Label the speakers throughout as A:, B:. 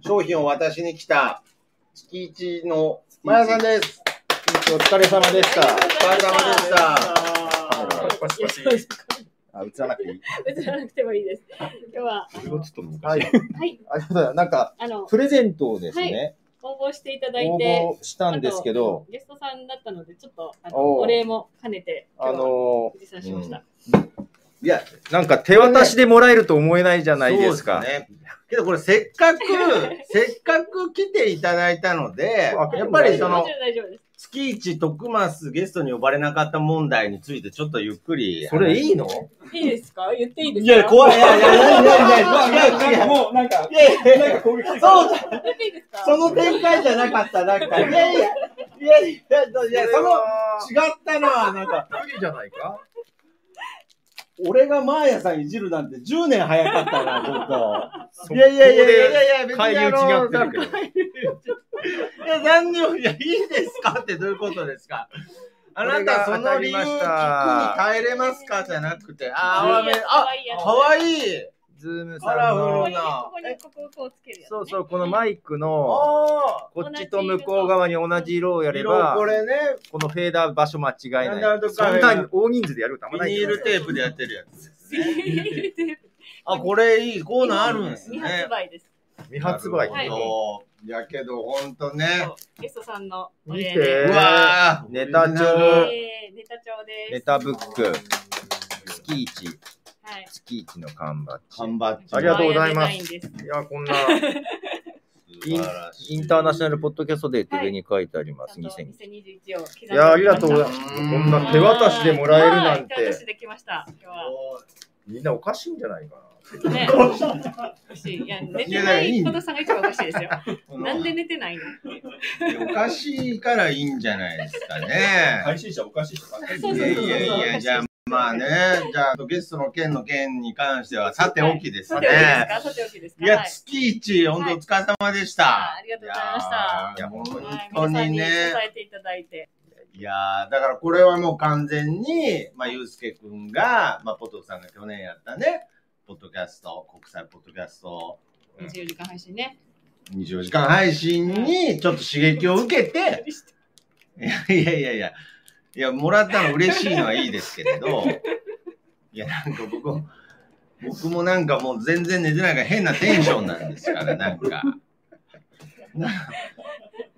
A: 商品を渡しに来た、月一のマヤさんです。
B: お疲れ様でした。
A: お疲れ様でした。
C: パチパチ。
B: あ、映らなくていい。
D: 映らなくてもいいです。 今日は、
C: それはちょっと難しい。
B: はい。
D: はい、
B: ありがとうございます。なんか、
D: あの、
B: プレゼントをですね、
D: 応募していただいて、
B: 応募したんですけど、
D: ゲストさんだったので、ちょっと、あの
B: おう
D: お礼も兼ねて、
B: あ
D: 今日は
B: の
D: おじさんしました。
A: いや、
B: ー、なんか手渡しでもらえると思えないじゃないですか。
A: そうですね。けどこれせっかく、せっかく来ていただいたので、やっぱりそ
D: も
A: の
D: ち、ろん大丈夫です。
A: 月一徳松ゲストに呼ばれなかった問題についてちょっとゆっくり。
B: それいいの
D: いいですか言っていいです
C: い
D: か
C: や、怖い。
A: いやいやいやいやいやいやいやいや
C: もうなんか、
A: いやいやいや
C: 攻撃的
A: そう
D: 言っていいですか
A: その展開じゃなかった、なんか。いやいや、いやいや、いや、その、違ったな、なんか。
B: じゃないか
A: 俺がマーヤさんいじるなんて10年早かったな、ちょっ と。いやいやいやいやいやいや、別
B: 会
A: に
B: 議
A: あ
B: 違
A: の、
B: って
A: なん
B: る
A: か
B: けど。
A: いや、残念、いや、いいですかってどういうことですかあなた、その理由聞くに耐えれますかじゃなくて、あ、
D: 可
A: わ
D: 愛
A: め
D: いやつ
A: あ、かわ
D: い
A: いい。
B: ズーム
A: カ
B: さ
A: ラ
B: ん
A: フル
D: こ
B: の
A: な、
D: こに、ここに、ここをこうつけるやつ、ね。
B: そうそう、このマイクの、
A: あ
B: こっちと向こう側に同じ色を
A: あ、
B: やれ
A: 色こ
B: ば、
A: れね、
B: このフェーダー場所間違い
A: なんで
B: な
A: あ
B: い
A: れ。と
B: そ
A: か
B: んなに大人数でやるたま
A: ビ
B: ない
A: ニ
B: け
A: ー
B: ど
A: ルテープでやってるやつ。
D: ビニールテー プ
A: あ、これいい、コーナーあるんです
D: 未発
A: ね。
D: 売です。
B: 未発売。
D: はい
A: いやけど、ほんとね。
D: そうゲストさんのお
B: 見
D: 礼で。
B: て
A: うわぁ、
B: ネタ帳
D: えーネタ帳です。
B: ネタブック、月一、
D: はい。
B: 月一の缶バッジ。
A: 缶バッジ。
B: ありがとうございます
D: マヤデザインです。
B: いや、こんな、
A: 素晴らしい
B: インターナショナルポッドキャストデーって上に書いてあります、
D: ちゃんと
B: 2000
D: 2021を刻んで
B: いや、ありがとうござい
D: ま
B: ます。こ
A: うん
B: んな手渡しでもらえるなん、
D: はい手渡してできました。今
B: みんなおかしいんじゃないか
D: 日は。ね、おかしい。いや、寝てないことさんが一番おかしいですよ。なんで寝てないの
A: おかしいからいいんじゃないですかね。
C: 配信者おかしい人ばっかり
A: いやいやいや、じゃあまあね、じゃあゲストの件の件に関してはさておきです
D: さておきです
A: ね。
D: かさておきですか
A: いや、
D: はい
A: 月一、本当お疲れ様でした。
D: ありがとうございました。
A: いや、本
D: は
A: 当
D: い、皆さん
A: に
D: に支
A: ね。
D: えていただいて。
A: いやー、だからこれはもう完全に、まあ、ゆうすけくんが、まあ、ポトフさんが去年やったね、ポッドキャスト、国際ポッドキャスト、
D: 24時間配信ね。
A: 24時間配信にちょっと刺激を受けて、いや いやいやいや、いや、もらったの嬉しいのはいいですけれど、いや、なんか僕も、僕もなんかもう全然寝てないから変なテンションなんですから、なんか。な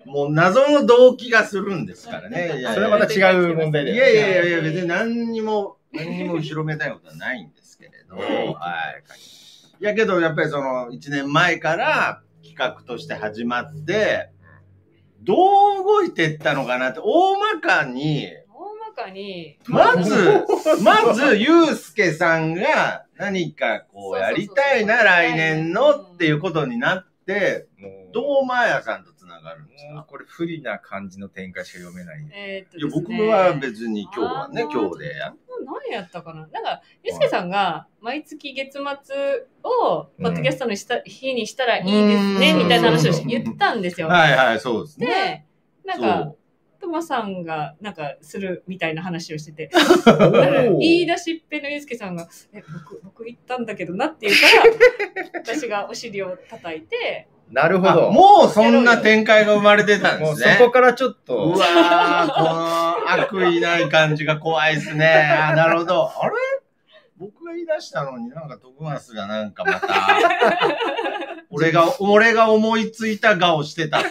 A: もう謎の動機がするんですからね。いやいや
B: な。
A: いや
B: それはまた違う問題
A: い
B: だ
A: や
B: よ
A: い
B: ね。
A: やいやいや、別に何にも、何にも後ろめたいことはないんですけれ ど、はい。いやけど、やっぱりその、1年前から企画として始まって、どう動いてったのかなって、大まかに、
D: 大まかに、
A: ま ず、まず、ゆうすけさんが何かこうやりたいな、
D: そうそうそうそう
A: 来年のっていうことになって、
B: もう、
A: どうまやさんとつながるんです
B: もう
A: か
B: これ不利な感じの展開しか読めない。
D: えーっと
A: い
D: で
A: や、
D: すね
A: 僕は別に今日はね
D: あ、ー
A: 今日でやっ
D: 何やったかななんか、ゆうすけさんが毎月月末を、ポッドキャストのした、日にしたらいいですね、
A: うん
D: みたいな話を
A: そうそう
D: 言ったんですよ。
A: はいはい、そうですね。
D: で、なん
A: そう
D: か、。ともさんが、なんか、するみたいな話を してて、
B: お
D: だから
B: ー
D: 言い出しっぺのゆうすけさんが、え、僕、僕行ったんだけどなって言う から、私がお尻を叩いて、
B: なるほ
A: あ
B: ど。も
A: もうそんな展開が生まれてたんで
B: う
A: す
B: そ
A: ね。
B: こからちょっ
A: う
B: と、
A: わー、この悪意ない感じが怖いですね。あなるほど。あれ僕が言い出したのになんか徳松がなんかまた、俺が、俺が思いついた顔してたと。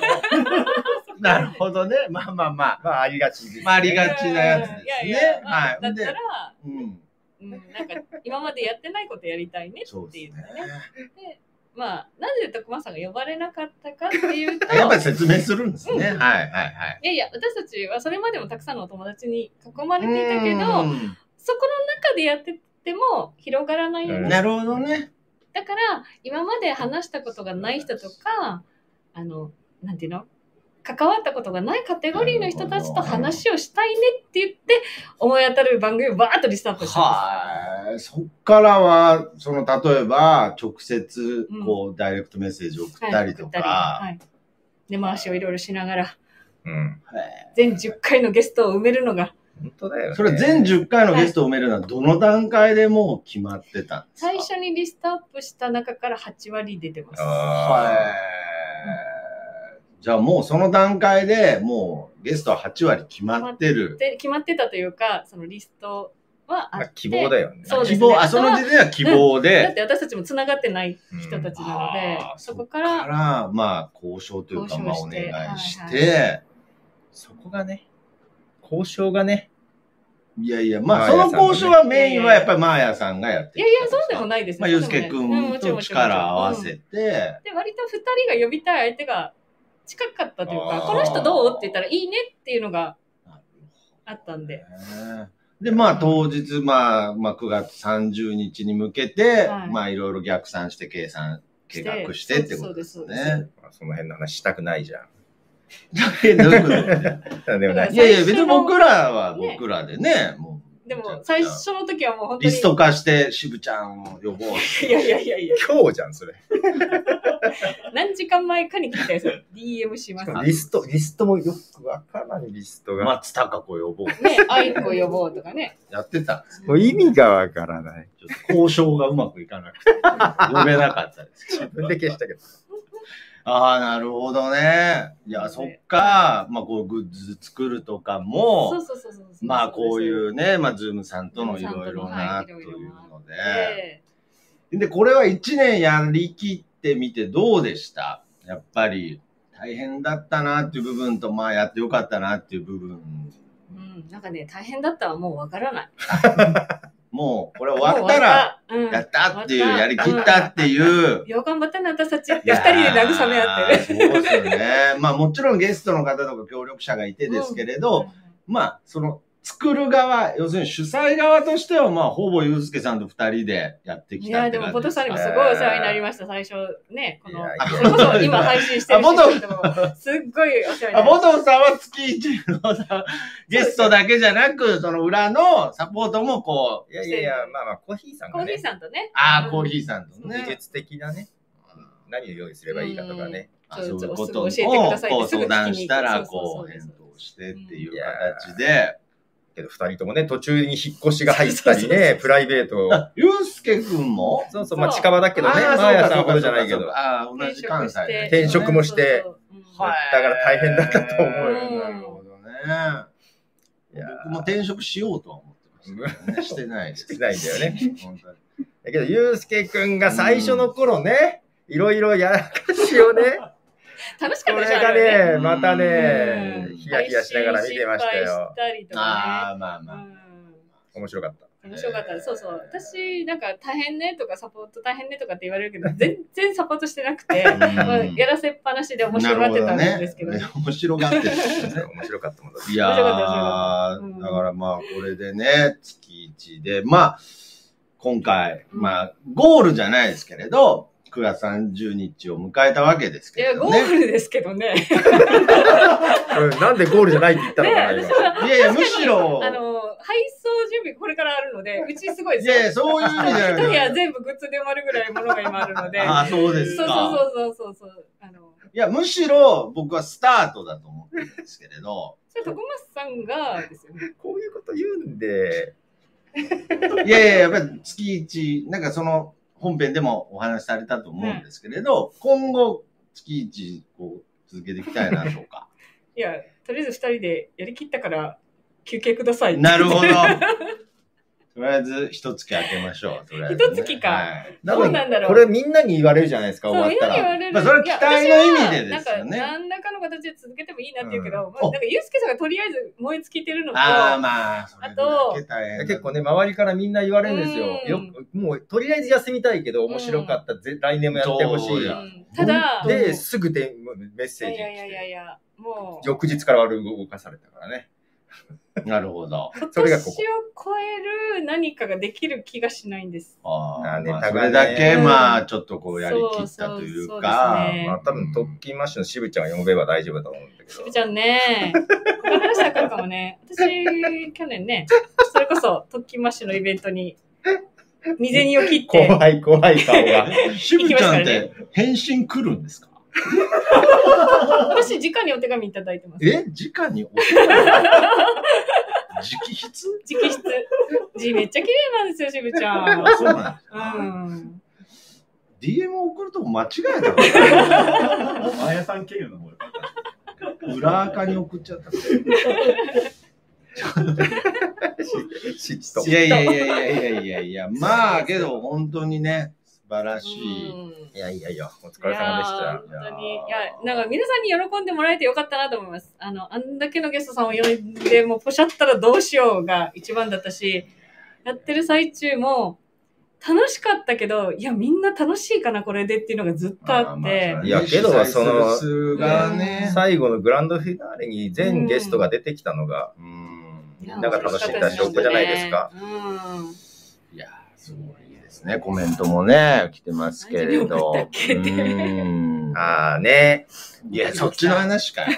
A: なるほどね。まあまあまあ。
B: まあありがちですね。
A: まあありがちなやつですね
D: いやいや、まあ
A: はい
D: だったら、
A: うん。
D: うん、なんか、今までやってないことやりたいねって
A: そうで
D: 言
A: す
D: っ
A: ね
D: たね。。まあ、なぜ徳間さんが呼ばれなかったかっていうと、
A: やっぱり説明するんですね。はいはいはい。
D: いやいや、私たちはそれまでもたくさんのお友達に囲まれていたけど、
A: うん
D: そこの中でやってても広がらないよね。
A: なるほどね。
D: だから、今まで話したことがない人とか、あの、なんていうの関わったことがないカテゴリーの人たちと話をしたいねって言って、思い当たる番組をバーッとリストアップしてま
A: はい。そっからは、その、例えば、直接、こう、ダイレクトメッセージを送
D: す。
A: ったりと
D: はい送った
A: か、
D: はい根回しをいろいろしながら、
B: うん。
D: 全10回のゲストを埋めるのが、
B: 本当だよね。
A: それ全10回のゲストを埋めるのはどの段階でもう決まってたんですか
D: 最初にリストアップした中から8割出てます。
B: あー
A: はじゃあもうその段階でもうゲストは8割決まってる。
D: で決まってたというかそのリストはあ
E: ま
D: っ
E: あ
D: て
E: 希望だよね。
D: そうです
A: 希
D: ね
A: 望、あ、その時点では希望
D: だっ
A: で、
D: て私たちもつながってない人たちなので
F: うんあ、ー
D: そこか
A: からら、まあ、交渉というか、まあ、お
D: 交渉し
A: 願
D: て
A: いして、
D: はいい
E: そこがね、交渉がね、
A: やいや、まあ、そ
E: マーヤ
A: の
E: さんがね
A: 交渉はメインはやっぱりマーヤさんがやって
D: い
A: き
D: や
A: た
D: いやそうでもないです
A: まあ、
D: よ
A: ゆうすけ
D: そ
A: く
D: うでもないうん
A: ん
D: もちろん
A: と
D: もちろんもちろん
A: 力を合わせて、
D: で割と2人が呼びたい相手が近かったという
E: あ
D: か
E: ー
D: この人どうって言ったらいいねっていうのがあったんで
A: ねで、まあ、当日、まあ、まあ、9月30日に向けて、
D: はい
A: まあ、いろいろ逆算して計算、計画してってことです
D: そうですそう
A: ね。
E: その辺の話したくないじゃん。
A: えどういうこと
E: なんでもない
A: いやいや、別に
D: 最初の
A: 僕らは
D: ね
A: 僕らでね、もう。
D: で
A: じゃあ
D: も最初の時はもう本当に
A: リスト化して、しぶちゃんを呼ぼうって。
D: いやいやいやいや
E: 今日じゃん、それ。
D: 何時間前かに来たやつ DM します
E: リスト、リストもよくわからないリストが。
A: 松たか子呼ぼう。
D: ねあいこ呼ぼうとかね
A: やってたんですけど
E: もう意味がわからない。
A: ちょっと交渉がうまくいかなく て、呼べなかったですけど。
E: 自分で消したけど。
A: ああ、なるほどね。いや、そっか。まあ、こう、グッズ作るとかも、
D: そうそうそうそうそう
A: まあこういううね、まあズームさんとのいろいろな
D: ズ
A: と
D: ームさん
A: い
D: とのはい
A: うので。
D: で
A: で、これは1年やりきってみてどうでしたやっぱり大変だったなっていう部分と、まあやってよかったなっていう部分。
D: うんなんかね大変だったはもうわからない
A: もうこれ終わったら、
D: もう終わ
A: や
D: っ
A: ったっていう、
D: うん
A: やりきったっていう。
D: よう頑張ったね私たちっ
A: い
D: て
A: や
D: 二
A: ー
D: 人で慰め合ってる
A: そうですよね。まあもちろんゲストの方とか協力者がいてですけれど、まあその作る側、要するに主催側としてはまあほぼゆうすけさんと二人でやって
D: い
A: きた
D: や
A: って
D: で
A: 感
D: も
A: じ
D: ポトフさんにもすごいお世話になりました最初ねこの
E: いやいや
D: それこそ今配信してる
A: あポト
D: 人々もすっごいお世話にな
A: あ、
D: りま
A: ボ
D: し
A: トンさんは月一のさ、ゲストだけじゃなく、その裏のサポートもこう、
E: いやいやいや、まあまあ、コーヒーさん
D: たコ
E: が
D: ーヒ
E: ね
D: ー、さんとね
A: あ
D: う
A: あ、
D: ん
A: コーヒーさんと
E: 技
A: ね。
E: 術的なね、何を用意すればいいかとかね。
A: あ
D: ち
A: そう
D: ょっ
A: い
D: と
A: うことを
D: 教えてください
A: こ
D: っ
A: う
D: てすぐ
A: 相
D: 聞き
A: 談し
D: に行く
A: たら、こ
D: そうそうそうそう
A: う、返答してっていう
E: いや
A: 形で。
E: けど、二人ともね、途中に引っ越しが入ったり
D: そうそうそうそ
E: ね
D: う、
E: プライベートを。
A: あゆうすけくんも
E: そうそ
D: そう
E: う、まあ近場だけどね、
A: あー
E: マーヤさん
A: そう
E: ほ
A: か
E: どじゃないけ
A: そう
E: ど。
A: かそうかあー、同じ関西だね。
E: 転職もして
D: そうそうそううん
A: はい
E: だから大変だったと思
D: うよ
A: なるほどね。
E: いや
A: 僕も転職しようとは思ってますけどね。 してないです。
E: してないんだよね
A: 本当に。
E: だけど、ゆうすけくんが最初の頃ね、いろいろやらかしをね、
D: 楽しか
E: これ
D: ったでしょ
E: が
D: あれは
E: ね、
A: うん
E: また
A: うん
E: ね、ヒヤヒヤしながら見てましたよ
D: 配信失。敗したりとか
A: ああ、まあまあ。
D: ね
E: 面白かった。
D: うん面白かったですそうそう私なんか大変ねとかサポート大変ねとかって言われ るけど全然サポートしてなくて
A: うん
D: まあやらせっぱなしで面白がってたんですけど
A: なるほね面白が ってたんですね。
E: 面白かったもんだ
A: いや
D: 面白かった
A: ー、
D: 面白かったうん
A: だからまあ、これでね、月1で、まあ、今回、
D: うん
A: まあ、ゴールじゃないですけれど、9月30日を迎えたわけです
D: い
A: けれ
D: や
A: ど
D: ゴ
A: ね。
D: ールですけどね
E: うんなんでゴールじゃないって言ったのかな、
D: ね
E: 今。
A: いやいや、むしろ、
D: あの配送準備これからあるのでうちすごい
A: い
D: ですよ
A: やいや、そういう意味じ ゃ
D: 一部
A: な
D: 屋
A: い。
D: 全部グッズで埋まるぐらいものが今あるので
A: ああ、そうです
D: そう
A: か。
D: そうそうそうそうあの
A: いや、むしろ僕はスタートだと思ってるんですけれど、
D: それ徳松さんがですよね
E: こういうこと言うんで、
A: いやいや、やっぱり月1、なんかその本編でもお話しされたと思うんですけれど、今後月1こう続けていきたいなと か。
D: いや、とりあえず二人でやりきったから休憩ください。
A: なるほど。とりあえず一月開けましょう。とりあえず、ね。
D: 一月か
A: はい
E: 多
D: どう
E: 分
D: なんだろう。
E: これみんなに言われるじゃないですか、
D: そう、
E: 終わっ
D: みん
E: た
D: なに言
E: ら。
D: われる。
A: まあそれは期待の意味でですよね
D: いや私はなんか、何らかの形で続けてもいいなって言うけど、
E: うん
D: まあ、なんか、ゆうすけさんがとりあえず燃え尽きてるのと、
A: ああ、まあ、それだけ大変だ
E: 結構ね、、周りからみんな言われるんですよ。
D: うん
E: よくもう、とりあえず休みたいけど、面白かった、ぜ来年もやってほし
A: そう
E: い
A: や。
D: うんただ、い
E: で、すぐでメッセー
D: や
E: ジ
D: い
E: が
D: や
E: 来
D: いや
E: て、
D: いや、もう、
E: 翌日から動かされたからね。
A: なるほど。
D: 今
E: それが
D: 年を
E: ここ
D: 超える何かができる気がしないんです。
A: あ
E: あ
A: あ、
E: ーね
A: まあ、
E: 多
A: そ
E: 分ね
A: れだけ、
D: うん
A: まあ、ちょっとこうやりきったという
D: そうそうそう
A: か。
D: ですね
E: まあ多分、特勤マッシュの渋ちゃんを呼べば大丈夫だと思うんだけ
D: し
E: ど
D: ぶ。ちゃんね、この話は来るかもね。私、去年ね、それこそ、特勤マッシュのイベントに、未銭を切って、
E: 怖い怖い顔が。
A: しぶちゃんっ
D: 行
A: て返信来るんですか
D: 私、直にお手紙いただいてます。
A: え直にお手 紙直筆
D: 直筆。字めっちゃ綺麗なんですよ、しぶちゃん。
A: あそうなんですか
D: うん。
A: DM 送るとこ間違えたの
F: マヤさん経由の方が良かった。
A: 裏垢に送っちゃった。
B: 嫉妬
A: いやいやいやいやいやいやいや、まあけど本当にね、素晴らしい。
D: ん
B: いやいやいや、お疲
D: い
B: れ様
D: や
B: でした。
D: ー本当に。いや、なんか皆さんに喜んでもらえてよかったなと思います。あの、あんだけのゲストさんを呼んで、もうポシャったらどうしようが一番だったし、やってる最中も、楽しかったけど、いや、みんな楽しいかな、これでっていうのがずっとあって。
B: いやけどその
A: 数がね、
B: 最後のグランドフィナーレに全ゲストが出てきたのが、
A: うん
D: いや
B: なんか楽しんだ証拠じゃないですか。。
D: 面白かったですねうん。
A: いやー、すごいですね。コメントもね、来てますけれ
D: 何秒だっ
A: ど。
D: けって
A: うん
B: ああね、
A: いや、そっちの話 かよ。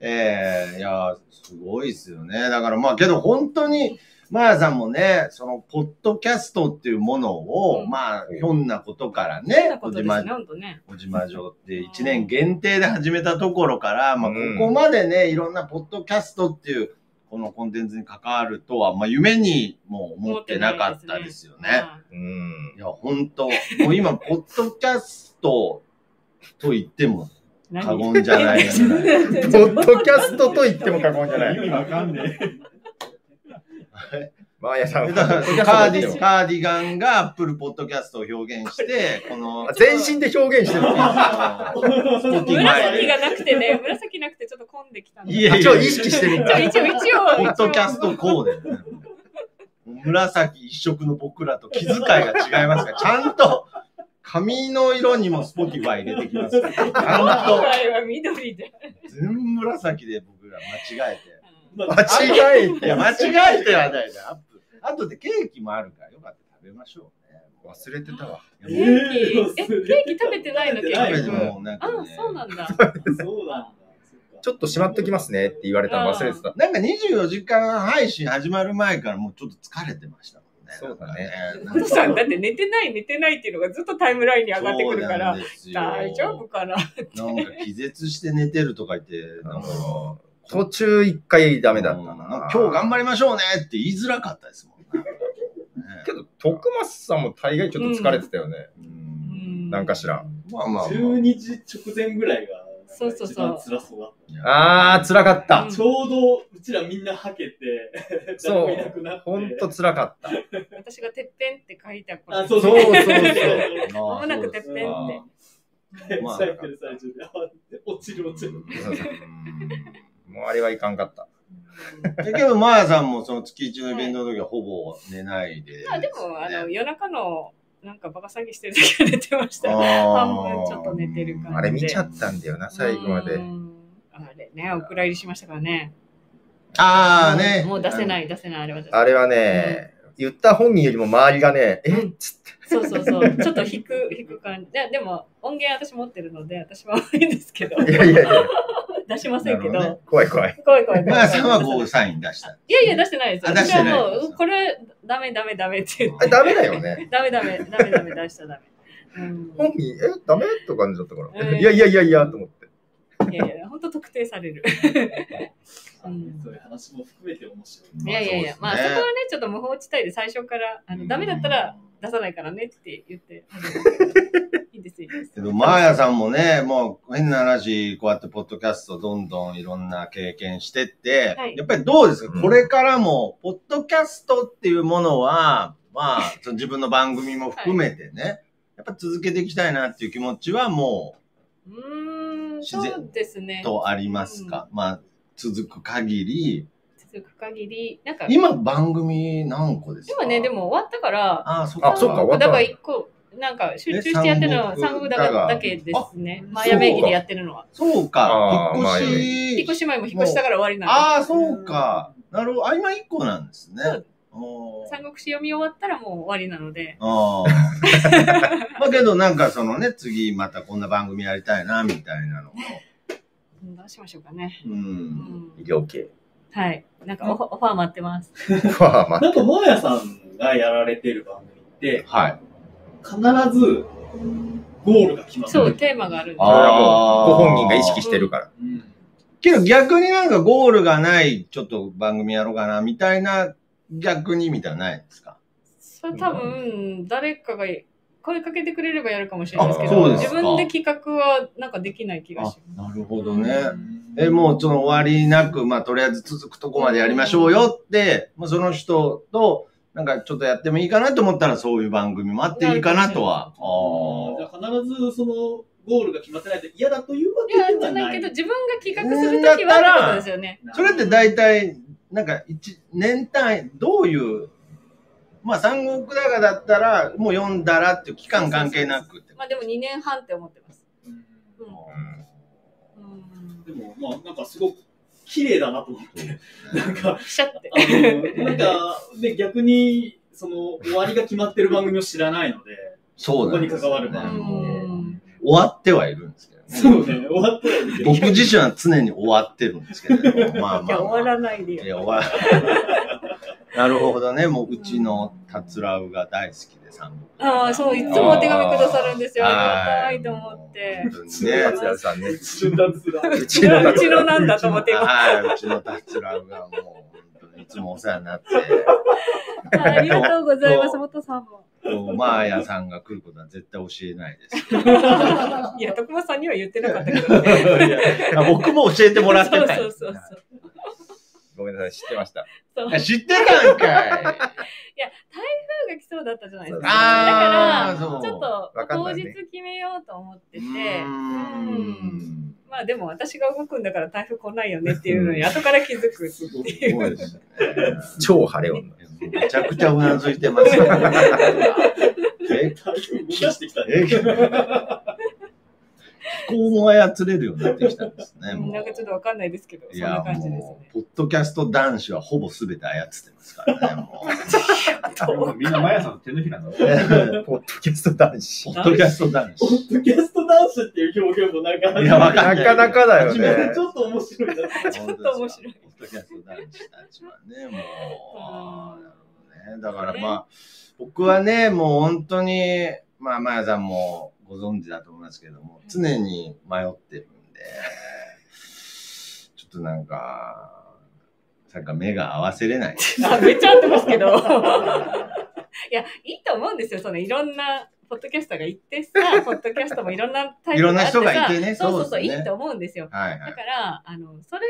A: ええいやー、すごいですよね。だからまあ、けど本当に、マヤさんもね、その、ポッドキャストっていうものを、
D: うん
A: まあ、ひょんなことから
D: 変
A: ね
D: な、こ
A: 小
D: とです
A: 島
D: ね、ほんとね。
A: 小島城って1年限定で始めたところから、まあ、ここまでね、いろんなポッドキャストっていう、このコンテンツに関わるとは、まあ、夢にも思ってなかったですよね。
B: うん
A: い、や、本当もう今、ポッドキャストと言っても
D: うん。
A: 過言じゃない ぐらい。
B: ポッドキャストと言っても過言じゃな
C: 意
B: い。
C: 味わかんねえ。
B: マーヤさん
A: だから
B: は
A: カーデ
B: よ
A: ィカーディガンがアップルポッドキャストを表現して、この、
B: 全身で表現してる。
A: あの
D: 紫がなくてね、 紫なくてちょっと混んできたの。
A: いやいや
B: 一応意識してるん
D: じゃ
B: だ
D: あ。一応、一応。
A: ポッドキャストコーデ、ね。紫一色の僕らと気遣いが違いますから、ちゃんと髪の色にもスポティファイ入れてきますから、ち
D: 今
A: ゃん
D: 回は緑で。
A: と全紫で僕ら間違えて。
B: 間違え
A: い
B: て。
A: や、間違えてはないな。あとでケーキもあるから、よかったら食べましょうね。
B: 忘れてたわ。
A: い
D: ケ
A: やも
D: ーキ、え、ケーキ食べてないのケ
A: う
D: ー
A: 食べ
D: キ
A: て。もなん
D: あ
A: か、ね、
D: そうなんだ。
C: そうなんだ。
B: ちょっとしまっときますねって言われたの忘れてた。
A: なんか24時間配信始まる前からもうちょっと疲れてましたもんね。
B: そうだね
A: なん
D: お
A: かね。
D: 父さん、だって寝てない、寝てないっていうのがずっとタイムラインに上がってくるか
A: そう
D: ら、
A: なんですよ
D: 大丈夫か
A: なん
D: な。
A: か気絶して寝てるとか言って、
B: あ
A: なんか
B: の途中一回ダメだったな。
A: 今日頑張
B: る。
A: りましょうねって言いづらかったですもんね。
B: けど、徳松さんも大概ちょっと疲れてたよね。
A: うん
B: なんかしら。
A: まあまあ、ま
C: 十二時直前ぐらいが
D: そうそうそう
C: 一番辛そうだっ
B: あー、辛かった
D: う
C: た。
D: ん
C: ちょうどうちらみんなはけて
B: そう
C: 誰もいなくなって。
B: ほんと辛かった。
D: 私がてっぺんって書いた こ
C: あ
D: と。
C: そう
B: そうそうそう
A: あ。
D: まもなくてっぺんって。
A: まあ
C: サイクル最中であ落ちる落ちる。
B: もうあれはいかんかった。
A: だけど、マヤさんもその月一のイベントの時はほぼ寝ないで、
D: まあでも、あの、夜中の、なんかバカ詐欺してる時は寝て ましたよ。
A: 半
D: 半分ちょっと寝てる感じ
B: あれ見ちゃったんだよな、最後ま
D: う
B: で。
D: ん。あれね、お蔵入りしましたからね。
A: ああね。
D: もう出せない、出せない、あれは出せない。
B: あれはね、言った本人よりも周りがね、えっつって。
D: そうそうそう。ちょっと引く、引く感じ。ででも、音源私持ってるので、私はいいんですけど、
B: いやいやいや、
D: 出しませんけど。
A: なるほ
B: 怖い怖い。
D: 怖い怖い
A: マ
D: 怖
A: ヤ
D: い。
A: さんはゴールサイン出した。
D: いやいや、出してないですよ。
A: あ出してない
D: 私はもう、これ、ダメダメダメって言っ
B: あれ
D: て。
B: ダメだよね。
D: ダメダメ、ダメダメ、出しちゃダメ。
B: 本人、えダメとか感じだったか
D: う
B: ら。
D: ん
B: いやいやいやいや、と思って。
D: うん、いやいや、本当特定される。うん
C: そういう話も含めて面白い。
D: いやいやいや、まあそこはね、ちょっと無法地帯で最初から、あのダメだったら出さないからねって言って。 いいです、いいです
A: け。ど、マーヤさんもね、もう変な話、こうやってポッドキャストどんどんいろんな経験してって、
D: はい
A: やっぱりどうですか、
B: うん
A: これからも、ポッドキャストっていうものは、まあ、その自分の番組も含めてね、やっぱ続けていきたいなっていう気持ちはも
D: うーん、
A: 自
D: そ
A: 然
D: うですね
A: う、。とありますか、まあ、続く限り、
D: 続く限り、なんか、
A: 今番組何個ですか
D: 今ね、で、も終わったから、
A: ああ、そっ
B: あそっか終わった
D: だから一個、なんか集中してやってるのは
A: え三
D: 三
A: 国
D: 国
A: だが
D: だがだけですね。
C: あ
D: マヤ名義でやってるのは。
A: そうか
B: あ、ー
A: 引っ越
D: 引っ
A: し
D: 越。し前も引っ越したから終わりなんで。
A: ああ、そうか。なるほど。あ、今一個なんですね。
D: そう
A: おー
D: 三国志読み終わったらもう終わりなので。
A: ああ。まあけどなんかそのね、次またこんな番組やりたいな、みたいなのも。
D: うんどうしましょうかね。
A: う。
D: うんん、
B: 医療系。
D: はい。なんかオファオファー待ってます。
B: まあまあ
C: なんか、もやさんがやられてる番組って、
A: はい。
C: 必ず、ゴールが決まってる。
D: そう、テーマがあるんで。
B: それはもう
A: あー
B: ご本人が意識してるから。
C: うん。
A: けど逆になんかゴールがない、ちょっと番組やろうかな、みたいな、逆にみたいなのないんですか
D: それ多分、誰かが声かけてくれればやるかもしれないですけ
A: あそう
D: ど、
A: です
D: 自
A: か
D: 分で企画はなんかできない気が
A: あ
D: し、ます。
A: なるほどね。え、もうその終わりなく、まあとりあえず続くとこまでやりましょうよって、もうその人と、なんかちょっとやってもいいかなと思ったらそういう番組もあっていいかなとは。あ
C: じゃあ必ずそのゴールが決まってないと嫌だというわ
D: いや、
C: けで
D: じゃ
C: は
D: な
C: ないい
D: けど、自分が企画するときはってことですよね。
A: あ。それって大体、なんか一、年単位、どういう、まあ三国だがだったら、もう読んだらっていう期間関係なくって。
D: まあでも2年半って思ってます。うん
A: うん
D: うん。
C: でもまあなんかすごく綺麗だなと思ってなんか
D: ピシャって。
C: あのなんかで逆にその終わりが決まってる番組を知らないので
A: そうなんですよ
C: ここに関わる
D: う
C: 番組
D: ん。
A: 終わってはいるんですけどね。
C: そうね終わってるんだけど
A: 僕自身は常に終わってるんですけれども、まあまあ、
D: いや、終わらないで
A: い
D: よ。
A: や、 終わなるほどね。もう、うちのたつらうが大好きで、三本。
D: ああ、そう、いつもお手紙くださるんですよ。あ
A: は
D: りがたいと思って。
A: 本当に
D: う
A: ね
D: だ
E: ね、つやさんね。う
D: うちのうちのなんだと思って今。
A: はい、うちのたつらうがもう、本当にいつもお世話になって、
D: あありがとうございます、元さんも。
A: もうマーヤさんが来ることは絶対教えないですけ
D: いや、徳間さんには言ってなかったけどね。
A: ど。いや 僕も教えてもらってた
D: そ
A: ん
D: う
A: や
D: そうそうそう。
E: ごめんなさい、知ってました。
D: そう
A: 知ってたんかい。
D: 台風が来そうだったじゃないですか。だ
A: あ
D: か
A: ーそ
D: ら、
A: う
D: ちょっと
E: わかんな
D: 当
E: い
D: 日
E: ね
D: 決めようと思って
A: う
D: て、
A: ー
D: うん
A: ん。
D: まあでも私が動くんだから台風来ないよねっていうのに後から気づくって
A: す
D: いう。
A: ごいですね。
E: 超晴れ女。
A: めちゃくちゃうなずいてますね。え
C: 動かしてきたね
A: え気候も操れるようになってきたんですね。もう
D: なんかちょっとわかんないですけど、そ
A: い
D: んな
A: や
D: 感じです
A: も
D: ね。
A: う、ポッドキャスト男子はほぼ全て操ってますからね。も
G: みんな毎朝の手のひらの。
A: う
E: ポッドキャスト男
A: ポ
E: 子。
A: ッドキャスト男
C: ポ
A: 子。
C: ッドキャスト男子っていう表現もなんか
A: いやわかん
E: なかなかだよ
A: 初め
E: ね
A: て。
C: ちょっと面白いな
D: ちょっと面白い。
A: ポッドキャスト男子たちはね、もう、なるほどね。だからまあ、僕はね、もう本当に、まあ、まやさんもご存知だと思いますけども、常に迷ってるんで、ちょっとなんか、なんか目が合わせれない。
D: あめっちゃ合ってますけど。 いや、いいと思うんですよ。そのいろんなポッドキャスターがい てさ、ポッドキャストもいろんなタイプが
A: いろ
D: あってさ
A: んな人がいてね
D: そうそう
A: そ
D: そうう、
A: ですね
D: いいと思うんですよ。
A: はいは
D: だ
A: い。
D: から、あの、それ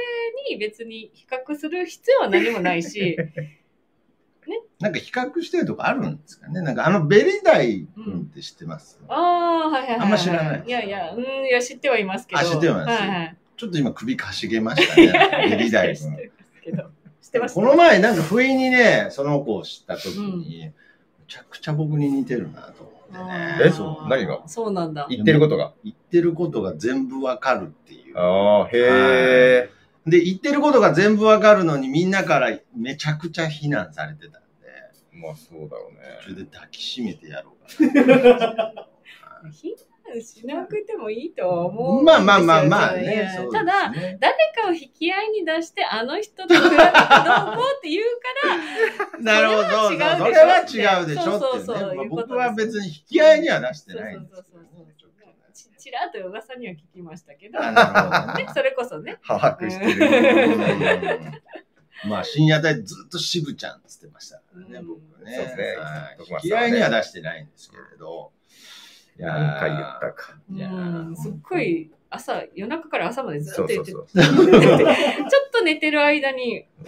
D: に別に比較する必要は何もな いし、
A: なんか比較してるとかあるんですかねなんかあのベリダイ君って知ってます、
D: ああ、はいはいはいはい。
A: あんま知らない
D: いやいや、うん、いや、知ってはいますけど。
A: あ知ってはいます
D: はいはい。
A: ちょっと今首かしげましたね。ベリダイ
D: 知ってま
A: 君
D: す。けど。知ってました
A: この前、なんか不意にね、その子を知った時に、めちゃくちゃ僕に似てるなと思ってね。
E: え
D: あー
E: そう何が
D: そうなんだ。
E: 言ってることが。
A: 言ってることが全部わかるっていう。
E: ああ、
A: へ
E: へえ。
A: で、言ってることが全部わかるのに、みんなからめちゃくちゃ非難されてたんで、
E: まあそうだろう
A: それで
E: ね。
A: 抱きしめてやろうかな。
D: 避難しなくてもいいとは思う。
A: まあまあまあまあね。
D: そ
A: そうう
D: ただ、
A: ですね
D: 誰かを引き合いに出して、あの人と比べてどうこうって言うか
A: な
D: ら、
A: るほど。そ
D: 違う
A: う
D: でしょ
A: それは違うでしょ
D: そう
A: っ
D: そう
A: て
D: そう
A: ね。ま
D: い
A: あ
D: うことです
A: 僕は別に引き合いには出して
D: そう
A: ない
D: そ
A: ん
D: う
A: です
D: そう
A: け
D: そ
A: どね
D: うち。ちらっと噂には聞きましたけど、
A: あ
D: ね、
A: なるほど ね。
D: それこそね。
E: 把握して
D: う
E: る。
A: まあ深夜帯ずっと渋ちゃんっつってましたからね、
D: うん
A: 僕ね。
E: そうですね
A: はい
E: 徳松さんは
A: 嫌
E: ね
A: いには出してないんですけれど。いやー
E: 何回言ったか。
D: う
A: いや
D: ん、すっごい朝、夜中から朝までずっ
E: そ
D: と
E: う
D: 言
E: そ
D: っ
E: う
D: て
E: そう。
D: ちょっと寝てる間に終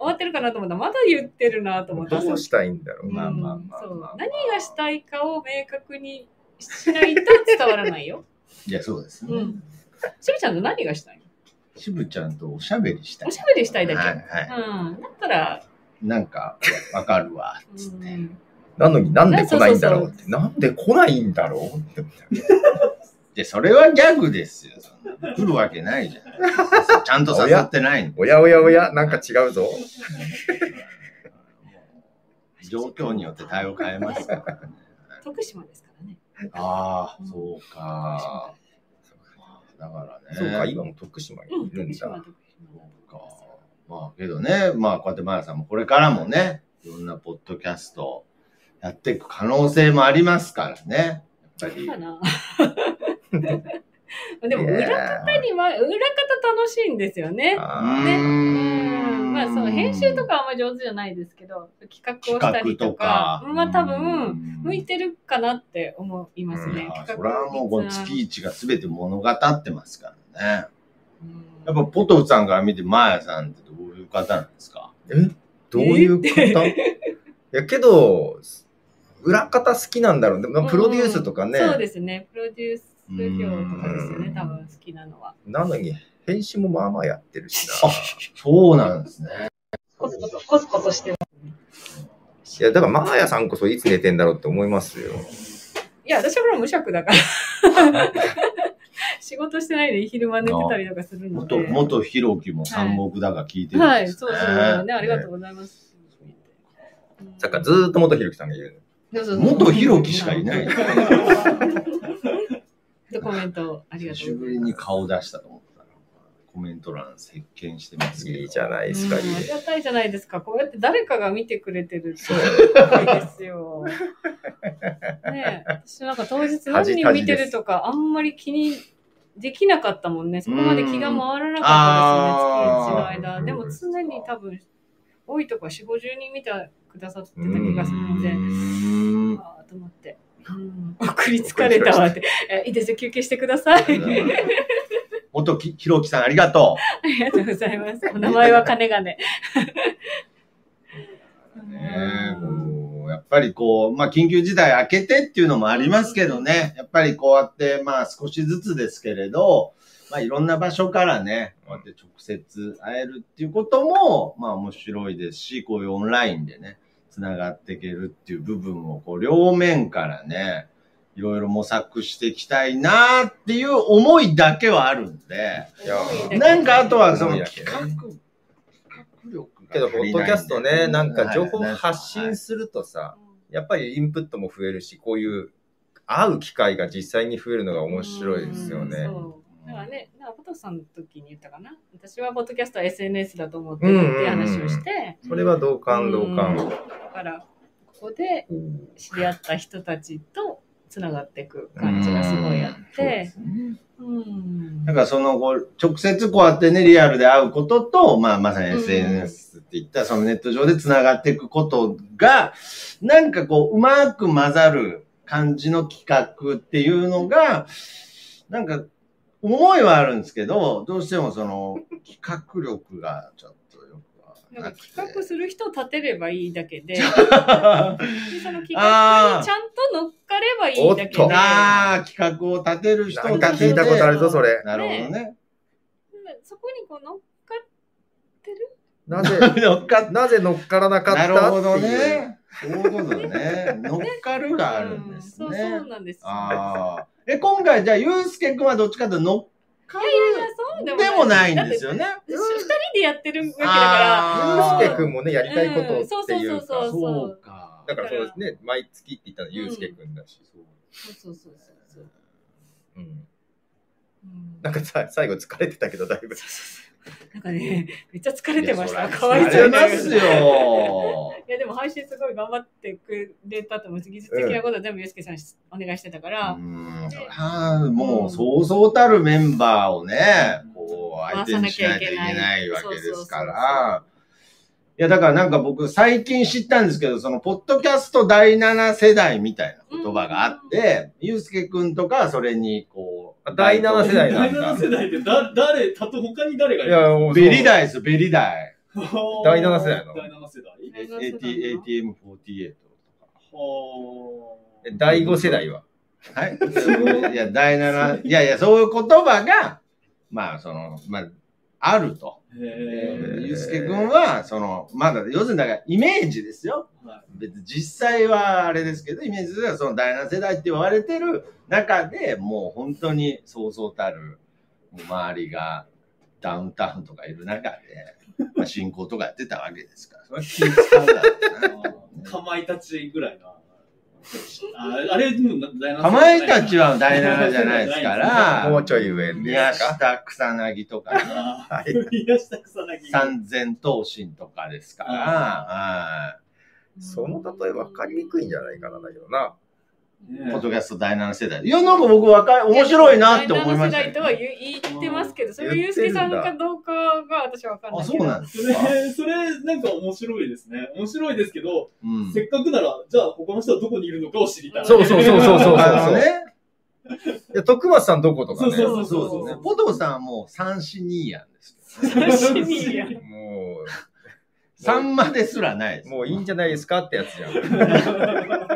D: わってるかなと思ったらまだ言ってるなと思った
E: どうしたいんだろう
A: まあまあまあ
D: そう
A: まあ
D: 何がしたいかを明確にしないと伝わらないよ。
A: いや、そうですね。
D: うん。しぶちゃんと何がしたい
A: 渋ちゃんとおしゃべりしたい。
D: おしゃべりしたいだけ。
A: はいはい。
D: うん。だったら、
A: なんか、わかるわ、
D: う
A: つって。
D: ん、
E: なのになんで来ないんだろうっ
D: そうそう
E: て。なんで来ないんだろうって。
A: で、それはギャグですよ。そんな来るわけないじゃん。ちゃんと誘ってないの。
E: おやおやおや、なんか違うぞ。
A: 状況によって対応変えますからね。
D: 徳島ですからね。
A: ああ、そうか。だからね。
E: そうか、今も徳島に
D: う
E: い
D: ん、
E: るん
D: 徳
E: だ
D: 島、。徳島。
A: そうか。まあけどね、まあこうやってマヤさんもこれからもね、いろんなポッドキャストやっていく可能性もありますからね。やっぱり
D: か。な。でも、
E: い
D: 裏
E: やー
D: 方には、裏方楽しいんですよね。
E: あ
A: うー
D: ね
A: ん
D: まあその編集とかはあんま上手じゃないですけど、企画をしたりとか、
A: 企
D: まあ多分、向い
E: ん、
D: てるかなって思います
A: い
D: ね
A: や。ーそ
D: 企
A: れ
D: 画
A: はもうこのスピーチが全て物語ってますからね。
D: うん
A: やっぱポトフさんから見てマーヤさんってどういう方なんですか
E: どういう方いやけど裏方好きなんだろうねまあプロデュースとかね、
D: うんそうですね。プロデュース業とかですよ
E: う
D: ね。
E: ん
D: 多分好きなのは。
E: なのに編集もまあまあやってるしな
A: あそうなんですね。
D: コツコツ、コツコツしてる。
E: いやだからマーヤさんこそいつ寝てんだろうって思いますよ
D: いや、私はほら無職だから。仕事してないで昼間寝てたりとかするので。
A: 元、元弘樹も三国だが聞いてるん
D: は
A: で
D: い、
A: す
D: そう
A: ね。
D: そう。ね、ありがとうございます。
E: だからずーっと元ひろきさんがいる
A: 元弘樹しかいない。
D: でコメントありが
A: 久し
D: とうご
A: ぶ
D: ざい
A: り
D: ます。
A: に顔出したと思ったら、コメント欄席巻してますけど。
E: いいじゃ
A: い。
E: ないですか、
D: うん
E: いい
D: あり
E: ね
D: がたいじゃないですか。こうやって誰かが見てくれてるってすごいです よ。ねえ私なんか当日何人見てるとかあんまり気にできなかったもんね。そこまで気が回らなかったですね、月一の
E: う
D: 間。
E: ん
D: でも常に多分、多いとこは4、50人見てくださってた気がするので。
E: うん
D: あーと思って。うん、送り疲れたわって。え いいですよ、休憩してください。
A: 元き弘樹さんありがと
D: ありがとうございます。お名前は金がね。
A: う。ねえもうやっぱりこう、まあ、緊急事態明けてっていうのもありますけどね、やっぱりこうやって、まあ、少しずつですけれど、まあ、いろんな場所からね、こうやって直接会えるっていうことも、まあ、面白いですし、こういうオンラインでね、つながっていけるっていう部分を、こう、両面からね、いろいろ模索していきたいなっていう思いだけはあるんで、
E: いや
A: なんかあとはその
E: 思いだけ
A: 企
E: ね
A: 画、企画力が
E: けど、ポッドキャストね、なんか情報発信
A: す
E: するとさ、やっぱりインプットも増えるし、こういう会う機会が実際に増えるのが面白いですよ
D: うん
E: ね。
D: そうだからね、なんかポトフさんの時に言ったかな。私はポッドキャストは SNS だと思ってるっていう話をして、
E: それは同感同
D: うん
E: 感。
D: だからここで知り合った人たちとつながっていく感
E: 感
D: じ
E: じ
D: が
E: が
D: す
E: す
D: ご
E: ご
D: い
E: い
D: あ
E: あ
D: って、うん
A: なんかそのこう、直接こうやってね、リアルで会うことと、まあまさに
D: うん
A: SNS って言った、そのネット上で繋がっていくことが、なんかこう、うまく混ざる感じの企画っていうのが、なんか、思いはあるんですけど、どうしてもその、企画力がちょっとよくわ
D: なん
A: な
D: か
A: くて。
D: 企画する人を立てればいいだ けで、でその企画にちゃんと乗っかればいいだけで
E: おっと、
A: ああ、企画を立てる人を
E: なん
A: 立
E: か
A: てて
E: 聞いたことあるぞ、それ。
A: なるほどね。
D: そこにこう乗っかってる
E: なぜ、
A: 乗っかっ
E: なぜ乗っからなかった
A: な
E: って
A: るほ
E: いう。
A: どね。そういうことね。乗っかるがあるんです
D: うんそう
A: ね
D: そう。なんですよ。
A: ああ。で、今回じゃあ、ゆうすけくんはどっちかというと乗っか
D: いやいや
A: る
D: そう
A: で
D: で
A: も
D: も
A: ない
D: だっ
A: ん
D: て
A: ですよね。
D: 二人でやってるわけだ
A: あ
D: から。
E: ゆうすけくんもね、やりたいこ
D: うん
E: とっていう
D: そうそう
E: か
D: そ。う
A: そうか。
E: だからそうですね、毎月って言ったらゆうすけくんだし。
D: そうそうそうそう。
E: うん
D: うん
E: なんかさ、最後疲れてたけど、だいぶ。
D: なんかね、めっちゃ疲れてまし
E: い
D: た。
E: やそら
D: かわい
A: あ
D: そう
A: り
D: に
A: ますよ。
D: いやでも配信すごい頑張ってくれたと思う技術的なことは全部ユースケさんにお願いしてたから、
A: うんあーもうそうそうたるメンバーをね、こう相手にしないといけないわけですから。いや、だからなんか僕最近知ったんですけど、そのポッドキャスト第7世代みたいな言葉があって、ゆうすけくんとかはそれにこう
E: あ、第七世代
A: な
E: なんん
A: だ
C: 第7。世代ってだ誰たと他に誰がい
E: い
C: る
E: や、もうそう
A: ベリダイです、ベリダイ。
E: 第七世代の
C: 第七世代
D: 第七
A: AT
D: 世
A: ATM48 と
C: は
E: え第五世代は。
A: か。はい。いや、第7、いやいや、そういう言葉が、まあ、その、まあ、あると。
C: あ。へ
A: ゆうすけくんは、その、まだ、要するにだから、イメージですよ。
C: ーはい
A: 別に実際はあれですけど、イメージではその第7世代って言われてる中で、もう本当にそうそうたる、もう周りがダウンタウンとかいる中で、 まあ、進行とかやってたわけですから、それは気使うだろ
C: あ
A: う
C: ーかまいたちぐらいな。ああれ、もう第七世代
A: な。かまいたちは第7じゃないですから、
E: もうちょい上
A: 宮
E: ですか。
A: 下草薙とか、ね、
C: あ
E: はい
C: ー宮下草薙。
A: 三千頭身とかですから、はい。
E: その例え分かりにくいんじゃないかな、だけどな。
C: ね
A: ポッドキャスト第7世代。いや、なんか僕若い、面白いなって思いました
D: 第7世代
A: よ
D: とは言い言ってますけど、それをユースケさんかどうかが私はわかんな
A: あ、
D: い
A: そう
D: けど。
A: なんです
C: そ
A: か。
C: れ、それ、なんか面白いですね。面白いですけど、
A: うん。
C: せっかくなら、じゃあ他の人はどこにいるのかを知りたい。
E: そうそうそうそうそうそう
A: あのね、
E: いや徳松さんどことかね
C: そうそう
A: そうですね。ポトさんはもう三子二やんですよ。
D: 確 かにや
E: も
A: 三まですらないで
E: う
A: す。
E: もういいんじゃないですかってやつじゃん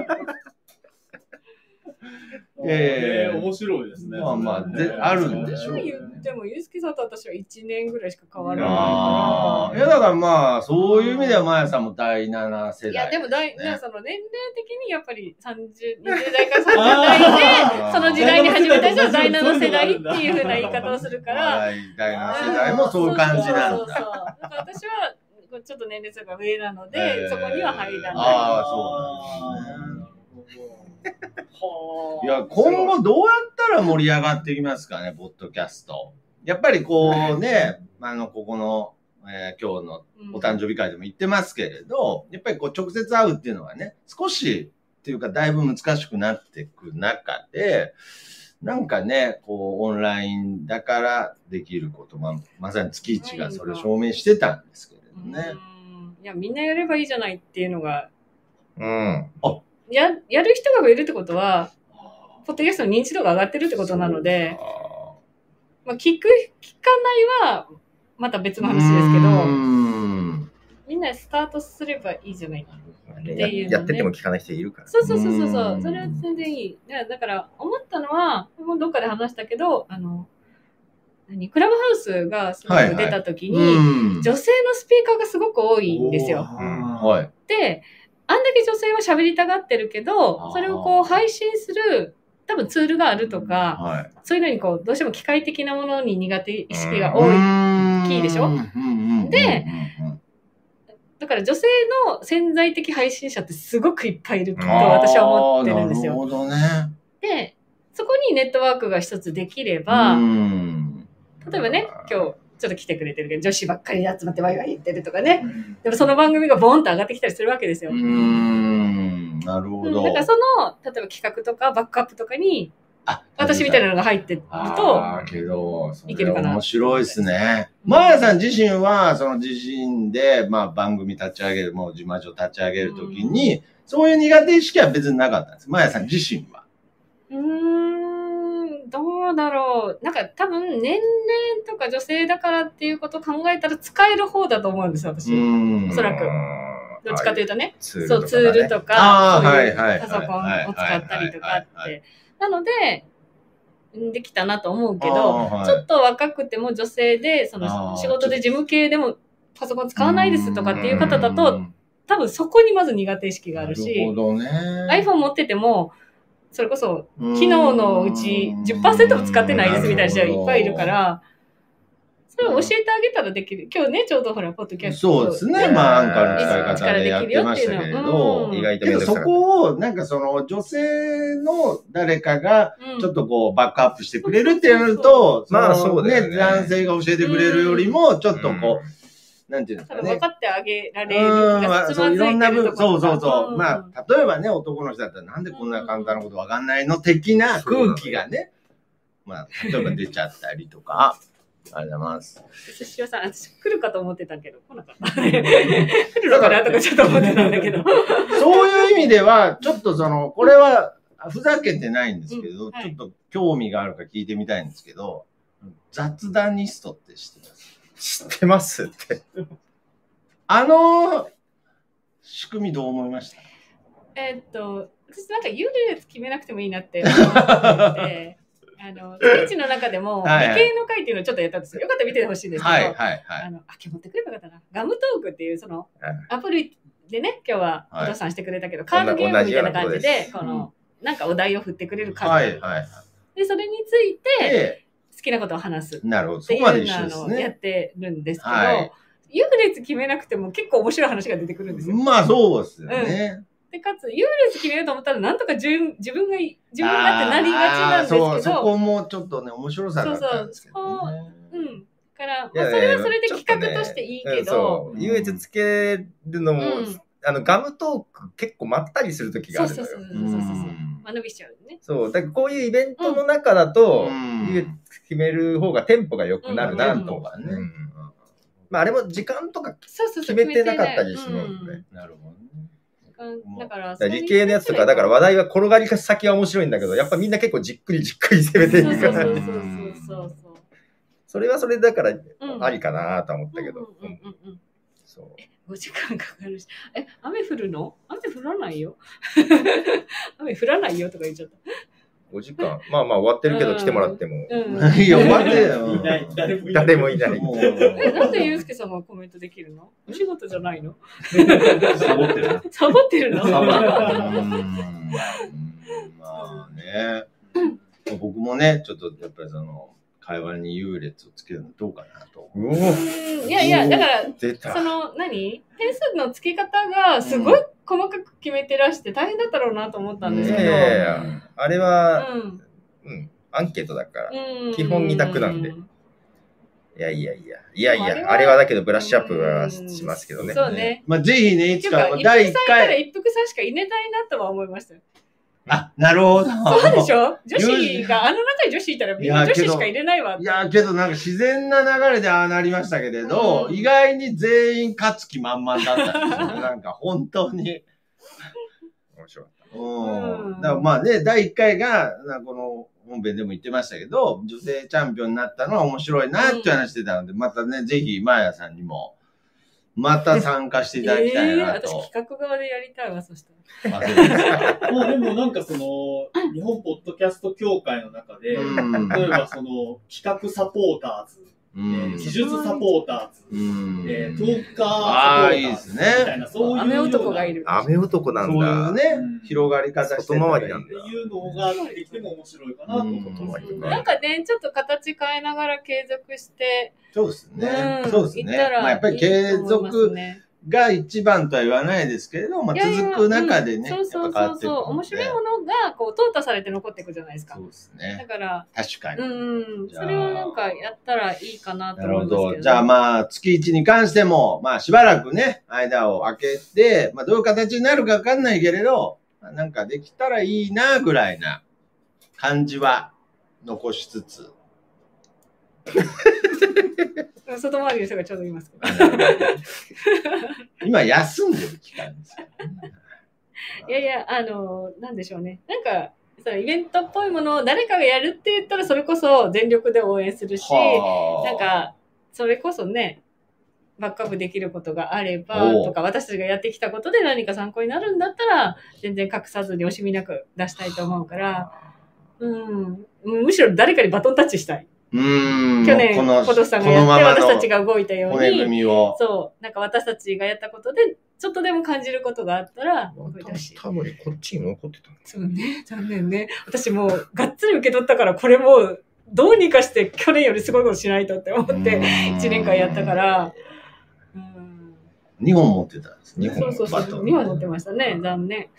A: え
C: え
A: え
C: え面白いですね。
A: まあまあ
C: ええ
A: であるんでしょ
D: そうう
A: ね
D: 言っても、ユースケさんと私は1年ぐらいしか変わらな
A: あ
D: いか
A: あ。いや、だからまあ、そういう意味では、まやさんも第7世代、
D: ら。いや、でもだい、
A: ね
D: その年齢的にやっ ぱり30、20代から30代で、その時代に始めた人は第7世代っていうふうな言い方をするから、
A: はい第7世代もそういう感じなん
D: そ
A: だ。
D: うそうそうそうだから私はこうちょっと年齢層が上なので、
A: えー
D: そこには入らない。
A: ああそうなん
C: ですね。は
A: い
C: あ
A: や、今後どうやったら盛り上がっていきますかね、ポッドキャスト。やっぱりこうね、あの、ここの、えー今日の
D: うん
A: お誕生日会でも言ってますけれど、やっぱりこう直接会うっていうのはね、少しっていうかだいぶ難しくなってく中で、なんかね、こうオンラインだからできること、まあ、まさに月一がそれを証明してたんですけれどね。
D: うんいや、みんなやればいいじゃないっていうのが、
E: うん
D: ややる人がいるってことは、ポッドキャストの認知度が上がってるってことなので、まあ、聞く、聞かないは、また別の話ですけど、
A: ど。
D: みんなスタートすればいいじゃない。
E: ややってても聞かない人いるから
D: そうそうそうそうそうう、
A: ん
D: それは全然いい。だから、だから思ったのは、もうどっかで話したけど、あの、何クラブハウスがすご
A: はいはい
D: く出た時に、
A: うん
D: 女性のスピーカーがすごく多いんですよ。
A: はい。
D: で、あんだけ女性は喋りたがってるけ
A: あー
D: ど、それをこう配信する、多分ツールがあるとか、
A: はい。
D: そういうのにこう、どうしても機械的なものに苦手意識が多い。
A: 大
D: きいでしょで、だから女性の潜在的配信者ってすごくいっぱいいると私は思ってるんです
A: あ
D: よ。
A: ーなるほどね。
D: で、そこにネットワークが一つできれば、
A: うん
D: 例えばね、今日ちょっと来てくれてるけど、女子ばっかり集まってワイワイ言ってるとかね、でもその番組がボーンと上がってきたりするわけですよ。
A: うーん、なるほ
D: うん、
A: ど。
D: だからその、例えば企画とかバックアップとかに、
A: あ
D: 私みたいなのが入ってると、
A: あーけど、それ
D: いけるかな
A: 面白いですね。マーヤさん自身は、その自身で、まあ番組立ち上げる、もう自慢所立ち上げるときに、そういう苦手意識は別になかったんです。マーヤさん自身は。
D: うーん、どうだろう。なんか多分年齢とか女性だからっていうことを考えたら使える方だと思うんですよ、私。
A: ん
D: おそらく
E: うん
D: どっちかというとね。
E: ツール
D: そ
E: とか
D: う、ツールと
A: あ
D: か、
A: ー
D: そう
A: はいいうはい
D: パソコンを使ったりとか
A: はいはいはいはい
D: って。なので、うんできたなと思うけど、
A: あーはい
D: ちょっと若くても女性で、そ
A: あー
D: の仕事で事務系でもパソコン使わないですとかっていう方だ
A: う
D: と、
A: ん
D: 多分そこにまず苦手意識がある
A: なるほ
D: し、
A: どね。
D: iPhone 持ってても、それこそ、機
A: 機
D: 能のうち10%も使ってないですみたいな人がいっぱいいるか。ら、それを教えてあげたらできる。今日ね、ちょうどほら、ポッドキャスト。
A: そうですね。まあ、アンカーの使い方でやってましたけれど
D: うん、
E: 意外と
A: け
E: 面
A: どそ
E: 倒くさかっ
A: こを、なんかその女性の誰かが、
D: うん。
A: ちょっとこう、バックアップしてくれるってなると、
E: そうそうそう
A: の
E: まあそうだよね
A: 男性が教えてくれるよりも、ちょ
E: た
A: っとこう、なんていうんです
D: 多
A: か
D: 分分
A: ね
D: か。ってあげられる
A: うん、まあ
D: つ
A: そ
D: ま
A: う
D: ず
A: いろん
D: い
A: な
D: てる
A: 部
D: と
A: 分、
D: ころ
A: そう
D: とか
A: そうそう。
D: ん
A: まあ、例えばね、男の人だったら、なんでこんな簡単なことわかんないの的な空気がね、まあ、例えば出ちゃったりとか、ありがとうございます。
D: 寿司屋さん、私来るかと思ってたけど、来なかった。来るのかなとかちょっと思ってたんだ けど。
A: そういう意味では、ちょっとその、これは、ふざけてないんですけど、
D: うんはい
A: ちょっと興味があるか聞いてみたいんですけど、雑談ニストって知ってます
E: 知ってますって
A: あの、仕組みどう思いました
D: えーっと、私なんか幽霊決めなくてもいいなって思って。あの、スピーチの中でも、
A: はいはい
D: 理系の会っていうのをちょっとやったんですよ。よかったら見てほしいんですけど、
A: はい、はい、は
D: あ
A: い。
D: の、あ、今日持ってくればよかったな。ガムトークっていう、その
E: はい、
D: アプリでね、今日は
A: はい
D: お父さんしてくれたけど、カードゲームみたいな感じ
E: 同じような
D: で、この、なんかお題を振ってくれる感じ。
A: はい、はい。
D: で、それについて、
A: で、
D: 好きなことを話す。
A: なるほど。
D: っ
A: そ
D: てい
A: こ
D: うの
A: まで一緒です
D: をあのやっ
A: ね。
D: てるんですけど、
A: はい
D: 優劣決めなくても結構面白い話が出てくるんですよ。
A: まあ、そうですよね。
D: でかつ優劣決めようと思ったらなんとか自分自分がい自分がってなり
A: あ
D: が
A: ー
D: ちなんですけ
A: そう、そ
D: ど、
A: こもちょっとね、面白さがあったんですけどね。
D: うん、だから、
E: いや
D: まあ、
E: いや
D: そ
E: いや
D: れはそれで
E: ちょっ
D: 企
E: とね
D: 画としていい
E: うん
D: けど、
E: そう優越つけるのも
D: うん
E: あのガムトーク結構まったりする時が
D: そ
E: あ
D: う
E: るの
D: そう
E: よ
D: そうそうそ
A: うん
D: うそうそう。間延びしちゃうね。
E: そう、だからこういうイベントの中だと、
A: うん
E: ゆ決める方がテンポが良くなるなと
A: うん
E: かね。
A: うん
E: うんまああれも時間とか、
D: そうそうそう。
E: 決めてなかったりするもんね
D: うん
A: なるほどね。
D: うんだから、
E: だから理系のやつとか、だから話題は転がり先は面白いんだけど、やっぱみんな結構じっくりじっくり攻めてい
D: そう
E: く
D: そ
E: か
D: うそ
E: ら、
D: うそうそうそう。
E: それはそれだから
D: うん
E: ありかなとは思ったけど。
D: うんうんうんうん
E: そう
D: 5時間かかるし。 え、雨降るの雨降らないよ。 雨降らないよとか言っちゃった。
E: 5時間、まあまあ終わってるけ
D: う
E: ど
D: ん
E: 来てもらっても、
D: うん。
A: いや、終わってよ。
C: いない、誰もいない。
E: 誰もいない。
A: もう
D: え、なんでゆうすけさんはコメントできるのお仕事じゃないの
G: サボってるな。
D: サボってるの
G: サボって
A: う
G: る
A: ーんまあね、僕もね、ちょっとやっぱりその、会話に優劣をつけるのどうかなと。
E: うお
D: うんいやいや、だから、
E: 出
D: そ
E: た。
D: の、何点数の付け方がすごい細かく決めてらして大変だったろうなと思ったんですけど。
E: ねえあれは、
D: うん
E: うん、アンケートだから。
D: うん
E: 基本二択なんで
D: う
E: いやいやいや、いやい
D: でもあれ
E: や、
D: は
E: あれはだけどブラッシュアップはしますけどね。
D: そうね。
A: まあ、ぜひね、い
D: ってい
A: つ
D: う
A: か
D: か、一、
A: 第
D: 服
A: 1
D: さんいたら
A: 回。
D: 一服さんしかいねないなとは思いましたよ。
A: あ、なるほど。
D: そうでしょ女
A: 友
D: 子
A: 人
D: が、あの中に女子いたらみん
A: い
D: な
A: や
D: 女
A: け
D: 子し
A: ど
D: か入れないわ。
A: いや、けどなんか自然な流れでああなりましたけれど、
D: うん
A: 意外に全員勝つ気満々だったんですよね。なんか本当に。
E: 面白い。
A: うん
D: うん
A: だからまあね、第1回が、なんかこの本編でも言ってましたけど、女性チャンピオンになったのは面白いなっていう話してたので、またね、ぜひ、マーヤさんにも、また参加していただきたいな
D: えー
A: と
D: 私。企画側でやりたいわ、そしたら。
A: あそうですか
C: まあでもなんかその、日本ポッドキャスト協会の中で、
A: うん
C: 例えばその、企画サポーターズ、
A: う
C: え
A: ん
C: ー技術サポーターズ、
A: うん
C: えー、トーカーサポーターズ
A: あーいいですね
C: みたいな、そういうような
D: 雨男がいる。
E: 雨男なん
A: そういう
E: だ。
A: ね、
C: うん
A: 広がり方して
E: 外回りなん
C: っ
E: だ
C: ていうのができても面白いかなと思って ますけ
E: う
C: ど
E: ん
D: なんかね、ちょっと形変えながら継続して、
A: そうですね。
D: うん
A: そうです
D: いっ
A: ね。
D: たら
A: まあやっぱり
D: い
A: 継
D: いと思います
A: 続
D: ね
A: が一番とは言わないですけれど、まあ
D: いやいや
A: 続く中でね、
D: うんそうそう
A: やっぱ変わっ
D: そう
A: ていく
D: そう、面白いものがこう淘汰されて残っていくじゃないですか
A: そう。ですね
D: だ。から、
A: 確かに。
D: うん、
A: じゃあ
D: それはなんかやったらいいかなと
A: なるほ
D: 思いますけど、
A: ど。じゃあまあ、月1に関しても、まあしばらくね、間を空けて、まあどういう形になるかわかんないけれど、まあなんかできたらいいな、ぐらいな感じは残しつ つ。
D: うん外回りの人がちょうどいますけど。
A: 今休んでる期間ですからね。
D: いやいや、あの、なんでしょうね。なんか、そのイベントっぽいものを誰かがやるって言ったら、それこそ全力で応援するし、
A: はあ
D: なんか、それこそね、バックアップできることがあれば
A: おう
D: とか、私たちがやってきたことで何か参考になるんだったら、全然隠さずに惜しみなく出したいと思うから、うん、むしろ誰かにバトンタッチしたい。
A: うーん。
D: 去年、
A: こ
D: ポ
A: の
D: トフさんが
A: このまま
D: やって、
A: の
D: 私たちが動いたよう
A: 骨組
D: に、
A: みを。
D: そう、なんか私たちがやったことで、ちょっとでも感じることがあったら、動いてほしい。
E: タモリこっちに残ってたんだ
D: そうね、残念ね。私もう、がっつり受け取ったから、これもう、どうにかして去年よりすごいことしないとって思って、1年間やったから。うん。
A: 2本持ってたんですね。
D: そうそう
A: バト
D: そ
A: ン
D: う、2本持ってましたね、残念。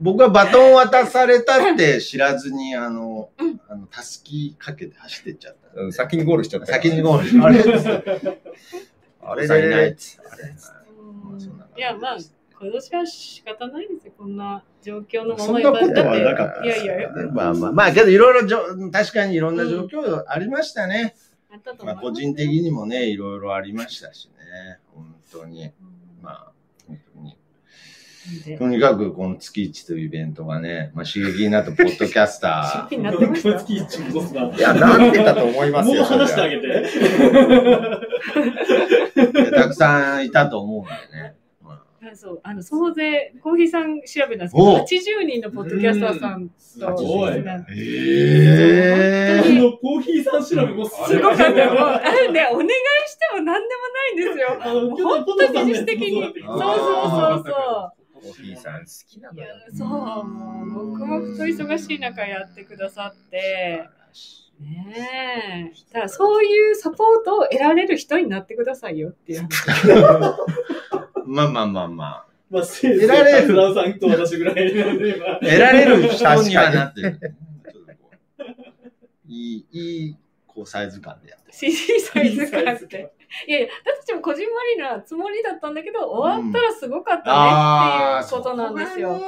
A: 僕はバトン渡されたって知らずに、あの、あの、たすきかけて走ってっちゃっ。
E: うん先にゴールしちゃったたから。
A: 先にゴールして。あれ
E: あれ
A: さいないっ
E: れ
A: つってあれ
D: う
A: まあそんなん感じです
D: いや、まあ、今年は仕方ないですよ、こんな状況のま
E: そ
D: ま
E: んなことはなか
D: だ
E: っ
D: ったていやいや、
A: まあまあ、まあけどいろいろじょ、確かにいろんな状況ありましたね。
D: あったと思
A: まあ
D: います
A: 個人的にもね、いろいろありましたしね。本当に。
D: うん
A: まあ、本当に。
D: なんで
A: とにかくこの月一というイベントがね、まあ刺激になったポッドキャスタ
D: 出
A: ー。
D: 品になってました。
C: 月一こそだも
E: いや、なってたと思 います
C: う
E: よ。それは
C: 話してあげて。
A: いやたくさんいたと思うんでね。まあ
D: あそう、あの、総勢、コーヒーさん調べたんですけど、
A: お
D: 80人のポッドキャスターさんと、
C: すごい。
D: なん
A: え
D: え
C: あの、コーヒーさん調べもす
D: すごかったよ。もう
C: あ
D: あれね、お願いしても何でもないんですよ。
C: の、
D: 本当に技術的に。そう
A: あー
D: そうそう
E: コーヒーさん好きな
D: そう。い
E: の
D: や
E: よ。
D: そう、もう、黙々と忙しい中やってくださって。ねえ。だからそういうサポートを得られる人になってくださいよっていう。
A: まあまあまあま
C: まあ、せい
A: 得られる
C: ラさんと私ぐらいなんで、まあ
A: あ。得られる人にはなってる。ちょっとこういい、いい、ここうサイズ感でやって
D: CG サイズ感
C: サ
D: っ
C: イズ感
D: て。いやいや、私たちもこじんまりなつもりだったんだけど、終わったらすごかったねっていうことなんですよ。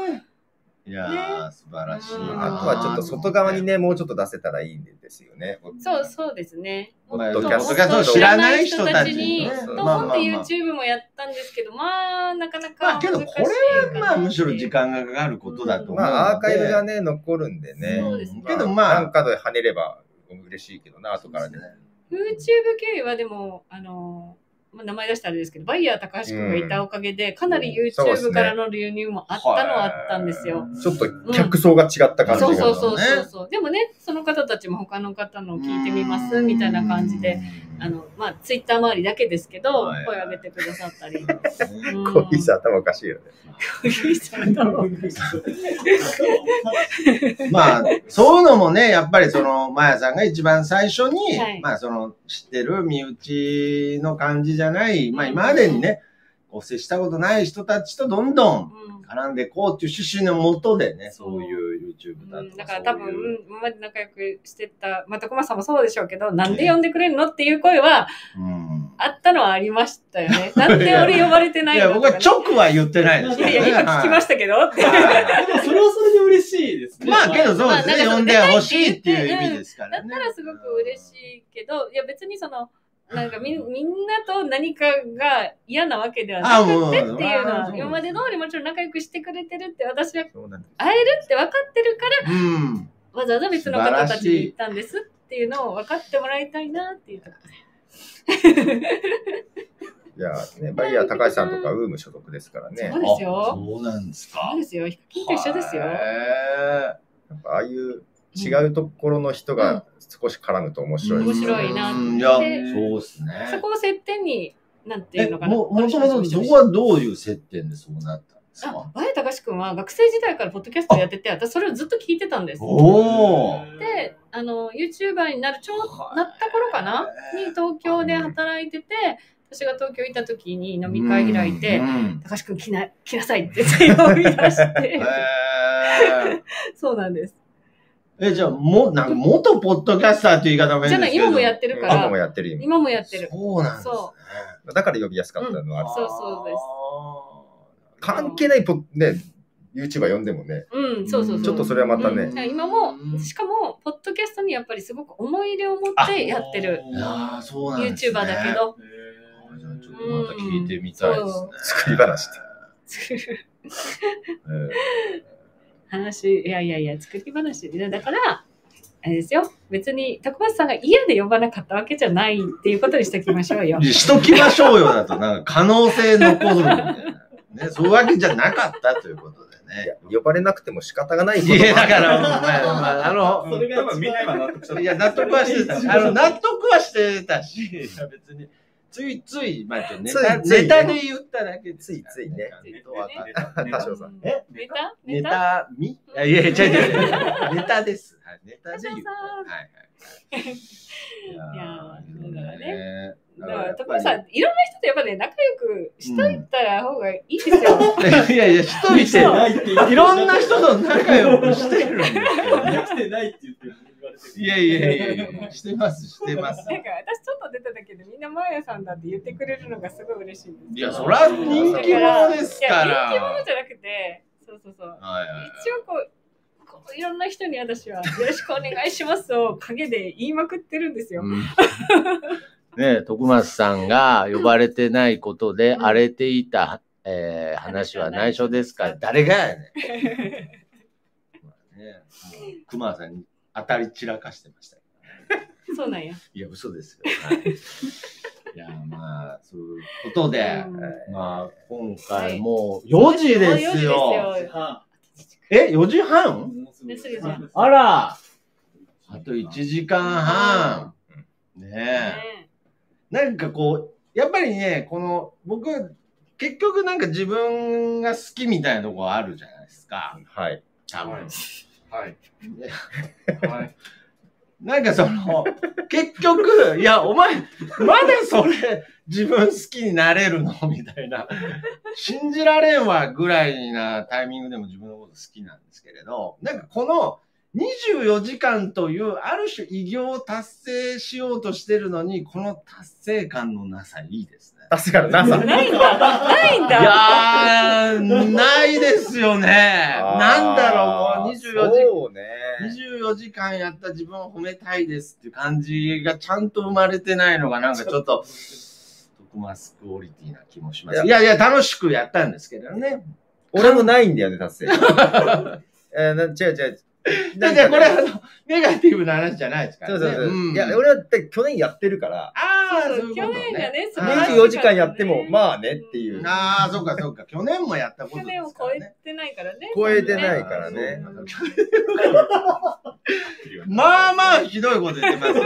A: いやー、素晴らしい
D: うん
A: な。
E: あとはちょっと外側にね、もうちょっと出せたらいいんですよね。
D: そうそうですね。
A: ポッ
E: ド
A: ドキ
E: キ
A: ャ
E: ャ
A: スト
E: スト
A: が知らない人たち
D: に
A: に。
E: ね
D: と
E: ま
D: 思って
A: まあ
D: YouTube もやったんですけど、まあ、なかな
A: ま
D: か
A: あけ
D: 難しいか
A: ど
D: な
A: これはまあむしろ時間がかかることだと思うので、
E: まあ、アーカイブがね、残るんでね。
D: そうですね
A: けどまあ
E: なんかで跳ねれば嬉しいけどな、後からね。
D: YouTube 経由はでも、あの、まあ、名前出したらあれですけど、バイヤー高橋君がいたおかげで、かなり
E: そうです
D: YouTube
E: ね
D: からの流入もあったのはあったんですよ。
E: ちょっと客層が違った感じが。
D: そうそうそう
A: なるほど
D: そう
A: ね
D: そう。でもね、その方たちも他の方のを聞いてみますみたいな感じで、あの、まあ、ツイッター周りだけですけど、
A: はい
D: 声を上げてくださっ たり。
A: うん。
D: うん
E: コーヒーさん頭おかしいよね。
D: 小木さんだろう
A: まあそういうのもねやっぱりそのマヤさんが一番最初に、
D: はい
A: まあその知ってる身内の感じじゃない、まあ今までにねお接したことない人たちとどんどん
D: う
A: 絡んでこうっていう趣旨のもとでね
D: そう
A: そういう YouTube だ
D: んうん、
A: と
D: だ
A: か
D: から多
A: そういう
D: 分、今まで仲良くしてた、またコマさんもそうでしょうけど、なんで呼んでくれるのっていう声は
A: うん
D: あったのはありました よね。なんで俺呼ばれてないい
A: や
D: のと
A: 僕
D: か
A: は
D: ね
A: 直は言ってないです
D: いやいや、今聞きましたけどって。
A: た
C: でもそれはそれで嬉しいですね。
A: まあけどそうですね、
D: まあ
A: 呼んでほしいっていう意味ですか
D: だ
A: ら
D: っ
A: ね。
D: たらすごく嬉しいけど、いや別にその、なんかみみんなと何かが嫌なわけではなくてっていう
A: あ
D: の
A: もうあ
D: は
A: そ、う
D: 今まで通りもちろん仲良くしてくれてるって、私は
E: そうなんです。
D: 会えるって分かってるから、
A: うん。
D: わざわざ別の方たちに行ったんですっていうのを分かってもらいたいなっていうとこ
E: いや、ね、バイヤー高橋さんとかウーム所属ですからね
D: そう。ですよ
A: あそうなんです
D: ろ
A: か。
D: ですよ。ヒカキンと一緒ですよ。
A: へ
E: やっぱああいう違うところの人が少し絡むと面
A: ー
E: 白い
D: 面
E: ですね。
D: 白いなっ
A: う
D: て
A: んいや、そうです
D: そ
A: ね。
D: こを接点に、なんてい
A: え、
D: うのかな。
A: も、もともとそこはどういう接点でそうなったんです
D: あ
A: か。
D: バイタカシ君は学生時代からポッドキャストやってて、私それをずっと聞いてたんです。
A: おお。
D: で、あの、YouTuber になる、ちょ
A: は
D: う
A: い
D: なった頃かなに東京で働いてて、私が東京行った時に飲み会開いて
A: う、ん。
D: 高橋君来な、来なさいって全員呼び出して
A: へ、ー
D: そうなんです。
A: え、じゃあ、も、なんか元ポッドキャスターっていう言い方もい
D: じ
A: い
D: ゃ
A: ん
D: な
A: です
D: い、
A: けど。
D: 今もやってるか
E: 今
D: ら
E: も、やってる今。
D: 今もやってる。
A: そうなんですね。
D: そ
E: だから呼びやすかったのはある、
D: そうそうです
A: す
E: 関係ないポ、ね、YouTuber 呼んでもね、
D: うん、そうそうそう。
E: ちょっとそれはまた
D: うん
E: ね
D: だ、から今も
A: う、ん
D: しかも、ポッドキャストにやっぱりすごく思い入れを持ってやってる
A: ああ、そうなんですね。
D: YouTuber だけど、
A: じゃあちょっとまた聞いてみたいですね。
E: 作り話って。
D: 作る
A: うん
D: 話、いやいやいや、作り話で。だから、あれですよ、別に、徳橋さんが嫌で呼ばなかったわけじゃないっていうことにしておきましょうよ。
A: しときましょうよだと、なんか可能性残るみたいな。 ね、そういうわけじゃなかったということで
E: いや
A: ね。
E: 呼ばれなくても仕方がないこと。
A: いや、だからら、まあまあ、あの、
C: それが一番
G: 多分みんな今納得した。
A: いや、納得はしてたし、あの、納得はしてたし、いや別に、ついつい、まあ、ちょっとネタ
E: ついつい
A: ネタで言っただけ
E: ついついね。
A: ちゃんとわかる
E: 多少さん
D: うん
A: え
D: ネタ
A: ネ
D: ネタ
A: タ、みいや、いや、違う違う違 う。ネタです。はい、ネタで言った。 はいはいはい。
D: いやーだから
A: ね。
D: だから、
A: だ
D: 徳
A: から
D: 橋さ
A: やっ
D: ん、いろんな人とやっぱね、仲良くしといたら方がいいですよ。
A: ぱりいやいや、しといて、 いろんな人と仲良くしてるんですけどね。
C: 生きてないって言って言われてる。
A: いやいやいやいやいや、してます、してます。
D: なんか私ちょっと出ただけでみんなマーヤさんだって言ってくれるのがすごい嬉しいんです
A: いや、そら人気者ですか
D: いや人気
A: ら
D: 者。じゃなくてそうそうそう
A: はいはい
D: 一応こうこういろんな人に私は「よろしくお願いします」を陰で言いまくってるんですよ、
A: うんねえ徳松さんが呼ばれてないことで
D: うん
A: 荒れていた、えー話は内緒ですから、誰がやねん。まあねもう熊さんに当たり散らかしてましたけどね。
D: そうなんや、
A: いや、嘘ですよ。はいいや、まあ、そういうことで
D: う、ん
A: まあ、今回もう4時です
D: もう
A: よ。
D: 4時ですよ
C: は
A: え、4時
C: あ
A: 半
C: もうすぐ
D: ですよね
A: あら、あと1時間半。ねえ。
D: ね
A: なんかこう、やっぱりね、この、僕、結局なんか自分が好きみたいなとこあるじゃないですか。
E: はい。
A: 多分。
G: はい。はい。
A: なんかその、結局、いや、お前、まだそれ、自分好きになれるの みたいな。信じられんわぐらいなタイミングでも自分のこと好きなんですけれど、なんかこの、 24時間というある種偉業を達成しようとしてるのに、この達成感のなさいいですね。
E: 確かに NASA。
D: ないんだ。ないん
A: い
D: だ。
A: やー、ないですよね。 なんだろう、もう24時間。
E: そうね。
A: 24時間やった自分を褒めたいですっていう感じがちゃんと生まれてないのがなんかちょっと、トクマスクオリティな気もします。いやいや、楽しくやったんですけどね。
E: 俺もないんだよ ね、達成。えーな違う違う。
A: だってこれあの、ネガティブな話じゃないですか
E: そ
A: ら
E: う
A: ね。
E: そうそう。
A: うん
E: いや、俺はだって去年やってるから、
A: ああ、そ
D: そう
A: ういう
D: そ
A: うこ
D: 去
A: と
D: 年が
A: ね。
D: ね、
E: 24時間やっても、まあねっていう。
A: ああ、そうかそうか。去年もやったことで
D: 去
A: す
D: 年を超
A: からね。
D: えてないからね。
E: 超えてないからね。
D: うん
A: まあまあひどいこと言ってますね。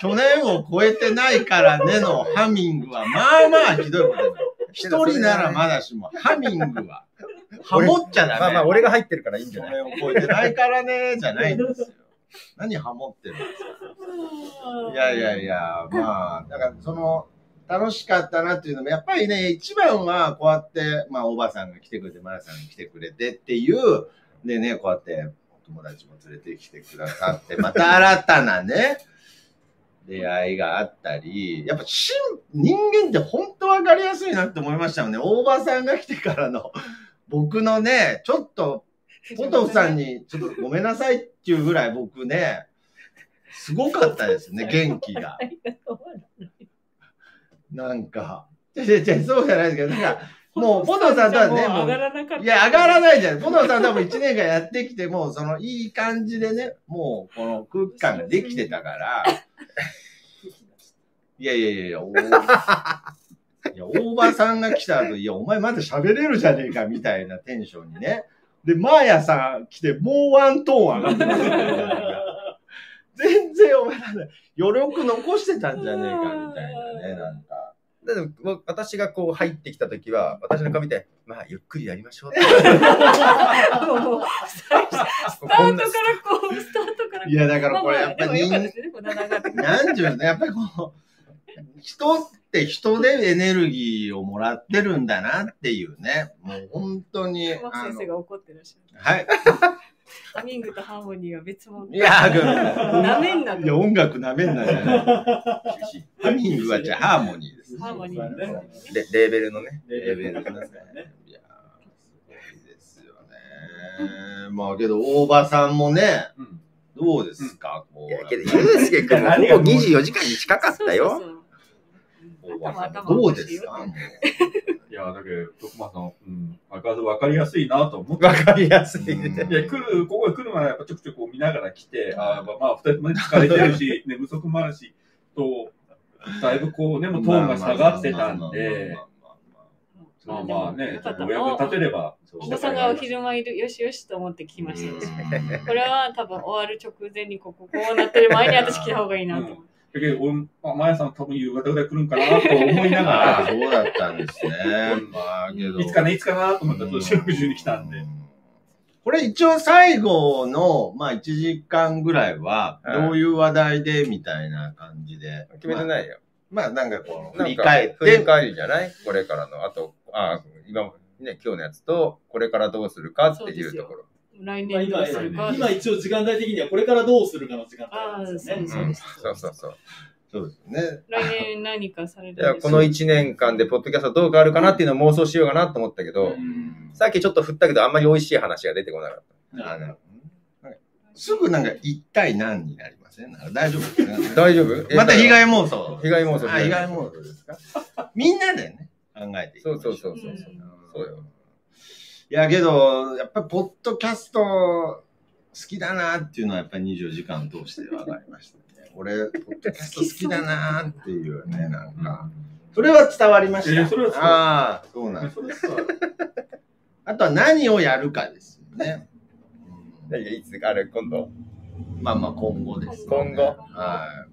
A: 去年を超えてないからねのハミングは、まあまあひどいこと言ってます。一人ならまだしも、ハミングは、ハモっちゃダメ。
E: まあまあ、俺が入ってるからいいんじ
A: 去
E: ゃない
A: 年を超えてないからね、じゃないんですよ。何ハモってるんですかいやいやいや、まあ、だからその、楽しかったなっていうのも、やっぱりね、一番はこうやって、まあ、おばさんが来てくれて、まやさんが来てくれてっていう、でね、こうやって、お友達も連れてきてくださって、また新たなね、出会いがあったり、やっぱしん人間って本当分かりやすいなって思いましたよね。大場さんが来てからの、僕のね、ちょっとポトフさんに、ちょっとごめんなさいっていうぐらい僕ね、すごかったです ね、元気が。なんか。違う違う、そうじゃないですけど、なんか、もう、ポトフさんとはね、
D: も
A: も
D: う上が
A: う、
D: らなかった。
A: いや、上がらないじゃない。ポトフさん多分1年間やってきて、もう、その、いい感じでね、もう、この空気感ができてたから、いやいやいやいや、おいや、大場さんが来た後、いや、お前まだ喋れるじゃねえか、みたいなテンションにね。で、マーヤさん来て、もうワントーン上がってますよ全然お前らね、余力残してたんじゃねえか、みたいなね、なんか。
E: だってわ私がこう入ってきた時は、私の顔見て、まあ、ゆっくりやりまし ょうって。
D: もう最初
E: こ
D: スター
E: ん
D: ト
E: な
D: からこう、スタートからこう。
A: いや、だから
D: まあ
A: こ
D: ま
A: れや
D: あ、
A: っぱ
D: でも
A: 人
D: よか
A: 間
D: ったですね、こんな流れ。
A: なんちゅうのね、やっぱりこう、人って人でエネルギーをもらってるんだなっていうね。もう本当に。あ
D: マク先生
A: の
D: が怒ってらっしゃる。
A: はい。
D: ハミングとハーモニーは別物。
A: いやーごめんなさい
D: なめんなと
A: いや、音楽なめんなじゃない。ハミングはじゃあハーモニーです。
D: ハーモニ
A: ね。
D: ー
E: レレーベルのね。
A: レベルですね。いやーすごいですよね。まあけど、大場さんもね、
G: うん
A: どうですか、こ
E: いうや、けど、ゆうすけくんもほぼ24時間に近かった
D: そう
E: よ。
D: そうそう
A: 大場さん
D: 頭
A: もど
D: お
A: う
D: か
A: で
D: しい
A: す
D: よ
A: かもう
G: いや、だけど、徳間さん、うん、わかわかりやすいなと思って。
E: わかりやすいね。
A: うん
G: いや、来る、ここへ来る前はやっぱちょくちょくこう見ながら来て、あーまあ、まあ、二人ともね疲れてるし、寝不足もあるし、と、だいぶこう、ね、もうトーンが下がってたんで、まあまあね、ちょっとお役に立てれば、
D: お子さんがお昼間いる、よしよしと思って来ました。これは多分終わる直前にここ、こうなってる前に私来た方がいいなと思って。
G: だけど、俺も、まあ、マヤさん多分夕方ぐらい来るんかなと思いな
A: ああ、
G: が
A: そうだったんですね。まあけど。
G: ら、いつかね、いつかなと思ったら、ちょっと四六時に来たんで。。
A: これ一応最後の、まあ1時間ぐらいは、
E: はい
A: どういう話題でみたいな感じで。
E: 決めてないよ。
A: まあ、まあなんかこう、振
E: なん
A: り
E: か
A: 返っ
E: 振り
A: て。
E: 返りじゃないこれからの。あと、あ今、ね、今日のやつと、これからどうするかっていうところ。
D: 来
C: まあ
D: 年ど
C: 今
D: うするか。
C: 今一応時間帯的にはこれからどうするかの時間
D: あ
C: 帯
D: あ、
C: なん
D: そう
C: です
D: そ
C: よ
D: うそ
C: ね。
D: うです。
E: そうそうそう。
A: そうですね。
D: 来年何かされるん
E: じ
D: です
E: ゃ
D: か
E: あ、この1年間で、ポッドキャストどう変わるかなっていうのを妄想しようかなと思ったけ
A: う
E: ど、
A: ん
E: さっきちょっと振ったけど、あんまり美味しい話が出てこなかった。
A: あのすぐなんか一対何になりませんなんか大丈夫ですか
E: 大丈夫
A: また被
E: 害
A: 害妄想。
E: 被害妄想
A: あ、被害妄想ですかみんなでね、考えていきまし
E: そ
A: ょ
E: うそうそうそう。
D: うん
E: そうよ。
A: いやけど、やっぱりポッドキャスト好きだなっていうのはやっぱり24時間通して分かりましたね。 俺、ポッドキャスト好きだなっていうね、なんか。それは伝わりました。
G: いやそれは伝わる
A: ああ、そうなんです。
G: そうですわ
A: あとは何をやるかですよね。
E: 何がいつあれ、今度。
A: うんまあまあ今後です、ね。
E: 今後
A: はい。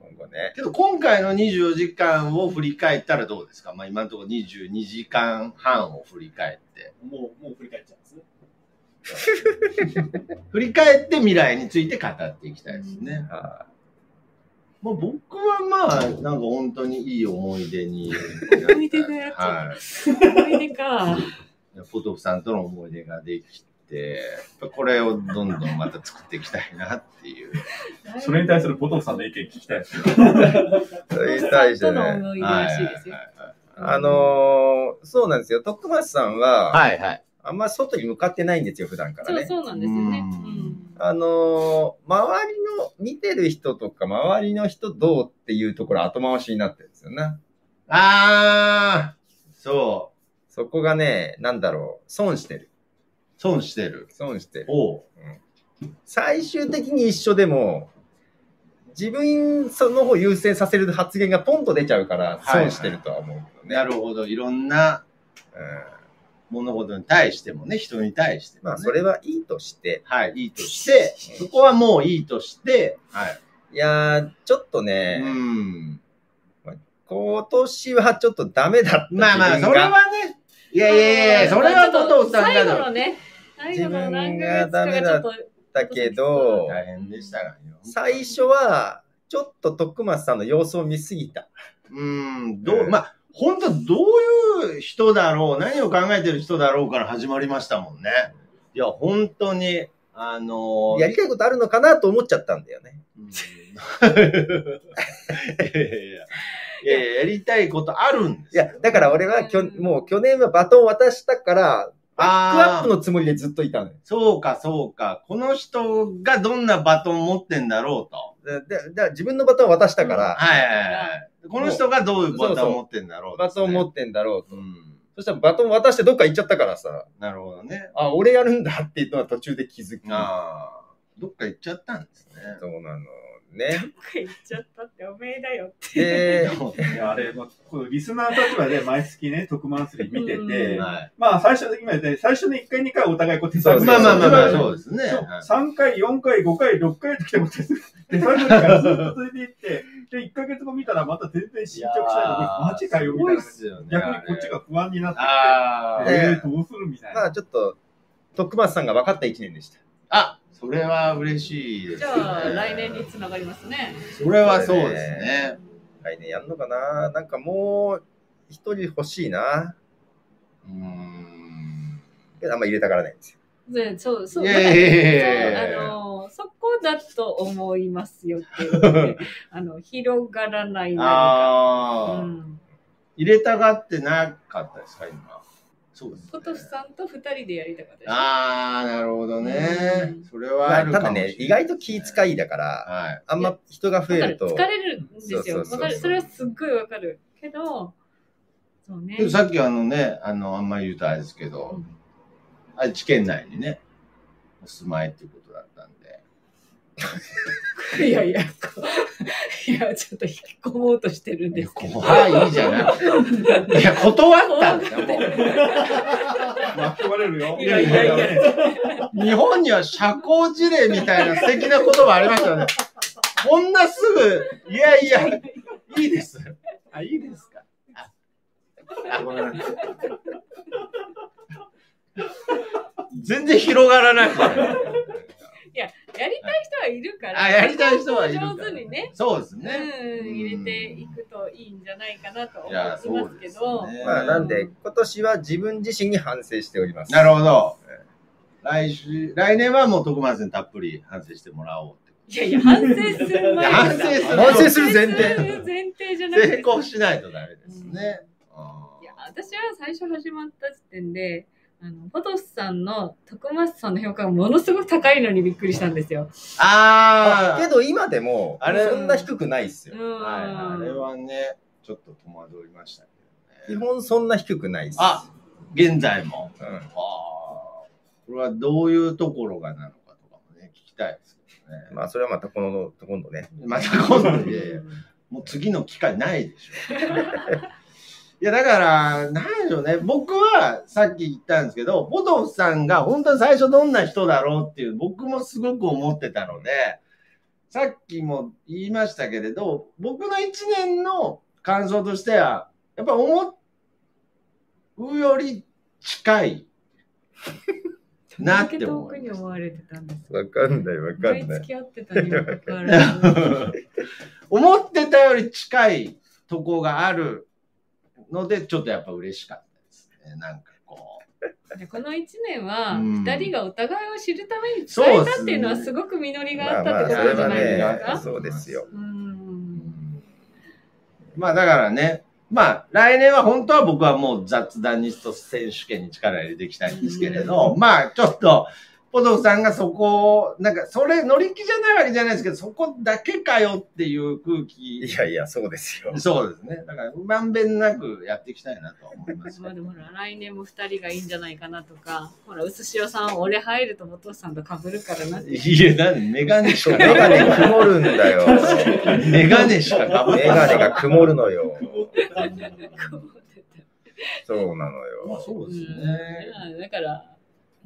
E: 今後ね。
A: けど今回の24時間を振り返ったらどうですかまあ今のところ22時間半を振り返って。
C: もう、もう振り返っちゃうんですね。
A: 振り返って未来について語っていきたいですね。
E: あ
A: まあ、僕はまあ、なんか本当にいい思い出に。
D: 思い出がやっちゃった
A: はい。
D: 思い出か。
A: ポトフさんとの思い出ができって、やっぱこれをどんどんまた作っていきたいなっていう。
G: それに対するポトフさんの意見聞きたいですよ。
E: それに対して
D: との
E: ね。
D: 思い出らしいですよ。
E: あのーそうなんですよ。徳松さんは、
A: はいはい。
E: あんま外に向かってないんですよ、普段から
D: そう
E: ね。
D: そうなんですよね。
A: うん
D: うん
E: あのー周りの、見てる人とか、周りの人どうっていうところ後回しになってるんですよね。
A: あー、そう。
E: そこがね、なんだろう、損してる。
A: 損してる。
E: 損してる。
A: おう。
E: 最終的に一緒でも、自分その方優先させる発言がポンと出ちゃうから、損してるとは思うけどね。
A: なるほど。いろんな
E: う
A: 物事に対してもね、人に対しても、ね。
E: ん、まあ、それはいいとして、
A: はい、いいとして、そこはもういいとして、はい。
E: いやー、ちょっとね、
A: うん。
E: 今年はちょっとダメだった。
A: まあまあ、
E: 自
A: そ
E: 分
A: れ
E: が
A: はね、いやいやいや、それはお父さんだ
D: 最後
A: ろ
D: の
A: う。
D: ね、最後の
E: 自分
D: 何ヶ月かが
E: がダメだ
D: ちょっ
E: だけど、
A: 大変でしたからよ。
E: 最初は、ちょっと徳松さんの様子を見すぎた。
A: うん、どう、まあ、本当どういう人だろう、何を考えてる人だろうから始まりましたもんね。いや、本当に、あのー
E: やりたいことあるのかなと思っちゃったんだよね。
A: うん いやいやいやいや、やりたいことあるんです
E: いや、だから俺はきょ、もう去年はバトン渡したから、バックアップのつもりでずっといたのよ。
A: そうか、そうか。この人がどんなバトン持ってんだろうと。
E: で、でだから自分のバトン渡したから、
A: はいはいはい。この人がどういうバトン持ってんだろう
E: バトン持
A: て。
E: ってんだろうと。
A: うん。
E: そしたらバトン渡してどっか行っちゃったからさ、
A: なるほどね。
E: あ、俺やるんだっていうのは途中で気づき。
A: ああ。どっか行っちゃったんですね。
E: そうなのね。
D: と行っちゃったっておめえだよ。
E: で、
G: いやあれ、まあ、このリスナー立場で毎月ね、特マンスリー見てて、
A: はい
G: まあ、最初の、今言ったように最初の1回、2回お互いこう手
E: そ
G: 探
E: う
G: り
E: そう
A: まあまあまあまあ、
E: そう
A: そうですね。はい
G: 3回、4回、5回、6回と来ても手探りからずっと続いていって、で、1ヶ月後見たらまた全然進捗しないのこれマジかよ、みたいな。
A: すよね
G: 逆にこっちが不安になって
A: あ
G: き
A: ー
G: て、
E: ー
G: えー、どうするみたい
E: まあ
G: な。
E: ちょっと、徳松さんが分かった一年でした。
A: あ、それは嬉しいです、
D: じゃあ、来年につながりますね。
A: それはそうですね。
E: 来年やるのかななんかもう、一人欲しいな。
A: うーん。
E: けどあんま入れたからないんですよ。
D: ねそう、そう。
A: いやいやいやいやい
D: そ
A: や
D: うあのーそこだと思いますよっていうのであの広がらない何か、
A: ああ、
D: うん、
A: 入れたがってなかったですか、今。そうです、
D: ポトフさんと二人でやりたかったです
A: ああ、なるほどね
D: う。ん
A: それはある
E: た
A: か
E: だ
A: もしれない。
E: ね、意外と気遣いだから、
A: はい。
E: あんま人が増えると。
D: 疲れるんですよ。
E: そうそうそうそう
D: わかる。それはすっごいわかる。けど、そうね
A: け。どさっきあのね、あの、あんまり言うとあれですけ
D: う
A: ど
D: ん、
A: 愛知県内にね、お住まいっていうことだったんで。
D: いやいや、こういや、ちょっと引き込もうとしてるん
A: い
D: で
A: や
D: すけど。
A: 怖いじゃなく て。いや、断ったんですよ、も
G: 巻き込まれるよ。
D: いやいやいや
A: う。日本には社交辞令みたいな素敵な言葉ありましたよね。こんなすぐ、いやいや、いいです。あ、いいですか。あ、あごめんなさい。全然広がらなくて。
D: やりたい人はいるから。
A: あ、やりたい人はいる
D: 上
A: から
D: 手にね。。
A: そうです
D: うん、
A: ね。
D: 入れていくといいんじゃないかなと思
A: い
D: い
A: や
D: ま、す
A: そう
D: け
A: です
D: ど。
A: ね。
E: まあなんで、今年は自分自身に反省しております。
A: なるほど。来週、来年はもう徳松さんにたっぷり反省してもらおうって。
D: いやいや、反省する
A: いや
D: 前
A: 反
D: に
A: 省
D: さ
A: する。
E: 反省する前提
D: 反省する前提じゃなく
A: 成
D: て。
A: 功しないとダメですね。
D: いや、私は最初始まった時点で、あの、ポトフさんの徳松さんの評価がものすごく高いのにびっくりしたんですよ。
A: あ
E: あ
A: ー
E: けど今でも、
A: あれ
E: そんな低くないっす
D: う
E: よ。
D: ん。
A: はいはいあれはね、ちょっと戸惑いましたけ
E: 基
A: どね。
E: 本そんな低くないっす。
A: あ現在も。
E: うん
A: あーこれはどういうところがなのかとかもね、聞きたいですけどね。
E: まあそれはまたこの、今度ね。
A: また今度、いやいや
D: うん
A: もう次の機会ないでしょ。 いや、だから、なんでしょうね。僕はさっき言ったんですけど、ポトフさんが本当に最初どんな人だろうっていう、僕もすごく思ってたので、さっきも言いましたけれど、僕の一年の感想としては、やっぱ思うより近いな
D: だ
A: っ
D: け
A: て
D: 遠
A: 思
D: く
A: い
D: に
A: ま
D: 思われてたんです。
E: わかんないわか
D: 毎
E: んない。
D: 月会ってたにもかかわらず。
A: す 思ってたより近いとこがあるので、ちょっとやっぱ嬉しかったですね。なんかこう、
D: でこの1年は
A: うん
D: 2人がお互いを知るために
A: そう
D: 伝え
A: っす
D: たっていうのは
A: ね
D: すごく実りが
E: ま
D: あ
E: あ
D: ったっ
E: まあ、
D: て
E: そ
D: こ
E: れ
D: とじゃ
E: は
D: ないですか、
E: ね、そうですよ。
D: うん
A: まあだからね、まあ来年は本当は僕はもう雑談ニスト選手権に力入れていきたいんですけれど、まあちょっと、ポトフさんがそこを、なんかそれ乗り気じゃないわけじゃないですけど、そこだけかよっていう空
E: い
A: 気。
E: やいや、そうですよ。
A: そうですね。だから、まんべんなくやっていきたいなと思います
D: ま
A: け
D: あ
A: ど。
D: でもほら来年も2人がいいんじゃないかなとかほらうすしおさん俺入るとお父さんと被るからなって
A: いや、なんでメガネし
E: そう
A: か
E: メガ ネが曇るんだよ。
A: メガネしかかぶ
E: メガネが曇るのよ。
D: 思ってて
E: そうなの
A: まあ
E: よ。
A: そうです
D: い
A: ね。
D: やだから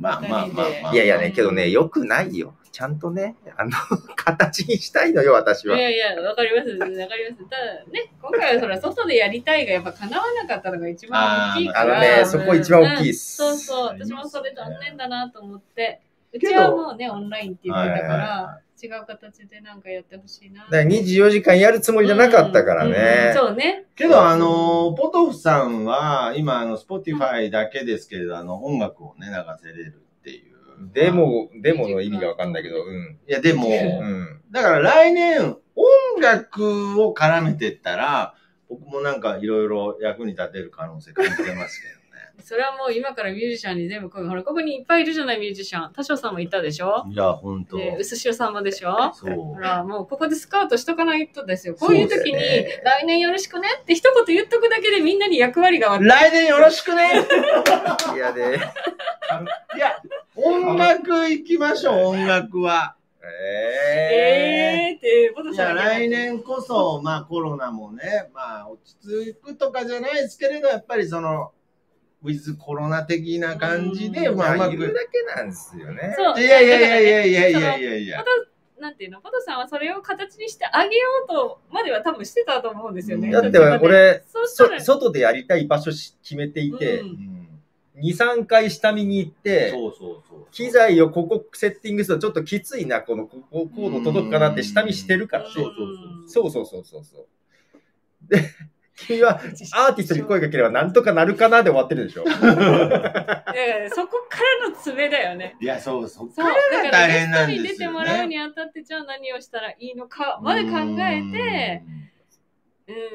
A: まあまあまあまあ。
E: いやいやね、けどね、良くないよ。ちゃんとね、あの、 形にしたいのよ、私
D: い
E: は。
D: やいやわかりますわかりますただね今回はほら外でやりたいがやっぱ叶わなかったのが一番大きいか
E: あの
D: ら
E: ね、そこ一番大きいっす。
D: そうそう、私もそれ残念だなと思って、うちはもうね、オンラインって言ってたか
E: はいはい
D: ら、違う形でなんかやってほしいな。
E: だから24時間やるつもりじゃなかったからね。
D: うんうんそうね。
A: けど、あの、ポトフさんは、今、あの、スポティファイだけですけれど、あの、音楽をね、流せれるっていう。ま
E: で
A: あ、
E: も、でもの意味がわかんないけど、うん。
A: いや、で も、
E: うん。
A: だから来年、音楽を絡めてったら、僕もなんかいろいろ役に立てる可能性感じてます
D: それはもう今からミュージシャンに全部声が、ほら、ここにいっぱいいるじゃない、ミュージシャン。田代さんもいたでしょ
A: けどね。いや、本当
D: で、うすしおさんもでしょ
A: そう。
D: ほら、もうここでスカウトしとかないとですよ。こういう時に、
E: そうですね
D: 来年よろしくねって一言言っとくだけでみんなに役割が分か
A: 来
D: る。
A: 年よろしくね
E: いや で、
A: いや、音楽行きましょ う、音楽は。
E: え
D: えーって、ボト
A: い
D: さ
A: や、
D: ん
A: 来年こそ、まあコロナもね、まあ落ち着くとかじゃないですけれど、やっぱりその、ウィズコロナ的な感じで、
E: ー。
A: まあう
E: ま
A: ま
E: あ、言う
A: く。
E: だけなんですよね。
D: そう。
A: いやいやいやいやいやい
D: だから
A: やい
D: ね
A: やいや。
D: そのなんていうの、ポトさんはそれを形にしてあげようとまでは多分してたと思うんですよね。
E: だって
D: 途中まで
E: 俺、
D: そうした
E: そ
D: ら、
E: 外でやりたい場所し決めていて、
D: うん。
E: 2、3回下見に行って、
A: そうそうそう。
E: 機材をここセッティングするとちょっときついな、このここコード届くかなって下見してるからね。
A: そうそう
E: そううそうそうそうそう。で、 君はアーティストに声かければなんとかなるかなで終わってる でしょ。
D: ええそこからの爪だよね。
A: いや、そう、そっ
D: そ
A: か
D: う、
A: ら
D: だ
A: が
D: か
A: 大
D: らゲ
A: 変
D: スト
A: なん
D: に
A: で
D: 出
A: す
D: て
A: よ、ね。
D: もらうにあたって、じゃあ何をしたらいいのかまで考えて、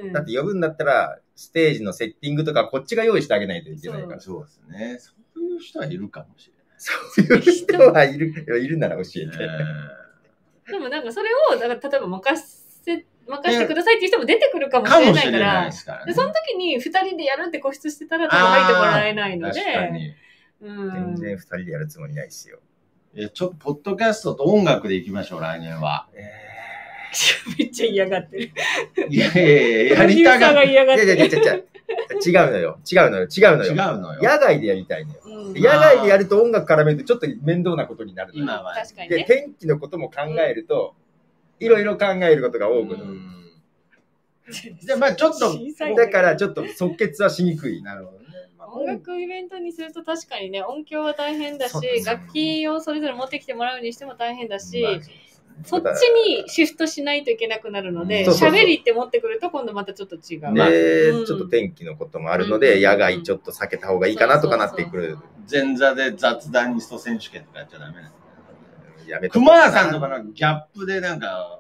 D: うん。
E: だって呼ぶんだったら、ステージのセッティングとかこっちが用意してあげないといけないか
A: う
E: ら
A: ん。。そうですね。そういう人はいるかもし
E: そういう人はいる、いるなら教え
A: れ
E: て。
A: ない。
D: でもなんかそれを、だから例えば任せ、任してくださいっていう人も出てくるかもし
A: か
D: れ
A: もし
D: ないか
A: れない
D: ら
A: で。すから
D: で
A: ね。
D: その時に二人でやるって固執してたら多分入ってもらえないので。
A: 確かに。
D: うん
E: 全。然二人でやるつもりないですよ。
A: え、ちょっと、ポッドキャストと音楽でいきましょう、来年は。
D: めっちゃ嫌がってる。
A: いやいやいや、や
D: プロデ
A: り
D: ュー
A: た
D: サ
A: が
D: ーが嫌がっ
E: いや
D: て
E: いやい
D: る。
E: やいやいや違うのよ。違うのよ。違うの
A: 違う
E: よ。
A: のよ。
E: 野外でやりたいのよ。
D: うん
E: 野外でやると音楽絡めるとちょっと面倒なことになるのよ
A: 今は。
D: 確かに
E: で、
D: ね。
E: 天気のことも考えると、いろいろ考えることが多くな
A: う
E: る。
A: んじゃあ、まあちょっと、
D: 小さい
E: だからちょっと即決はしにくいな。
A: なるほどね。まあ
D: 音楽イベントにすると確かにね音響は大変だし
E: そうですね
D: 楽器をそれぞれ持ってきてもらうにしても大変だし、
A: まあそうですね
D: そっちにシフトしないといけなくなるので
A: そうそうそう
D: 喋りって持ってくると今度またちょっと違う。
A: まあ
E: で、
D: うん
E: ちょっと天気のこともあるの
D: う
E: で、
D: ん
E: 野外ちょっと避けた方がいいかなとかなってく
D: そう
E: る
D: そう。
A: 前座で雑談ニスト選手権とかやっちゃダメなの。
E: やめとこう
A: 熊田さんとかなんかギャップでなんか、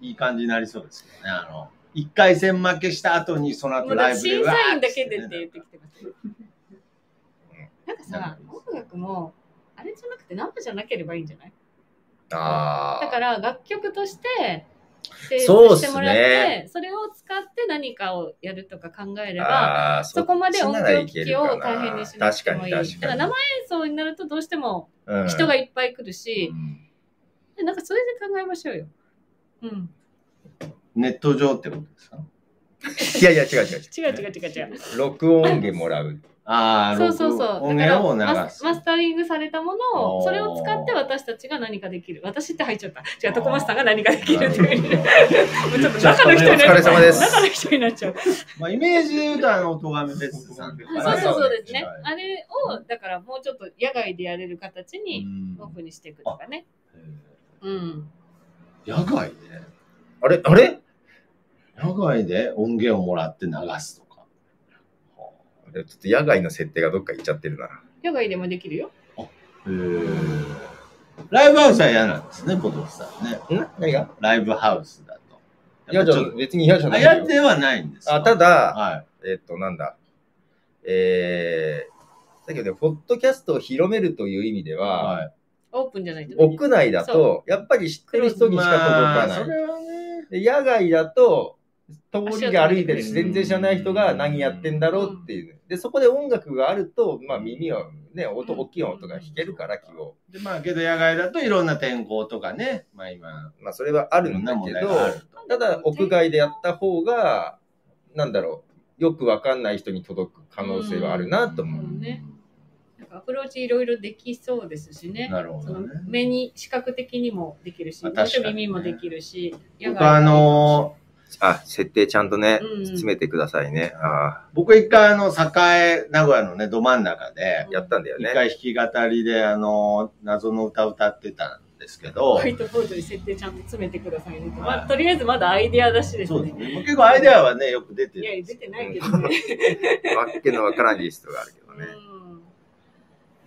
A: いい感じになりそうですけどね。あの、一回戦負けした後にその
D: そうも
A: 後
D: う
A: ラ
D: だ
A: イブで
D: 審
A: わ
D: 査
A: ー
D: 員
A: て
D: だけでっ
A: ね
D: て言ってきてます。なんかさ音楽もあれじゃなくて生じゃなければいいんじゃない
E: あ
D: だ
E: あ。
D: から楽曲として提
E: そう
D: 出
E: っ
D: して
E: す
D: もらって
E: ね
D: それを使って何かをやるとか考えれば
E: ああ、
D: そこまで音響機器を
E: そっちならいける
D: 大
E: かな
D: 変にしなくてもいい。だ
E: 確かに確かに
D: から生演奏になるとどうしても
E: うん
D: 人がいっぱい来るし
A: う、ん
D: でなんかそれで考えましょうよ。うん。
A: ネット上ってことですか
E: いやいや、違う違う違
D: 違う違う違う違う。
E: う。録音音源もらう。
A: ああ、
D: そうそうそう。
A: 録音音
D: だから
A: 源を
D: マ
A: 流
D: ス
A: す。
D: マスタリングされたもの
A: お
D: を、
A: ー
D: それを使って私たちが何かできる。私って入っちゃった。違う、徳松さんが何かできるっていう。もうちょっと中の人になっち
E: お
D: ゃう。
E: 疲れ様です
D: 中の人になっちゃう。
A: まあ、イメージで言うと、あの、音がめフェスさんとかね
D: そうそうそうですね
A: は。い
D: あれを、だからもうちょっと野外でやれる形
A: う
D: に
A: ん
D: オフにしていくとかね。うん。
A: 野外で
E: あれあれ
A: 野外で音源をもらって流すとか。
E: ちょっと野外の設定がどっか行っちゃってるな。
D: 野外でもできるよ。
A: ライブハウスは嫌なんですね、ポトフさんね。
E: ん何が
A: ライブハウスだと。
E: 嫌じゃ、別に嫌じゃ
A: あ
E: ない
A: 嫌
E: よ。
A: ではないんですよ
E: あ、た、だ、
A: は
E: えっと、なんだ。えー、だけどね、ポッドキャストを広めるという意味で
A: い。
E: は、
A: はい。
D: オープンじゃないとね。
E: 屋内だと、やっぱり知ってる人にしか届か
A: まあ
E: ない
A: そ。れはね。
E: で野外だと通りが歩いてるし
A: 足を止めてくれる
E: 全然知らない人が何やってんだろうっていう、でそこで音楽があると、まあ、耳をね音大きい音が弾けるから気を、
A: で、まあ、けど野外だといろんな天候とかね、まあ今、
E: まあ、それはあるんだけどただ屋外でやった方がなんだろうよくわかんない人に届く可能性はあるなと思う、
D: そうね。なんかアプローチいろいろできそうですしね。
A: なるほ
D: そ
A: ど
D: の
A: ね。
D: 目に視覚的にもできるし、
A: まあ
D: もち
A: 確か
D: ろん
A: にね
D: 耳もできるし、野
A: 僕あの
E: あ設定ちゃんとね
D: うん
E: 詰めてくださいねあ
A: ー、僕一回あの、栄、名古屋のね、ど真ん中で
E: あ、やったんだよ
A: 一
E: ね
A: 回弾き語りであの、謎の歌歌ってたんですけど、
D: ホワイトボードに設定ちゃんと詰めてくださいねと。まあ、とりあえずまだアイデア出しです
A: そうで
D: ね
A: す。ね。結構アイデアはね、よく出て
D: いや、
A: る。
D: 出てないけどね。
E: わっけのわからんリストがあるけどね
D: うん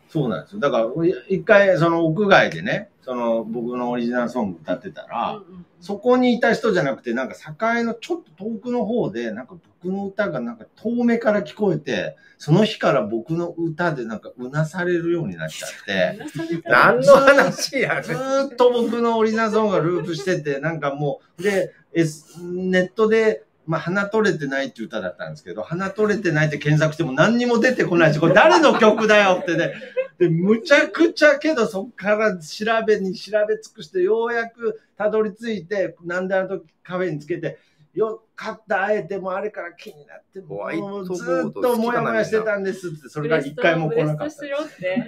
A: そうなんですよ。だから、い一回、その屋外でね、その僕のオリジナルソング歌ってたら、
D: うん
A: そこにいた人じゃなくて、なんか境のちょっと遠くの方で、なんか僕の歌がなんか遠目から聞こえて、その日から僕の歌でなんかうなされるようになっちゃって、
D: 話されたら
E: 何の話や
A: ず
E: ねん
A: ーっと僕のオリジナルソングがループしてて、なんかもう、で、S、ネットで、まあ、鼻取れてないって歌だったんですけど、鼻取れてないって検索しても何にも出てこないし、これ誰の曲だよってね。で、むちゃくちゃけど、そっから調べに調べ尽くして、ようやくたどり着いて、なんであの時カフェにつけて、よかった、会えてもうあれから気になって、
E: ホワイトボ
A: も
E: ー
A: う
E: ド
A: ずーっともやもやしてたんですって、それが一回も来なかった
D: ブ。レストしろって。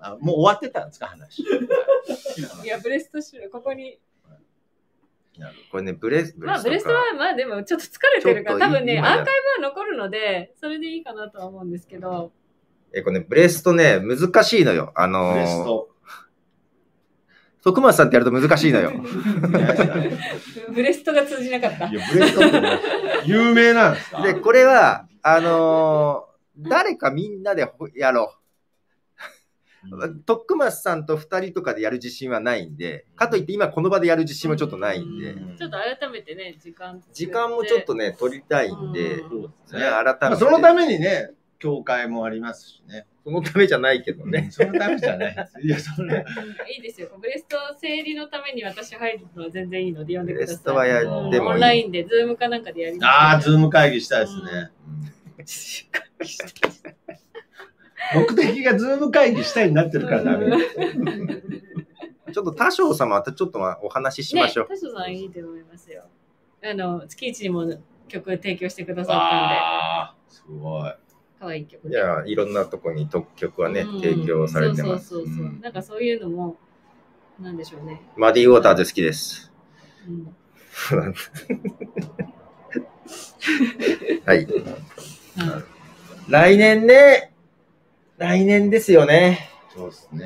A: あもう終わってたんですか、話。
D: いや、ブレストしろ。ここに。
E: これねブレスブ
D: まあ、ブレスト
E: か
D: は、まあでもちょっと疲れてるから、
E: ちょっ
D: 多
E: と
D: 分ね、
E: 今
D: アー
E: や
D: カイブは残るので、それでいいかなとは思うんですけど。
E: えー、これね、ブレストね、難しいのよ。あの
A: ブレス
E: ー、
A: ト。
E: 徳松さんってやると難しいのよ。
D: ブレストが通じなかった
A: い。や、ブレストってね有名なんですか
E: で、これは、あのー、誰かみんなでほやろう。徳松さんと二人とかでやる自信はないんで、かといって今この場でやる自信もちょっとないんで、
D: ちょっと改めてね、時間。
E: 時間もちょっ。とね、取りたいんで
D: うん、
A: そうです
E: そ
A: ね
E: れ
A: ま
E: は改め
A: あ
E: て、
A: そのためにね、教会もありますしね。
E: そのためじゃないけどね。
A: そのためじゃないです。いや、それ。
D: うんいいですよ。ブレスト整理のために私入るのは全然いいので、呼んでください。
E: ブレストはやって
A: もいい
D: うんオンラインで、ズームかなんかでやりま
A: ああ、
D: しょ
A: ズーム会議したいですね。 目的がズーム会議したいになってるからダメ。
E: ちょっと多少様はちょっとまあお話ししましょう。
D: ね、田所さんいいと思いますよ。あの、月一にも曲提供してくださった
A: ああ、すごい。
D: んで、可愛い曲
E: いや、いろんなとこに特曲はね、提供されてます。
D: そうそうそうそう、
E: うん
D: なんかそういうのも、なんでしょうね。
E: マディウォーターズ好きです。
D: うん
E: はい。
D: は
E: 来年ね、来年ですよね。
A: そうです
D: い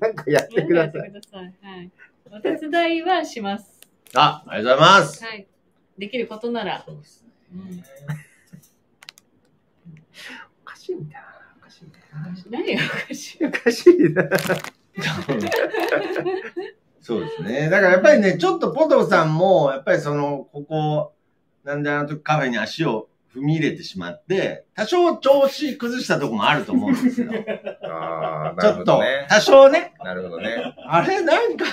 D: なんかや
A: ね
D: っ。てください。
E: なんかやってくだ
D: なんかやっ
E: さい。
D: てください。はい。お手伝いはします。
A: あ、ありがとうございます。
D: はい。できることなら。
A: そうですね。
D: うん、
E: おかしいんだな。おかしいんだ
D: 何がおかし い
E: な。おかしいな。
A: そうですね。だからやっぱりね、ちょっとポトフさんも、やっぱりその、ここ、なんであの時カフェに足を踏み入れてしまって、多少調子崩したとこもあると思うんですよ。
E: ああ、
A: ち
E: な
A: ょ
E: るほ
A: っと
E: どね、。
A: 多少ね、
E: なるほど ね。
A: あれなんか、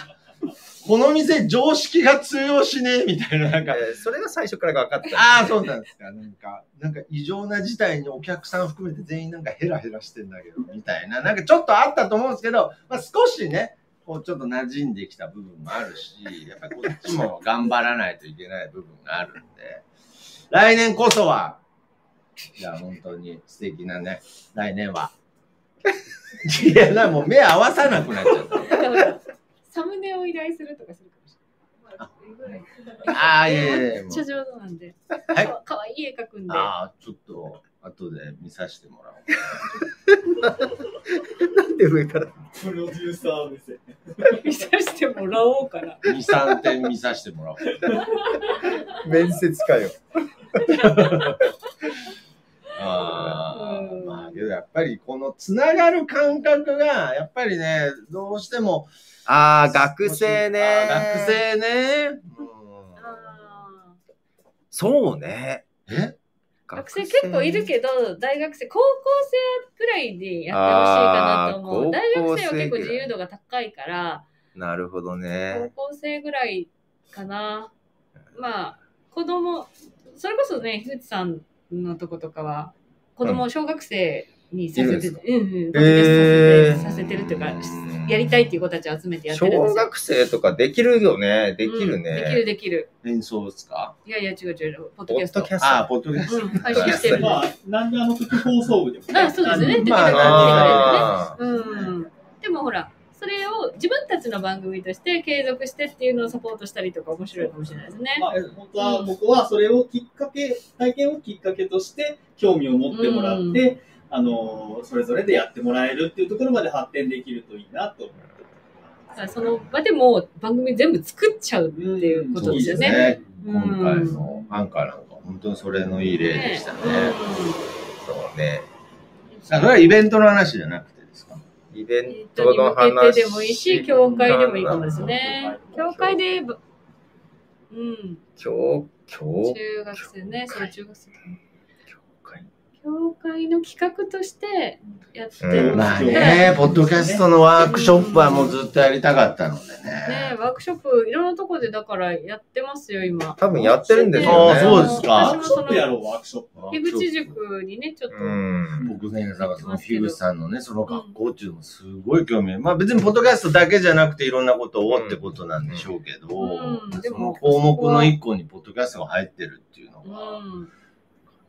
A: この店常識が通用しねえみたいな、なん
E: え
A: か、
E: ーそれが最初から分かった。
A: ああ、そうなんですか。なんか、なんか異常な事態にお客さん含めて全員なんかヘラヘラしてんだけど、みたいな、なんかちょっとあったと思うんですけど、まあ少しね、こうちょっと馴染んできた部分もあるし、やっぱりこっちも頑張らないといけない部分があるんで、来年こそは、じゃあ本当に素敵なね、来年は。いや、な、もう目合わさなくなっちゃった。
D: だからサムネを依頼するとかするかもしれない。
A: ああ、いやいやいやもう
D: めっちゃ上手なんで。
A: い
D: かかわいい絵描くんで。
A: ああ、ちょっと、後で見させてもらおう。
E: なんで上から。
C: プロデューサー目線。
D: 見させてもらおうかな。
A: 2、3点見させてもらおう。
E: 面接かよ。
A: あ
D: うん
A: ーまあ、けどやっぱりこのつながる感覚が、やっぱりね、どうしても。
E: ああ、学生ね。
A: あ学。生ね。
D: あー
E: そうね。
A: うん、え
D: 学生結構いるけど、大学生、高校生くらいでやってほしいかなと思
E: あー
D: う。大学生は
E: 高校生
D: 結
E: ぐ
D: 構
E: らい
D: 自由度が高いから、
E: なるほどね。
D: 高校生ぐらいかな。まあ、子供、それこそね、樋口さんのとことかは、子供を小学生にさせて、うんうん、バスケ
E: へー
D: させてるというか、
A: うん
D: やりたいっていう子たちを集めてやってるんで
E: 小
D: すよ。
E: 学生とかできるよね。できる
D: うんできる
E: ね。
D: できる。
A: 演奏ですか
D: いやいや、違う違う、ポッ
E: ポ
D: ドキャ
E: ッ
D: スト。
E: ドキャスト。
A: ああ、ポッドキャス
D: うん、配信して
E: ポッドキャスト
D: る。
C: まあ、なんであの時放送部でも
D: あそうで
A: ま
D: すね
C: あの
A: あ
D: 出てた
E: あ
D: うん、でもほらそれを自分たちの番組として継続してっていうのをサポートしたりとか面白いかもしれないですね。
C: まあ、本当は僕はそれをきっかけ、体験をきっかけとして興味を持ってもらって、
D: う
C: あの、それぞれでやってもらえるっていうところまで発展できるといいなと。
D: だからその場でも番組全部作っちゃうっていう
A: ト。
D: ことですよ
A: そう
D: ね。
A: ですね今回のアンカーなんか、本当にそれのいい例でしたね。
E: そうね。
A: あそれはイベントの話じゃなくてですか
E: イベ
D: え
E: ン
D: っと
E: ト
D: に
E: の
D: 向
E: 話。
D: けてでもいいし、教会でもいいかもですね。教会で、うん、
E: 教、教
D: 中学生ね、そう中学生かな。
E: 会。
D: 教会の企画としてやって
E: うん
A: ま
D: ま
A: あ
D: すね。
A: ね、ポッドキャストのワークショップはもうずっとやりたかったのでね
D: ね。ワークショップいろんなとこでだからやってますよ今。
E: 多分やってるんです
A: あ
E: よ
A: あ
E: ね。
A: そうですか
C: ワ
D: 私
C: ー
D: も
C: クシ
D: そ
C: ョップや
D: の
C: ろう、ワークショップ。
D: 樋口塾にねちょっと、
E: うん。
A: 僕ね、だからその樋口さんのね、その学校っていうのもすごい興味ある。まあ別にポッドキャストだけじゃなくていろんなことをってことなんでしょうけど、
D: うんで
A: その
D: も
A: 項目の一個にポッドキャストが入ってるっていうのが。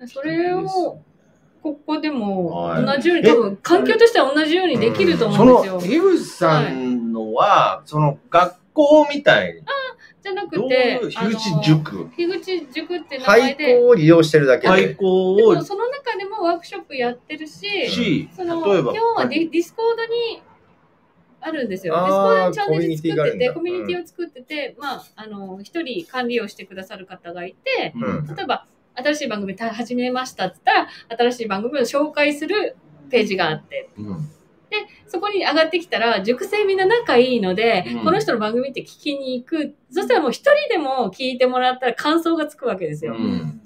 D: うん、それをここでも
A: はい
D: 同じように、多分環境としては同じようにできると
A: そ
D: 思うんですよ。
A: の樋口さんのは、その学校みたいに、
D: じゃな
A: ど
D: く
A: う
D: て
A: いう、
D: あの
A: 樋口塾、
D: 樋口塾って名前
E: 廃
D: で、
E: 校を利用してるだけ
A: 開
E: で。
A: 校
D: で
A: を
D: もその中でもワークショップやってるし、
A: し、
D: そ
A: 例
D: の
A: え
D: 今
A: ば、
D: 日はデ
A: はい
D: ィディスコードにあるんですよ。ディスコード
E: あー
D: にチャンネル作ってて、コ
E: コ
D: ミ
E: ミ
D: ュ
E: ュ
D: ニ
E: ニティ
D: ティを作ってて、まあ、あの、一人管理をしてくださる方がいて、
E: うん
D: 例えば、新しい番組た始めましたって言ったら、新しい番組を紹介するページがあって、
A: うん
D: そこに上がってきたら、塾生みんな仲いいので、
A: うん
D: この人の番組って聞きに行く。そしたらもう一人でも聞いてもらったら感想がつくわけですよ。
A: うん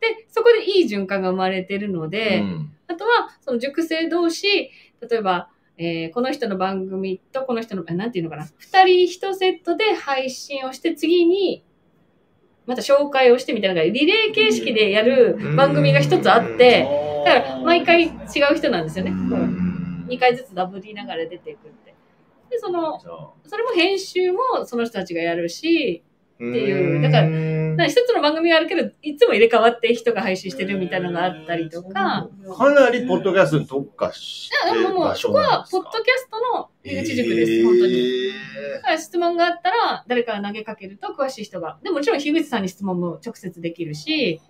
D: で、そこでいい循環が生まれてるので、
A: うん
D: あとは、その塾生同士、例えば、えーこの人の番組とこの人の、あなんていうのかな、二人一セットで配信をして、次に、また紹介をしてみたいな、リレー形式でやる番組が一つあって、だから毎回違う人なんですよね。
A: うんうん
D: 2回ずつダブりながら出ていくって。で、その、
A: じゃあ
D: それも編集もその人たちがやるし、
E: って
D: いうだからなんか一つの番組があるけど、いつも入れ替わって人が配信してるみたいなのがあったりとか、
A: かなりポッドキャストに特化して
D: でも
A: る
D: もう、
A: 場
D: こ
A: 所な
D: こ
A: ん
D: は
A: で、す
D: ポッ
A: か
D: ドキャストの入り口塾です、本当に。だ
A: え
D: から質問があったら、誰かが投げかけると詳しい人が。でもちろん、樋口さんに質問も直接できるし、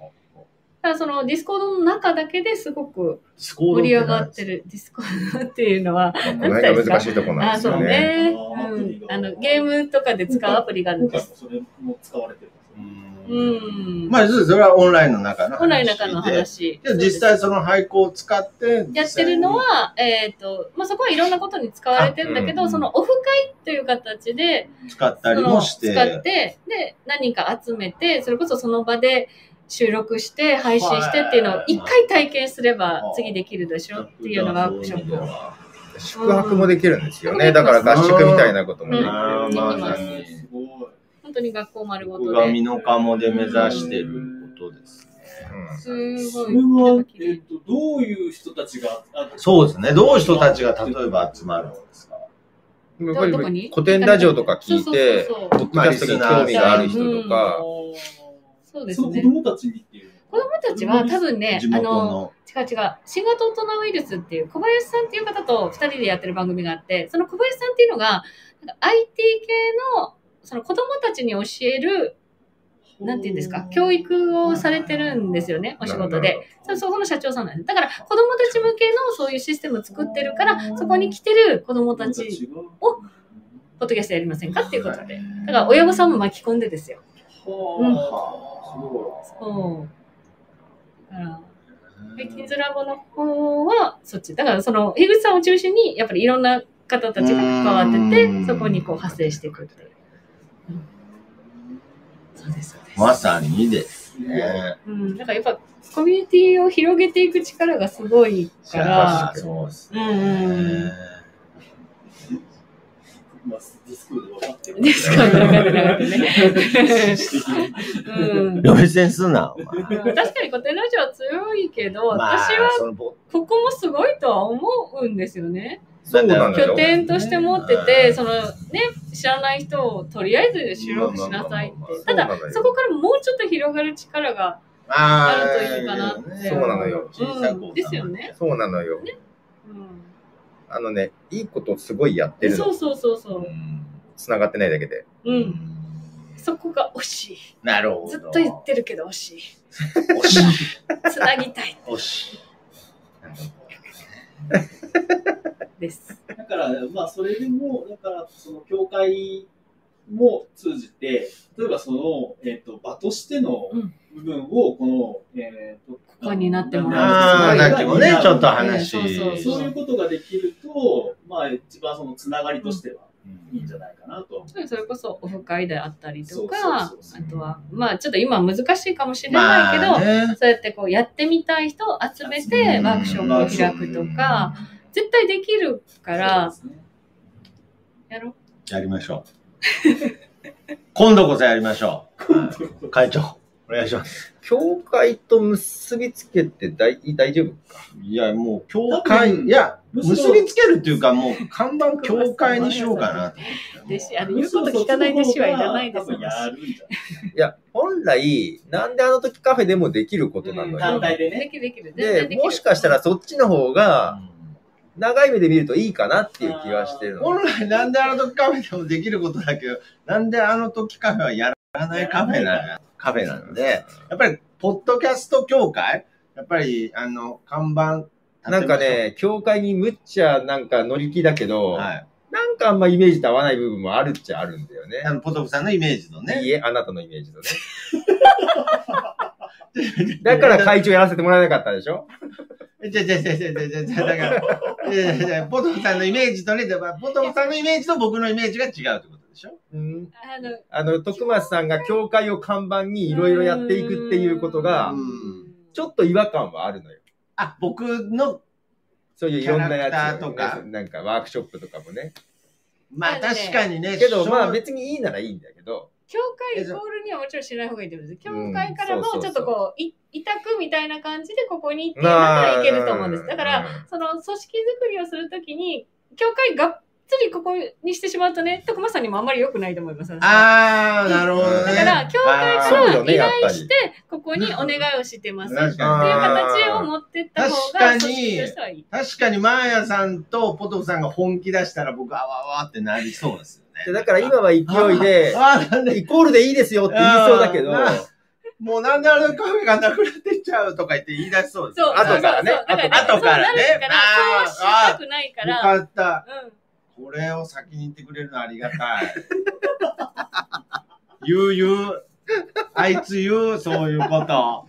D: ただそのディスコードの中だけですごく
A: ースコードっ
D: 盛り
A: て
D: 上が
A: 何
D: っ
A: で
D: て
A: す
D: る、ディスコードっていうのは、
E: この辺が難しいとこなん
D: あ、
E: です
D: そう
E: よね。
D: ね。
C: あー
D: うん。あの、ゲームとかで使うアプリがあるん
C: 今
D: で
C: 回も
D: す。
C: それも使われてるんですよ
D: う
A: うん
D: ん。
A: まあ、そうですそれはオンラインの中の話で。
D: 本来の中の話。
A: で実際その廃校を使って、
D: やってるの
A: は、
D: は、えっ、と、まあ、そこはいろんなことに使われてるんだけど、
A: あうん
D: そのオフ会という形で、
A: 使ったりもし
D: そ
A: て。
D: の使って、で、何人か集めて、それこそその場で収録して、配信してっていうのを一回体験すれば、次できるでしょっていうようなワークショップを。
E: 宿泊もできるんですよね。だから合宿みたいなこともできる。
A: あーまさ
C: ね
A: に
C: すごい。
D: 本当に学校丸ご
A: 僕
D: と
A: が
D: で。
A: 美濃加茂で目指してることですね。
D: す
C: そ
D: ご
C: れ
D: い。
C: は、えっと、どういう人たちが、あ
A: そうですね。どういう人たちが例えば集まるんですか
E: やっ
D: ど
E: ぱ
D: どこ
E: り
D: に
E: 古典ラジオとか聞いて、
D: そうそう
E: ポ
D: そう
E: ッドキャストに興味がある人と
C: あ
E: か、
C: ー
D: そうです
C: その子
D: ね。
C: 供たちにっていう。
D: 子供たちは多分ね
A: 地、
D: あ
A: 元
D: の、
A: の。
D: 違う違う。新型大人ウイルスっていう小林さんっていう方と二人でやってる番組があって、その小林さんっていうのが、なんか IT 系の、その子供たちに教える、なんて言うんですか、教育をされてるんですよね、お仕事で。そう、そこの社長さんなんです。だから、子供たち向けのそういうシステムを作ってるから、そこに来てる子供
C: 子
D: た
C: 供
D: ち、
C: が
D: をポッドキャストやりませんかっていうことで。だから、親御さんも巻き込んでですよ。
C: はあすごい
D: そう。だから、でキンズラボの方はそっち。だからその、樋口さんを中心に、やっぱりいろんな方たちが関わって
A: うん
D: て、そこにこう派生していくっていう。うんそうです、そうです。
A: まさにですね。
D: うん、なんかやっぱコミュニティを広げていく力がすごいか
A: やっぱ
D: ら、
A: そうです
D: うん
A: ね
D: う。
C: まあ、ディスコードで分かってる
D: ん。ですから、なかなかね。うん
A: 呼、び捨てにすんな。お前
D: 確かに古典ラジオは強いけど、
A: まあ
D: 私は
A: そのぼ
D: ここもすごいとは思うんですよね。
E: そうなんだよ
D: 拠点として持ってて、
A: うん
D: そのね、知らない人をとりあえず収録しなさいっ
A: まあまあまあまあ
D: て。ただ
E: そうなの、よ
D: そこからもうちょっと広がる力が、
A: あ
D: あるといいかなって
E: そうなのよ
A: 小さく収まる
D: ですよね。
E: そうなのよ。
D: うん
E: あのね、いいことすごいやってる
D: そ
E: の。
D: うそうそうそうう。
A: ん
E: 繋がってないだけで。
A: う
D: う。
A: んん
D: そこが惜しい。
A: なるほど。
D: ずっと言ってるけど惜しい。
A: 惜しい。
D: つなぎたい
A: 惜しい。
D: です。
C: だから、まあ、それでも、だから、その、教会も通じて、例えば、その、えっ、と、場としての
D: うん
C: 部分を、この、えっ、と、こ
D: こになっても
A: あ
D: ら
A: あ、
D: う
A: さっきもね、ちょっと
D: ええそう
A: 話。
D: そ
C: そういうことができると、まあ、一番その、つながりとしては、いいんじゃないかなと。
D: それこそオフ会であったりと
C: そう
D: か
C: そうそ、う
D: あとは、まあちょっと今難しいかもしれないけど、
A: まあね、
D: そうやってこうやってみたい人を集めて
A: うん
D: ワークショップを開くとか、絶対できるから、
C: そうですね
D: やろ
A: やりましょう。 今度こそやりましょう。会長、お願いします。
E: 教会と結びつけて大大丈夫
A: いや、もう、教会、
C: うん
A: いや、
C: むしろ
A: 結びつけるっていうか、もう、看板教会にしようかなと
D: う。
A: 思っ
D: 弟
A: て
D: 子、あの、言うこと聞かない弟子はいらないで
C: 多
D: す
C: 分やるんじゃない
E: いや、本来、なんであの時カフェでもできることなの
D: うん
E: よ。
C: 単体でね。
D: できるできる。全然
E: で
D: でき、る。
E: もしかしたらそっちの方が、
A: うん
E: 長い目で見るといいかなっていう気はしてるの。
A: 本来、なんであの時カフェでもできることだけど、なんであの時カフェはやらないカフェなのカフェなので、やっぱり、ポッドキャスト協会やっぱり、あの、看板、
E: なんか、ね、教会にむっちゃなんか乗り気だけど、
A: はい。
E: なんかあんまイメージと合わない部分もあるっちゃあるんだよね
A: あ。の、ポトフさんのイメージの
E: い
A: ね。
E: いえ、あなたのイメージのね。だから会長やらせてもらえなかったでしょ
A: じゃじゃじゃじゃじゃじゃじゃだから、いやいやいやポトフさんのイメージとね、だからポトフさんのイメージと僕のイメージが違うってことでしょ
E: うん。
D: あの、
E: あの、徳松さんが教会を看板にいろいろやっていくっていうことが
A: う、ん
E: ちょっと違和感はあるのよ。
A: あ、僕の、
E: そういういろんなやつ、
A: キャラクターとか
E: なんかワークショップとかもね。
A: まあ
D: なので
A: 確かにね、
E: けど、まあ
A: 別
E: 別にいいならいいんだけど、
D: 教会イコールにはもちろんしない方がいいと思うんです。
E: うん
D: 教会からも
E: そうそう
D: ち
E: そう
D: ょっとこう、い委託みたいな感じでここに行って
E: まあ
D: ならいけると思うんです。だから、
E: うん
D: その組織作りをするときに、教会がっつりここにしてしまうとね、徳間さんにもあんまり良くないと思います。
A: あー、なるほどね。
D: だから、教会か
E: そうよ
D: ら
E: ね
D: 依
E: やっぱ
D: 頼
E: り
D: して、ここにお願いをしてます。ってい
A: 確
D: う
A: かに。
D: 形を持ってった方
A: 確か
D: が、
A: に
D: 組織としてはいい。
A: 確かに、マーヤさんとポトフさんが本気出したら僕、あわあわってなりそうですよ
E: で
A: ね。
E: だから今は勢いで、
A: あー、なんで、
E: イコールでいいですよって言いそうだけど、
A: あーもうなんであのカフェがなくなってっちゃうとか言って言い出しそうです
D: そう、
A: よ
E: 後からね
D: そうそうそうだ
A: 後からね
D: そうなるから、そうはしたくないか
A: よ
D: ら、
A: かった。
D: うん。
A: これを先に言ってくれるのありがたい。 言う言う。あいつ言う、そういうこと。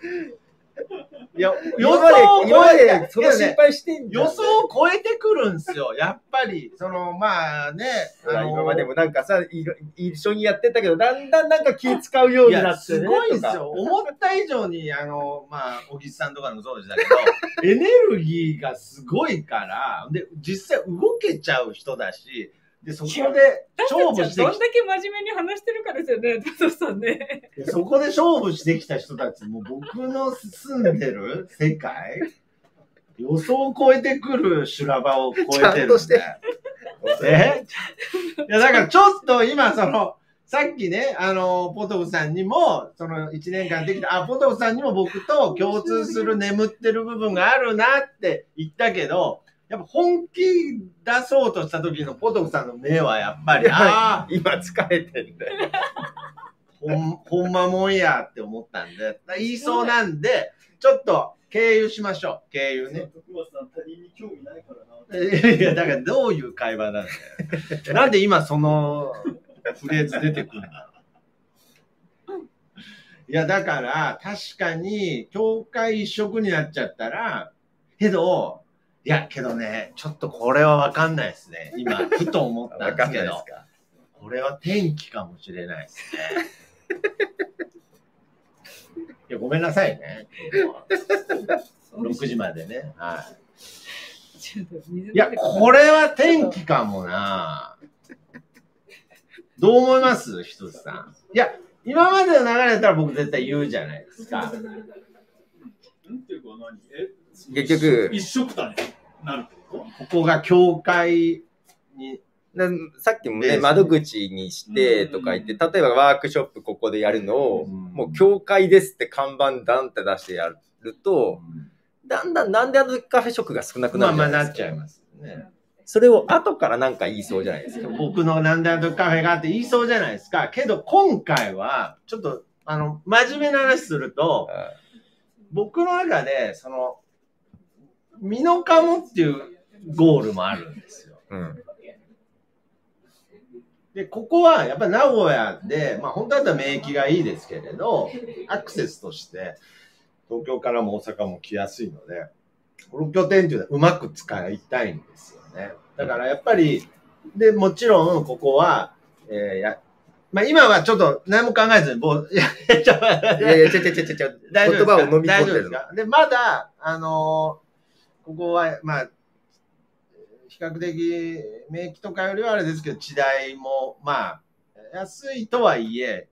A: いや、予
E: 今
A: 想
E: まで
A: を、
E: 今ま
A: 超え
E: で
A: て、
E: その心配してんじゃん
A: 予想を超えてくるんすよ。やっぱり、その、まあね、
E: ほ
A: あ
E: ら
A: の
E: 今までもなんかさ、いろ一緒にやってたけど、だんだんなんか気使うよう
A: い
E: にな
A: や、
E: ってね。
A: すごいん
E: と
A: す
E: か。
A: よ。思った以上に、あの、まあ、小木さんとかのそうでしたけど、 エネルギーがすごいから、で、実際動けちゃう人だし、で、そこで勝負して
D: ど
A: き
D: んだけ真面目に話してるからですよね、タトさんね。
A: いやそこで勝負してきた人たち、もう僕の住んでる世界、予想を超えてくる修羅場を超えてるんで。
E: ちゃんとして
A: えいや、だからちょっと今、その、さっきね、あの、ポトフさんにも、その1年間できた、あ、ポトフさんにも僕と共通する眠ってる部分があるなって言ったけど、やっぱ本気出そうとした時のポトフさんの目はやっぱり、ああ、
E: 今疲れてんだよ。
A: ほん、ほんまもんやって思ったん で、言いそうなんで、ちょっと経由しましょう。経由ね。
C: 徳松さん、他人に興味ないからな。
A: いや、だからどういう会話なんだ よ。なんで 今そのフレーズ出てくるんだろういや、だから、確かに、教会一色になっちゃったら、けど、いや、けどね、ちょっとこれはわかんないですね。今、ふと思ったんですけど。これは天気かもしれないですね。 いや、ごめんなさいね。6時までね。はい。
D: ちょっと水
A: いや、これは天気かもな。どう思いますひとつさん。いや、今までの流れだったら僕絶対言うじゃないですか。
C: んっていうか何え
E: 結局
C: 一色単になるって
A: こ
C: こ
A: こが教会に、
E: なさっきも
A: で
E: ね、
A: すね
E: 窓口にしてとか言って、例えばワークショップここでやるのを、もう教会ですって看板ダンって出してやると、だんだんなんであのカフェ食が少なく
A: まあ
E: なるじ
A: ま
E: ゃ
A: あ
E: ない
A: な
E: で
A: っ
E: す
A: ち
E: か。
A: ゃいますね。
E: それを後からなんか言いそうじゃないですか。
A: 僕のなんだとカフェがあって言いそうじゃないですか。けど今回は、ちょっと、あの、真面目な話すると、僕の中で、その、身のかもっていうゴールもあるんですよ。
E: うん。
A: で、ここはやっぱ名古屋で、まあ本当だったら免疫がいいですけれど、アクセスとして、東京からも大阪も来やすいので、6拠点っていうのはうまく使いたいんですよね。だからやっぱり、で、もちろんここは、えーや、まあ今はちょっと何も考えずに、ぼう、 いや、ちょっと待って
E: いやいや、ちょちょちょちょちょ、
A: 大丈夫
E: 言葉を飲み込
A: 大
E: ん
A: 丈
E: で
A: 夫で
E: る
A: す
E: の。
A: かで、まだ、あのーここは、まあ、比較的、免疫とかよりはあれですけど、地代も、まあ、安いとはいえ、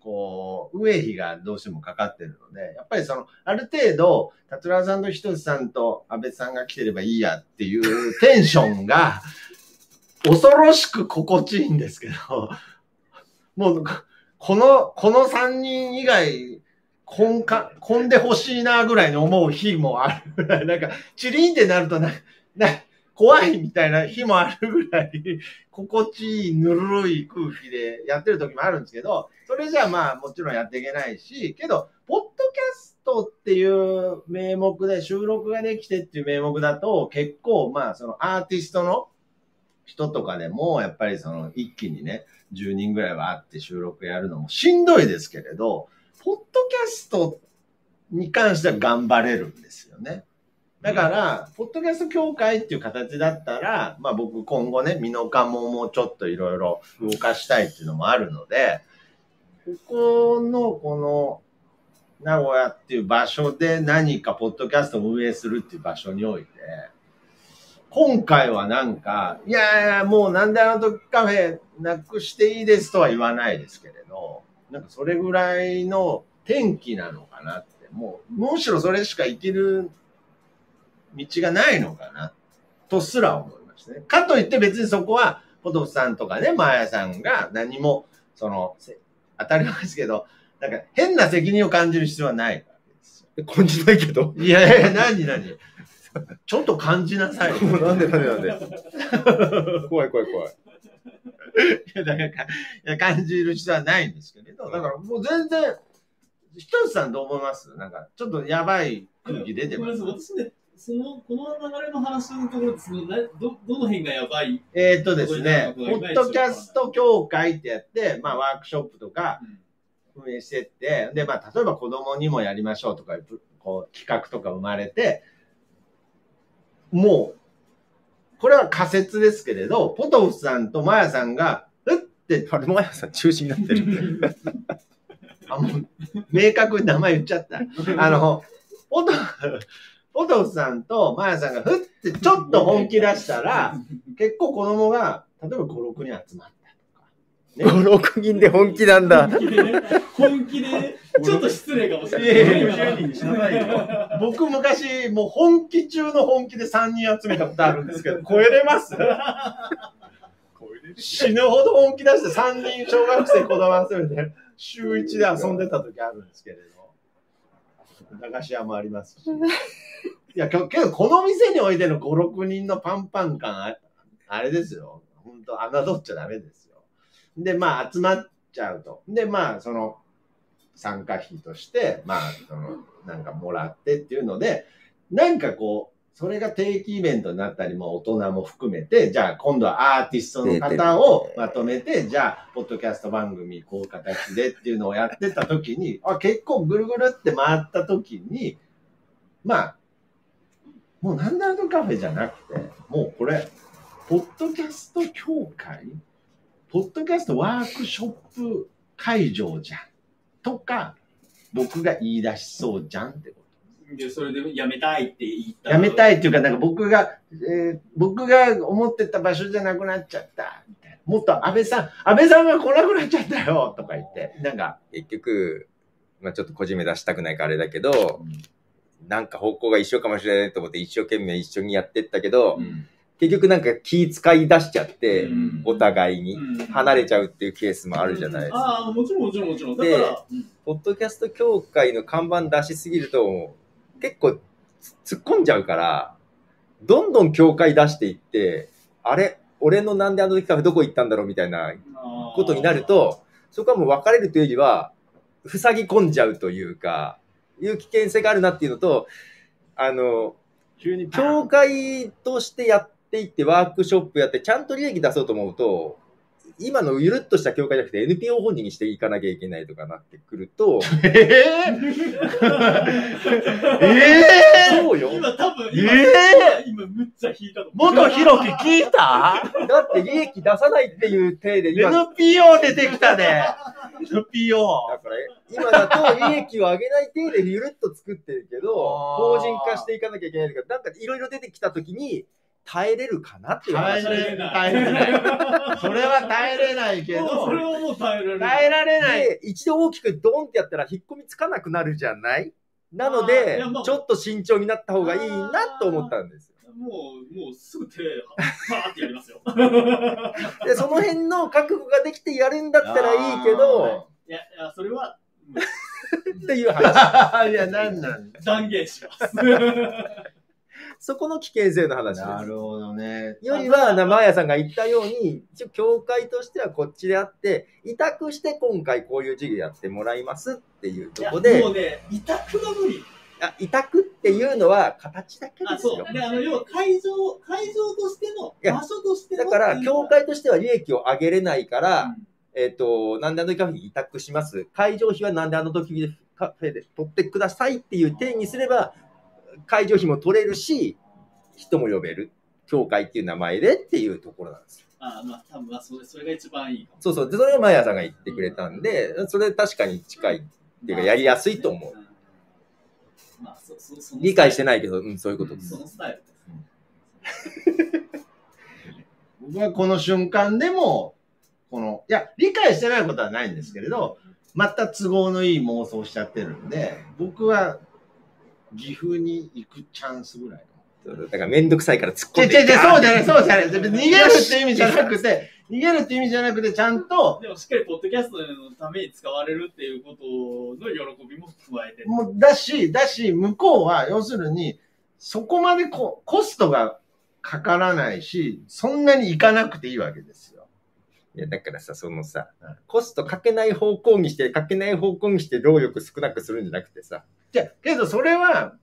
A: こう、運営費がどうしてもかかってるので、やっぱりその、ある程度、達郎さんとひとつさんと安倍さんが来てればいいやっていうテンションが、 恐ろしく心地いいんですけど、もう、この、この3人以外、こんか、こんでほしいなぐらいに思う日もあるぐらい、なんか、チリンってなるとな、な、怖いみたいな日もあるぐらい、心地いいぬるい空気でやってる時もあるんですけど、それじゃあまあもちろんやっていけないし、けど、ポッドキャストっていう名目で収録ができてっていう名目だと、結構まあそのアーティストの人とかでも、やっぱりその一気にね、10人ぐらいはあって収録やるのもしんどいですけれど、ポッドキャストに関しては頑張れるんですよね。だから、ポッドキャスト協会っていう形だったら、まあ僕今後ね、ミノカモもちょっといろいろ動かしたいっていうのもあるので、ここのこの名古屋っていう場所で何かポッドキャストを運営するっていう場所において、今回はなんか、いやいや、もうなんであの時カフェなくしていいですとは言わないですけれど、なんかそれぐらいの天気なのかなって、もう、むしろそれしか行ける道がないのかな、とすら思いましたね。かといって別にそこは、ポトフさんとかね、マーヤさんが何も、その、せ当たり前ですけど、なんか変な責任を感じる必要はないわけですよ。
E: 感じないけど。
A: いやいや、 何何ちょっと感じなさいよ。
E: もうなんでなんでなんで。怖い怖い怖い。
A: いや、だからか、いや感じる必要はないんですけれど、だからもう全然、ひとつさんどう思いますなんか、ちょっとやばい空気出て
C: ご
A: ま
C: めん
A: す
C: なさい、私ね、その、この流れの話のところですね、など、どの辺がやばい、
A: えーっとですね、ポッドキャスト協会ってやって、まあワークショップとか運営してって、で、まあ例えば子供にもやりましょうとかいう、こう企画とか生まれて、もう、これは仮説ですけれど、ポトフさんとマヤさんが、うって、
E: あれ、マヤさん中止になってる。
A: あ、もう、明確に名前言っちゃ った。あの、ポト、ポトフさんとマヤさんが、ふってちょっと本気出した ら、結構子供が、例えば5、6人集まって、
E: 5、6人で本気なんだ。
C: 本気でね、本気でね、ちょっと失礼かもしれない。
G: 50人にしなさいよ。
A: 僕昔、もう本気中の本気で3人集めたことあるんですけど、超えれます死ぬほど本気出して3人小学生子供集めて、週1で遊んでた時あるんですけれど、駄菓子屋もありますし。いや、けどけどこの店においての5、6人のパンパン感、ああれですよ。本当侮っちゃダメですよ。で、まあ集まっちゃうと。で、まあその、参加費として、まあ、その、なんかもらってっていうので、なんかこう、それが定期イベントになったり、もう大人も含めて、じゃあ今度はアーティストの方をまとめて、じゃあ、ポッドキャスト番組こういう形でっていうのをやってた時に、あ、結構ぐるぐるって回った時に、まあ、もうなんだとカフェじゃなくて、もうこれ、ポッドキャスト協会ポッドキャストワークショップ会場じゃん。とか、僕が言い出しそうじゃんってこと。
C: で、それでやめたいって言った。
A: やめたい
C: い。
A: っていうか、なんか僕が、えー僕が思ってた場所じゃなくなっちゃった。みたいなもっと安倍さん、安倍さんが来なくなっちゃったよとか言って、なんか、
E: 結局、まあちょっと個人目出したくないからあれだけど、なんか方向が一緒かもしれないと思って一生懸命一緒にやってったけど、結局なんか気使い出しちゃって、
C: うん
E: お互いに
C: うん
E: 離れちゃうっていうケースもあるじゃないですか。
C: ああ、もちろんもちろんもちろん。だか
E: で
C: ら、うん
E: ポッドキャスト協会の看板出しすぎると、結構つ突っ込んじゃうから、どんどん協会出していって、あれ俺のなんであの時カフェどこ行ったんだろうみたいなことになる、と、そこはもう別れるというよりは、塞ぎ込んじゃうというか、いう危険性があるなっていうのと、あの、
A: 急に
E: 協会としてやっていって、ワークショップやって、ちゃんと利益出そうと思うと、今のゆるっとした協会じゃなくて NPO 本人にしていかなきゃいけないとかなってくると、
A: えー、 えー、
E: そうよ。
C: 今多分、
A: え
C: 今、今むっちゃ引いたと思う
A: 元弘樹聞いた
E: だって利益出さないっていう体で今、だ
A: ?NPO 出てきたね。NPO。
E: から今だと利益を上げない体でゆるっと作ってるけど、
A: あ
E: 法
A: ー
E: 人化していかなきゃいけないとか、なんかいろいろ出てきたときに耐えれるかなっていう
A: 耐え
E: 話。
A: れない。耐えれ ない。それは耐えれないけ
C: もう
A: ど
C: そ、れはもう耐えられない
A: 耐えられない。
E: で、一度大きくドンってやったら引っ込みつかなくなるじゃないなの
C: あーい
E: で
C: やまあ、
E: ちょっと慎重になった方がいいなと思ったんですよ。
C: もう、もうすぐ手、パーってやりますよ。
E: で、その辺の覚悟ができてやるんだったらいいけど、
C: いや、いやそれは
E: っていう話。
A: あー。いや、なんなん
C: 断言します。
E: そこの危険性の話です。
A: なるほどね。
E: よりは、なマーヤさんが言ったように、一応、協会としてはこっちであって、委託して今回こういう事業やってもらいますっていうとこ
C: いや
E: で
C: も、うね、委託が無理。
E: あ委託っていうのは形だけ
C: あ、
E: です
C: そ
E: よ
C: う。。で、あの、要は会場、会場としての、
E: いや
C: 場所としての。
E: だから、協会としては利益を上げれないから、
C: うん
E: えっ、と、なんであの時カフェに委託します。会場費はなんであの時カフェで取ってくださいっていう点にすれば、会場費も取れるし、人も呼べる。協会っていう名前でっていうところなんですよ。
C: あまあ、多分まあそれ、それが一番いいかも。
E: そうそう。で、それをマヤさんが言ってくれたんで、それ確かに近い。っていうかやりやすいと思う
C: まあ。まあ、そ、そ、その
E: 理解してないけど、うん、そういうことです
C: そ。のスタイルです。
A: 僕はこの瞬間でも、この、いや、理解してないことはないんですけれど、また都合のいい妄想しちゃってるんで、僕は岐阜に行くチャンスぐらい。
E: だから、めんどくさいから突
A: 違
E: っ込
A: うん
E: で。
A: 違う違う、そうじゃない、そうじゃない。別に逃げるって意味じゃなくて、逃げるって意味じゃなくて、ちゃんと、
C: でも、しっかりポッドキャストのために使われるっていうことの喜びも加えて。
A: もうだし、だし、向こうは、要するに、そこまでこコストがかからないし、そんなに行かなくていいわけですよ。
E: いや、だからさ、そのさ、コストかけない方向にして、かけない方向にして、労力少なくするんじゃなくてさ、
A: じゃけど、それは、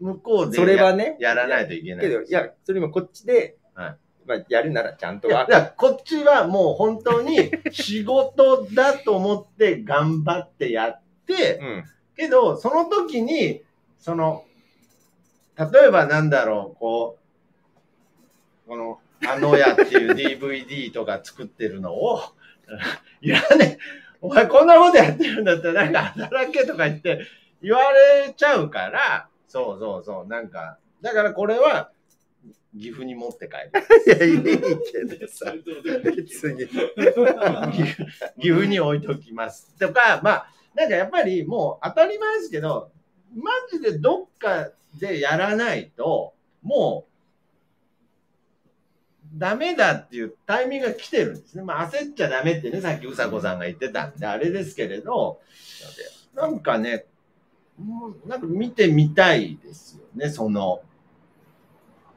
A: 向こうでや
E: それはね、
A: やらないといけない。
E: けど、いや、それもこっちで、
A: はい
E: まあ、やるならちゃんと
A: いや
E: は
A: だからこっちはもう本当に仕事だと思って頑張ってやって、
E: うん。
A: けど、その時に、その、例えばなんだろう、こう、この、あのやっていう DVD とか作ってるのを、 いらねえ、お前こんなことやってるんだったらなんか働けとか言って言われちゃうから、そうそうそう、なんか、だからこれは、岐阜に持って帰る。
E: いや、いいけど
C: そ
E: さ
C: れ、とでも
E: 別 に。
A: 岐阜岐阜に置いときます。とか、まあ、なんかやっぱりもう当たり前ですけど、マジでどっかでやらないと、もう、ダメだっていうタイミングが来てるんですね。まあ、焦っちゃダメってね、さっきうさこさんが言ってたんで、あれですけれど、なんかね、もうなんか見てみたいですよね、その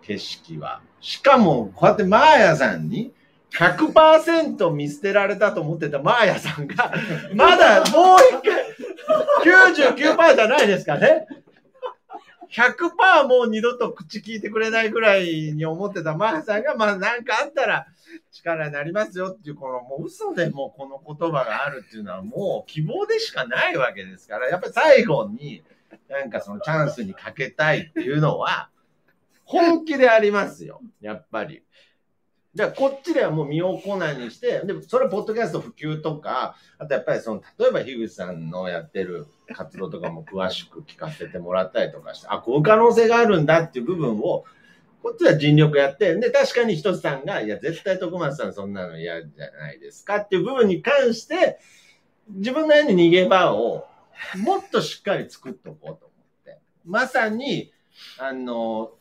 A: 景色は。しかも、こうやってマーヤさんに、100%見捨てられたと思ってたマーヤさんが、まだもう一回、99%じゃないですかね。 100%もう二度と口聞いてくれないぐらいに思ってたマーさんが、まあなんかあったら力になりますよっていう、このもう嘘でもうこの言葉があるっていうのはもう希望でしかないわけですから、やっぱり最後になんかそのチャンスにかけたいっていうのは、本気でありますよ。やっぱり。じゃあ、こっちではもう身を粉にして、で、それはポッドキャスト普及とか、あとやっぱりその、例えば樋口さんのやってる活動とかも詳しく聞かせてもらったりとかして、あ、こういう可能性があるんだっていう部分を、こっちは尽力やって、で、確かにひとつさんが、いや、絶対徳松さんそんなの嫌じゃないですかっていう部分に関して、自分のように逃げ場をもっとしっかり作っとこうと思って。まさに、あの、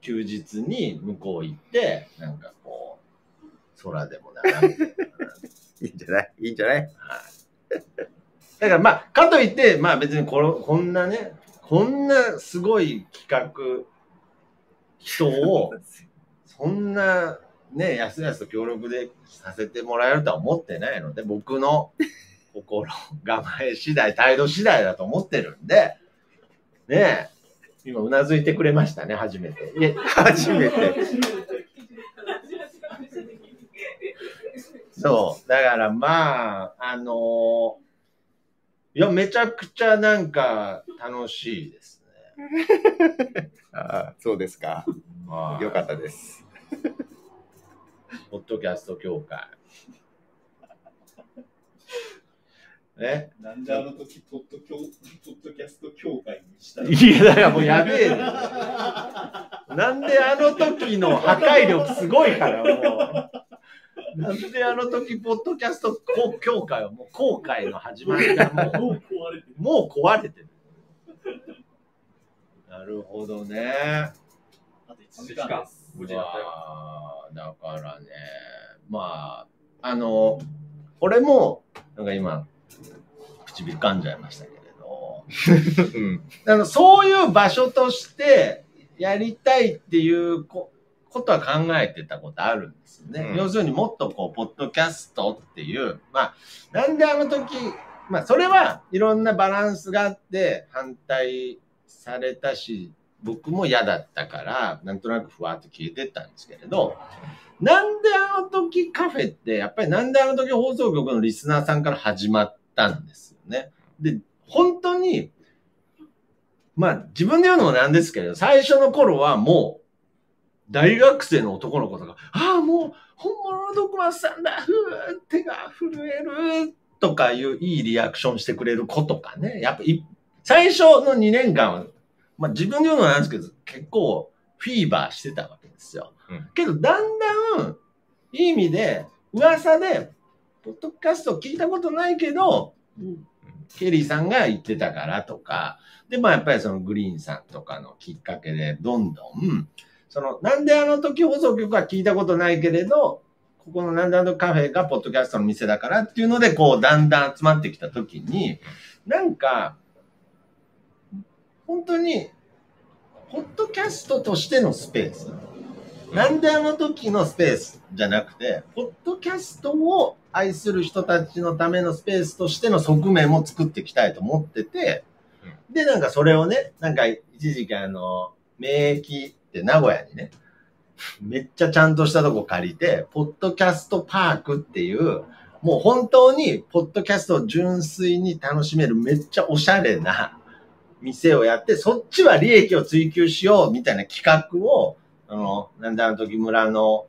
A: 休日に向こう行って、なんかこう、空でも眺めて
E: いいんじゃないいいんじゃない
A: だからまあ、かといって、まあ別にこのこんなね、こんなすごい企画、人 を、そんなね、やすやすと協力でさせてもらえるとは思ってないので、僕の心構え次第、態度次第だと思ってるんで、ねえ、今うなずいてくれましたね、初めて。いや
E: 初めて。
A: そう。だからまあ、あのーいや、めちゃくちゃなんか楽しいですね。
E: ああ、そうですか。
A: ま
E: よかったです。
A: ポッドキャスト協会。ね。
C: なんであの時、ポッドキョポッドキャスト協会にしたの
A: いや、だからもうやべえ。なんであの時の破壊力すごいから、もう。なんであの時、ポッドキャスト協会はもう後悔の始まりがもう
C: もう壊れてる。
A: もう壊れてる。なるほどね。
C: あと1時間です。
G: 無事だったよ。
A: まあだからね、まあ、あの、俺も、なんか今、唇噛んじゃいましたけれど、
E: うん。
A: あのそういう場所としてやりたいっていうこことは考えてたことあるんですよね。
E: うん
A: 要するにもっとこう、ポッドキャストっていう、まあ、なんであの時、まあ、それはいろんなバランスがあって、反対されたし、僕も嫌だったから、なんとなくふわっと消えてったんですけれど、なんであの時カフェって、やっぱりなんであの時放送局のリスナーさんから始まったんですよね。で、本当に、まあ自分で言うのもなんですけれど、最初の頃はもう、大学生の男の子とか、ああ、もう本物の徳松さんだ、ふう手が震える、とかいういいリアクションしてくれる子とかね。やっぱい、最初の2年間は、まあ自分で言うのもなんですけど、結構フィーバーしてたわけですよ。
E: うん
A: けど、だんだん、いい意味で、噂で、ポッドキャスト聞いたことないけど、ケリーさんが言ってたからとか、で、まあやっぱりそのグリーンさんとかのきっかけで、どんどん、その、なんであの時放送局は聞いたことないけれど、ここのなんであのカフェがポッドキャストの店だからっていうので、こう、だんだん集まってきた時に、なんか、本当に、ポッドキャストとしてのスペース。なんであの時のスペースじゃなくて、ポッドキャストを愛する人たちのためのスペースとしての側面も作っていきたいと思ってて、で、なんかそれをね、なんか一時期あの、免疫って名古屋にね、めっちゃちゃんとしたとこ借りて、ポッドキャストパークっていう、もう本当にポッドキャストを純粋に楽しめるめっちゃおしゃれな店をやって、そっちは利益を追求しようみたいな企画を、あの、なんだあの時村の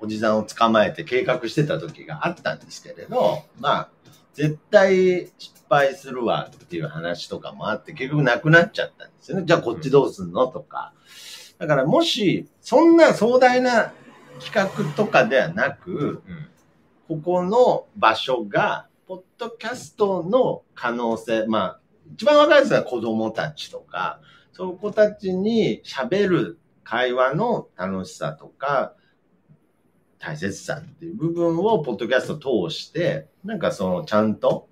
A: おじさんを捕まえて計画してた時があったんですけれど、まあ、絶対失敗するわっていう話とかもあって、結局なくなっちゃったんですよね。じゃあこっちどうすんのとか。だからもし、そんな壮大な企画とかではなく、ここの場所が、ポッドキャストの可能性、まあ、一番若い人は子供たちとか、そういう子たちに喋る会話の楽しさとか、大切さっていう部分をポッドキャスト通して、なんかそのちゃんと、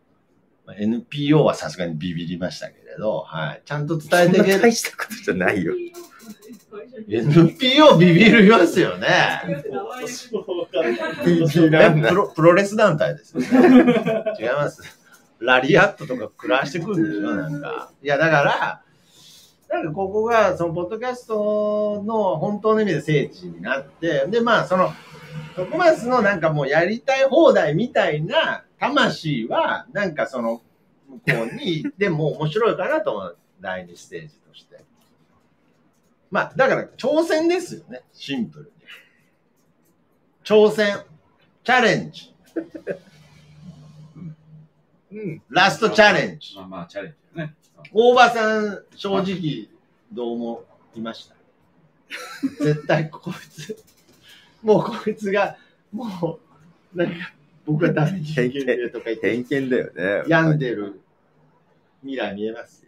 A: まあ NPO はさすがにビビりましたけれど、はい。ちゃんと伝え
E: そん
A: てい
E: な
A: ける。
E: 大したことじゃないよ。
A: NPO ビビりますよね。
C: 私もわかんない。
E: ビビら
A: え
E: な
A: プ
E: い。
A: ロプロレス団体ですよね。違います。ラリアットとか暮らしてくるんでしょなんか。いや、だから、なんかここが、その、ポッドキャストの本当の意味で聖地になって、で、まあ、その、トコマスのなんかもうやりたい放題みたいな魂は、なんかその、向こうに行っても面白いかなと思う。第二ステージとして。まあ、だから挑戦ですよね。シンプルに。挑戦。チャレンジ。
E: うん。
A: ラストチャレンジ。
G: まあまあ、チャレンジだね。
A: 大場さん、正直、どう思いました絶対こいつ、もうこいつが、もう、なんか、僕はダメにできるとか言って、
E: 偏見だよね。
A: 病んでる未来見えます。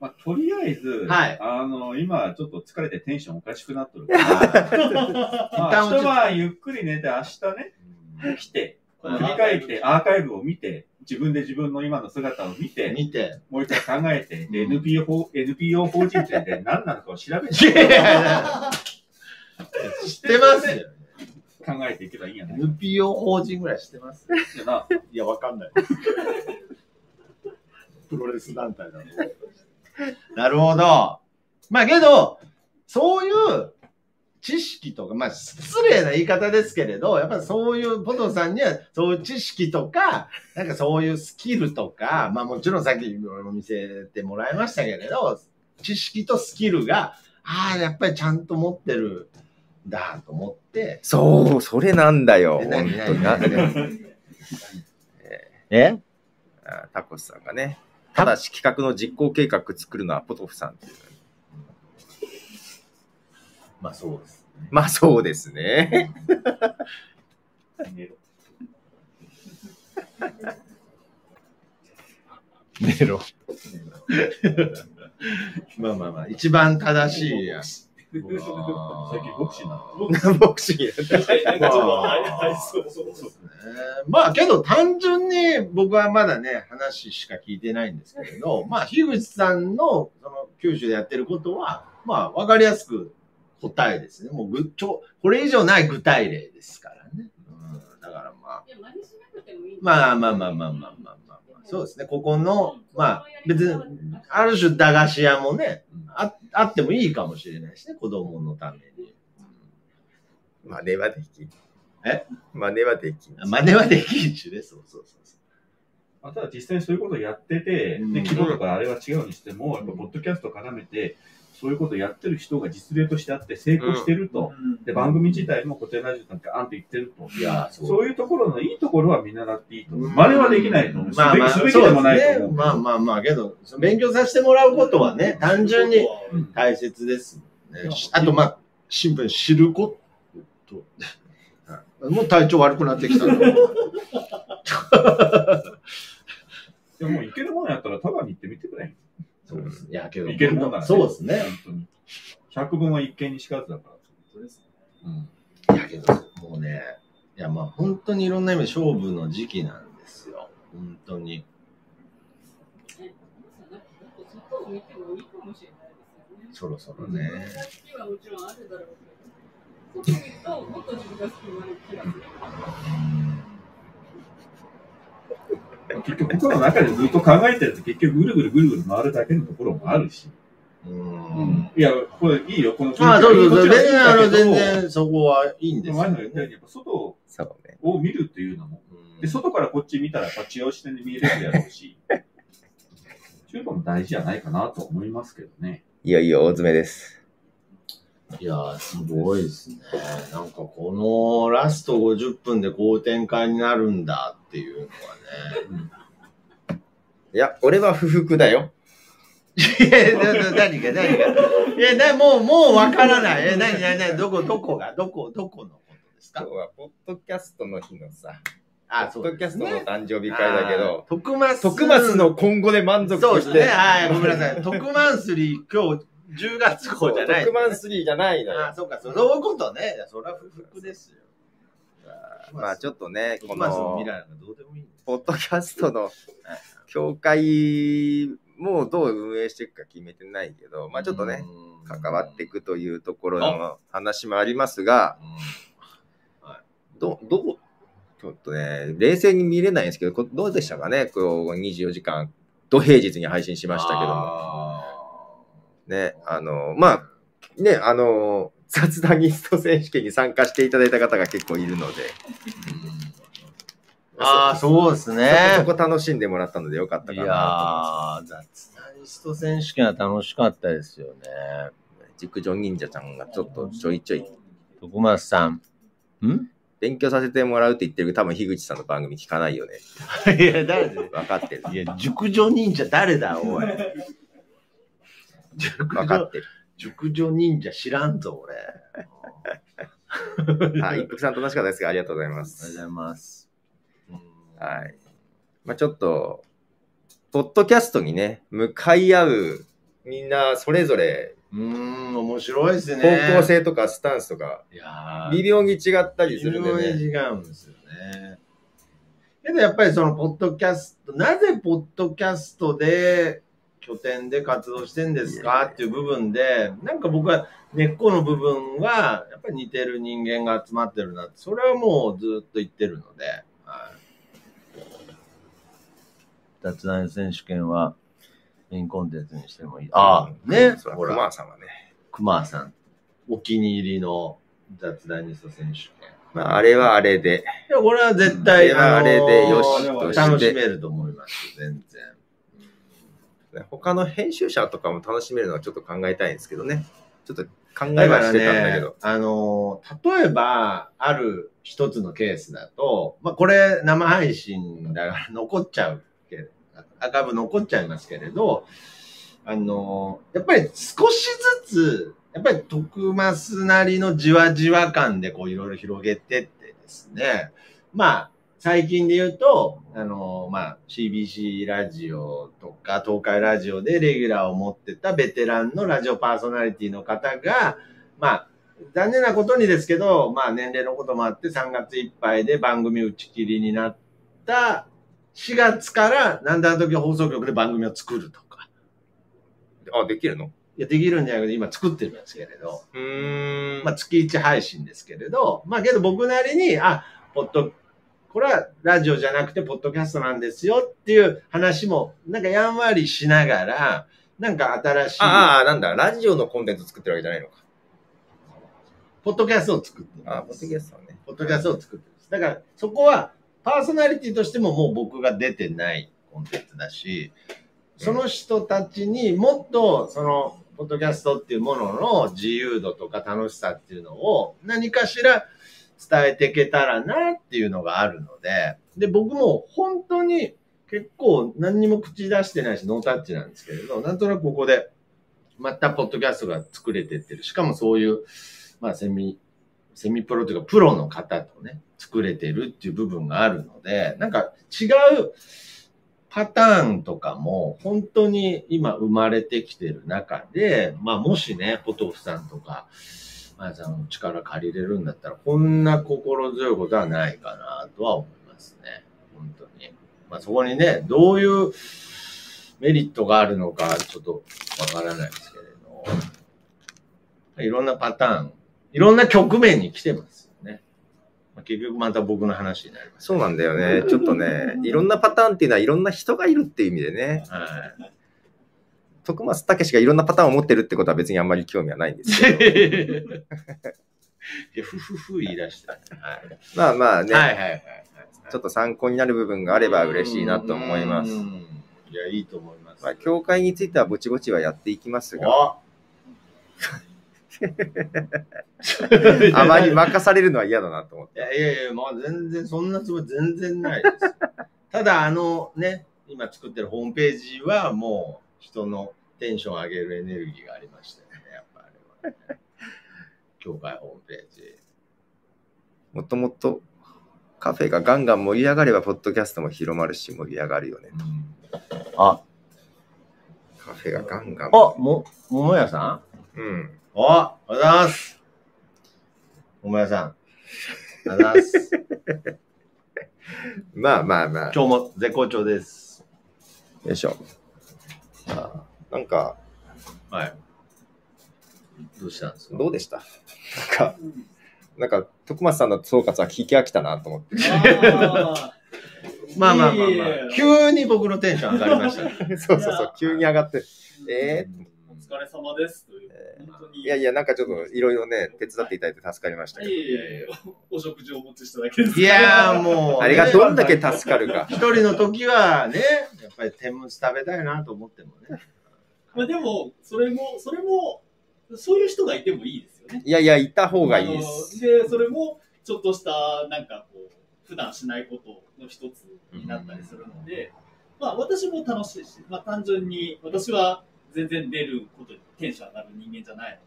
G: まあ、とりあえず、
A: はい
G: あの、今、ちょっと疲れてテンションおかしくなっ とるから、まあ、
A: 一旦落ち着
G: 明日はゆっくり寝て、明日ね、来て、振り返って、アーカイブを見て、自分で自分の今の姿を見 て、
A: 見て。
G: もう一回考えて、で NPO 法 NPO 法人税で何なのかを調べ て
A: いやいやいや知ってますよ。
G: 考えていけばいいんやないか
A: NPO 法人ぐらい知ってます
G: ってな。
A: いや、わかんない。プロレス団体だもん。なるほど。まあけど、そういう知識とか、まあ失礼な言い方ですけれど、やっぱりそういう、ポトさんにはそういう知識とか、なんかそういうスキルとか、まあもちろんさっきも見せてもらいましたけれど、知識とスキルが、ああ、やっぱりちゃんと持ってるんだと思って、
E: そう、それなんだよ。
A: え
E: 本
A: 何
E: 当にな
A: 何
E: えあタコスさんがね。ただし企画の実行計画作るのはポトフさん。
A: まあそうです。
E: まあそうですね。
A: メロ。まあまあまあ、一番正しいや。
G: 最近ボクシーなの
E: ボクシング
C: なんかちょっとあれありそうそうそう。
A: えーまあけど単純に僕はまだね、話しか聞いてないんですけれど、まあ樋口さんのその九州でやってることは、まあわかりやすく答えですね。もうぐちょ、これ以上ない具体例ですからね。うん、だからまあ、
D: いや、真似しなくてもいい。
A: まあまあまあまあまあまあまあ、まあ、そうですね。ここの、まあ別に、ある種駄菓子屋もね、ああってもいいかもしれないしね、子供のために。
E: 真似はできん。
A: え
E: 真似はできん。
A: 真似はできんちゅうね、そうそうそうそう。
G: まあ、ただ実際にそういうことをやってて、
A: うん
G: で昨日とかあれは違うにしても、やっぱポッドキャスト絡めて、そういうことをやってる人が実例としてあって成功してると。で、番組自体も固定ラジオなんかあんって言ってると。
A: いやー、そう
G: そういうところのいいところは見習っていいと思う。
A: うん
G: 真似はできないと思う。
A: まあまあ、
G: すべきすべきでもない
A: そうです
G: と
A: ね
G: 思う。
A: まあまあまあ、けど、その勉強させてもらうことはね、単純に
G: うん
A: 大切ですもん
G: うん
A: ね。しあと、まあ、新聞知ること。もう体調悪くなって きたな
G: でも、いけるもんやったら、ただに行ってみてくれ。
A: そうですねいや、けど、
G: いけるもんならね
A: そうですね。
G: 本当に。百分は一見にしかずだから。うん
A: いやけど、もうね、いやまあ本当にいろんな意味で勝負の時期なんですよ。本当に。
D: 外を見てもいいかもしれないです
A: そ
D: よね。
A: ろそろね。
D: 好きはもちろんあるだろうけど、外見るともっと自分が好きになる気がする。
G: 結局、僕の中でずっと考えてると、結局、ぐるぐるぐるぐる回るだけのところもあるし。
A: うん。
G: いや、これいいよ、この。
A: まあどうぞどうぞ。
G: もちろんい
A: 全
G: いん
A: 然、あ
G: だけ
A: の、
G: ど
A: 全然そこはいいん
G: で
A: です
G: も前
A: よ
G: の言ったよう
A: ね。
G: に、やっぱ外
E: そうね。
G: を見るというのも、で外からこっち見たら、やっぱ違う視点で見えるやろうし、そういうのも大事じゃないかなと思いますけどね。
E: いよいよ大詰めです。
A: いやー、すごいですね。なんかこのラスト50分で好展開になるんだっていうのはね。
E: いや、俺は不服だよ。
A: いや、なな何が何が。いや、なもう、もうわからない。え、何何何どこ、どこが、どこ、どこのことです
E: 今
A: か
E: 日はポッドキャストの日のさ、
A: あ、
E: ポ
A: そ
E: ッド
A: う
E: キ
A: で
E: ャ
A: す
E: スト
A: ね。
E: の誕生日会だけど、
A: あー、徳松。
E: 徳松の今後で満足
A: そうで
E: し
A: す
E: て、
A: ね。はい、ごめんなさい。特マンスリー、今日10月
E: そ
A: 号
E: う
A: じゃない。
E: 特番スリーじゃないの
A: あ
E: よ
A: ー、。そうか、そうそういうことね。いやそれは不服ですよ。
E: まあち
A: ょっ
E: ょっとね、こ
A: 徳松の
E: の
A: 未、来なんかどうでもいいんです
E: ポッドキャストの協会もどう運営していくか決めてないけど、まあちょっとね、、
A: うん
E: 関わっていくというところの話もありますが、
A: うん
E: どどう、ちょっとね、冷静に見れないんですけど、こどうでしたかね、こう24時間、土平日に配信しましたけども。
A: も。
E: ね、あの、まあ、ね、あの、雑談ニスト選手権に参加していただいた方が結構いるので、
A: ああ、そうですね。
E: そこ楽しんでもらったのでよかった
A: い
E: か
A: やー、
E: な
A: 雑談リスト選手権は楽しかったですよね。
E: と。熟女忍者ちゃんがちょっとちょいちょい
A: 徳松さん。ん
E: 勉強させてもらうって言ってるけど、多分樋口さんの番組聞かないよね。
A: いや、誰だよ
E: 分か ってる。
A: いや、熟女忍者誰だ、おい。熟
E: 分か
A: 女
E: ってる。
A: 熟女忍者知らんぞ、俺。
E: はい、一服さん楽しかったですが、ありがとうございま
A: ありがとうご
E: す。
A: ざいます。
E: はい。まあちょっと、ポッドキャストにね、向かい合う、みんなそれぞれ、
A: うーん、面白いですね。
E: 方向性とかスタンスとか、
A: いやー
E: 微妙に違ったり
A: 微
E: するんで
A: 妙に
E: ね。
A: 違うんですよね。けどやっぱりそのポッドキャスト、なぜポッドキャストで拠点で活動してんですかっていう部分で、なんか僕は根っこの部分は、やっぱり似てる人間が集まってるなって、それはもうずっと言ってるので、はい。雑談選手権はメインコンテンツにしてもいい。ああ、ね、
E: そうだ
A: ほ
E: ク
A: ら、
E: マさんはね。
A: クマさん、お気に入りの雑談ニスト選手権。
E: まあ、あれはあれで。
A: いや、これは絶対、
E: うんあれはあれでよ
G: しとして
A: 楽しめると思います、全然。
E: 他の編集者とかも楽しめるのはちょっと考えたいんですけどね。ちょっと考えはしてたんだけど。
A: あの、例えば、ある一つのケースだと、まあ、これ生配信だから残っちゃうけど、アーカイブ残っちゃいますけれど、あの、やっぱり少しずつ、やっぱり徳マスなりのじわじわ感でこういろいろ広げてってですね、まあ、最近で言うと、あの、まあ、CBC ラジオとか、東海ラジオでレギュラーを持ってたベテランのラジオパーソナリティの方が、まあ、残念なことにですけど、まあ、年齢のこともあって、3月いっぱいで番組打ち切りになった、4月から、なんだあの時放送局で番組を作るとか。
E: あ、できるの
A: いや、できるんじゃなくて、今作ってるんですけれど。
E: うーん。
A: まあ、月1配信ですけれど、まあ、けど僕なりに、あ、ポッド、これはラジオじゃなくて、ポッドキャストなんですよっていう話も、なんかやんわりしながら、なんか新しい、
E: ああ、なんだ。ラジオのコンテンツ作ってるわけじゃないのか。
A: ポッドキャストを作って
E: あ
A: ま
E: あ、ポッ
A: す
E: ドキャストはね。
A: ポッドキャストを作ってます。だから、そこは、パーソナリティとしてももう僕が出てないコンテンツだし、その人たちにもっと、その、ポッドキャストっていうものの自由度とか楽しさっていうのを何かしら伝えていけたらなっていうのがあるので、で、僕も本当に結構何にも口出してないしノータッチなんですけれど、なんとなくここでまたポッドキャストが作れてってる。しかもそういう、まあセミ、セミプロというかプロの方とね、作れてるっていう部分があるので、なんか違うパターンとかも本当に今生まれてきてる中で、まあもしね、ポトフさんとか、まやさんの力借りれるんだったら、こんな心強いことはないかなとは思いますね。本当に。まあそこにね、どういうメリットがあるのかちょっとわからないですけれど、いろんなパターンいろんな局面に来てますよね。まあ、結局また僕の話になります。
E: そうなんだよね。ちょっとね、いろんなパターンっていうのはいろんな人がいるっていう意味でね、
A: はい。
E: 徳松武史がいろんなパターンを持ってるってことは別にあんまり興味はないんです けど、
A: いやふふふ言い出した、ねはい
E: まあまあね、
A: はいはいはい。
E: ちょっと参考になる部分があれば嬉しいなと思います
A: う。ん。いや、いいと思います。
E: まあ、教会についてはぼちぼちはやっていきますが、
A: あ
E: あまり任されるのは嫌だなと思って。
A: いやいやいや、まあ全然、そんなつもり全然ない です。ただ、あのね、今作ってるホームページはもう人のテンション上げるエネルギーがありましたよね、やっぱあれは、 ね。教会ホームページ。
E: もともとカフェがガンガン盛り上がれば、ポッドキャストも広まるし、盛り上がるよね。
A: あ、
E: カフェがガンガン。
A: あ、も、桃屋さん
E: うん。
A: お、おはようございます。桃屋さん。ありがとうございます。
E: まあまあまあ。
A: 今日も絶好調です。
E: よいしょ。あーなんか、
A: はい。どうしたんですか
E: どうでしたなんか、なんか、徳松さんの総括は聞き飽きたなと思って。
C: あー
A: まあまあまあ
C: い
A: ま
C: や
A: あ
C: いやいや。
A: 急に僕のテンション上がりましたね。
E: そうそうそう、急に上がって。え
C: お疲れ様ですという。本当に。
E: ー、いやいや、なんかちょっといろいろね、手伝っていただいて助かりましたけ
C: い
E: ど。
C: やいやいや、お食事をお持ちしただけです。
A: いやーもう。
E: あれがどんだけ助かるか。
A: 一人の時はね、やっぱり天むす食べたいなと思ってもね。
C: まあでも、それも、それも、そういう人がいてもいいですよね。
E: いやいや、いた方がいいです。
C: あので、それも、ちょっとした、なんかこう、普段しないことの一つになったりするので、まあ私も楽しいし、まあ単純に、私は全然出ることにテンション上がる人間じゃない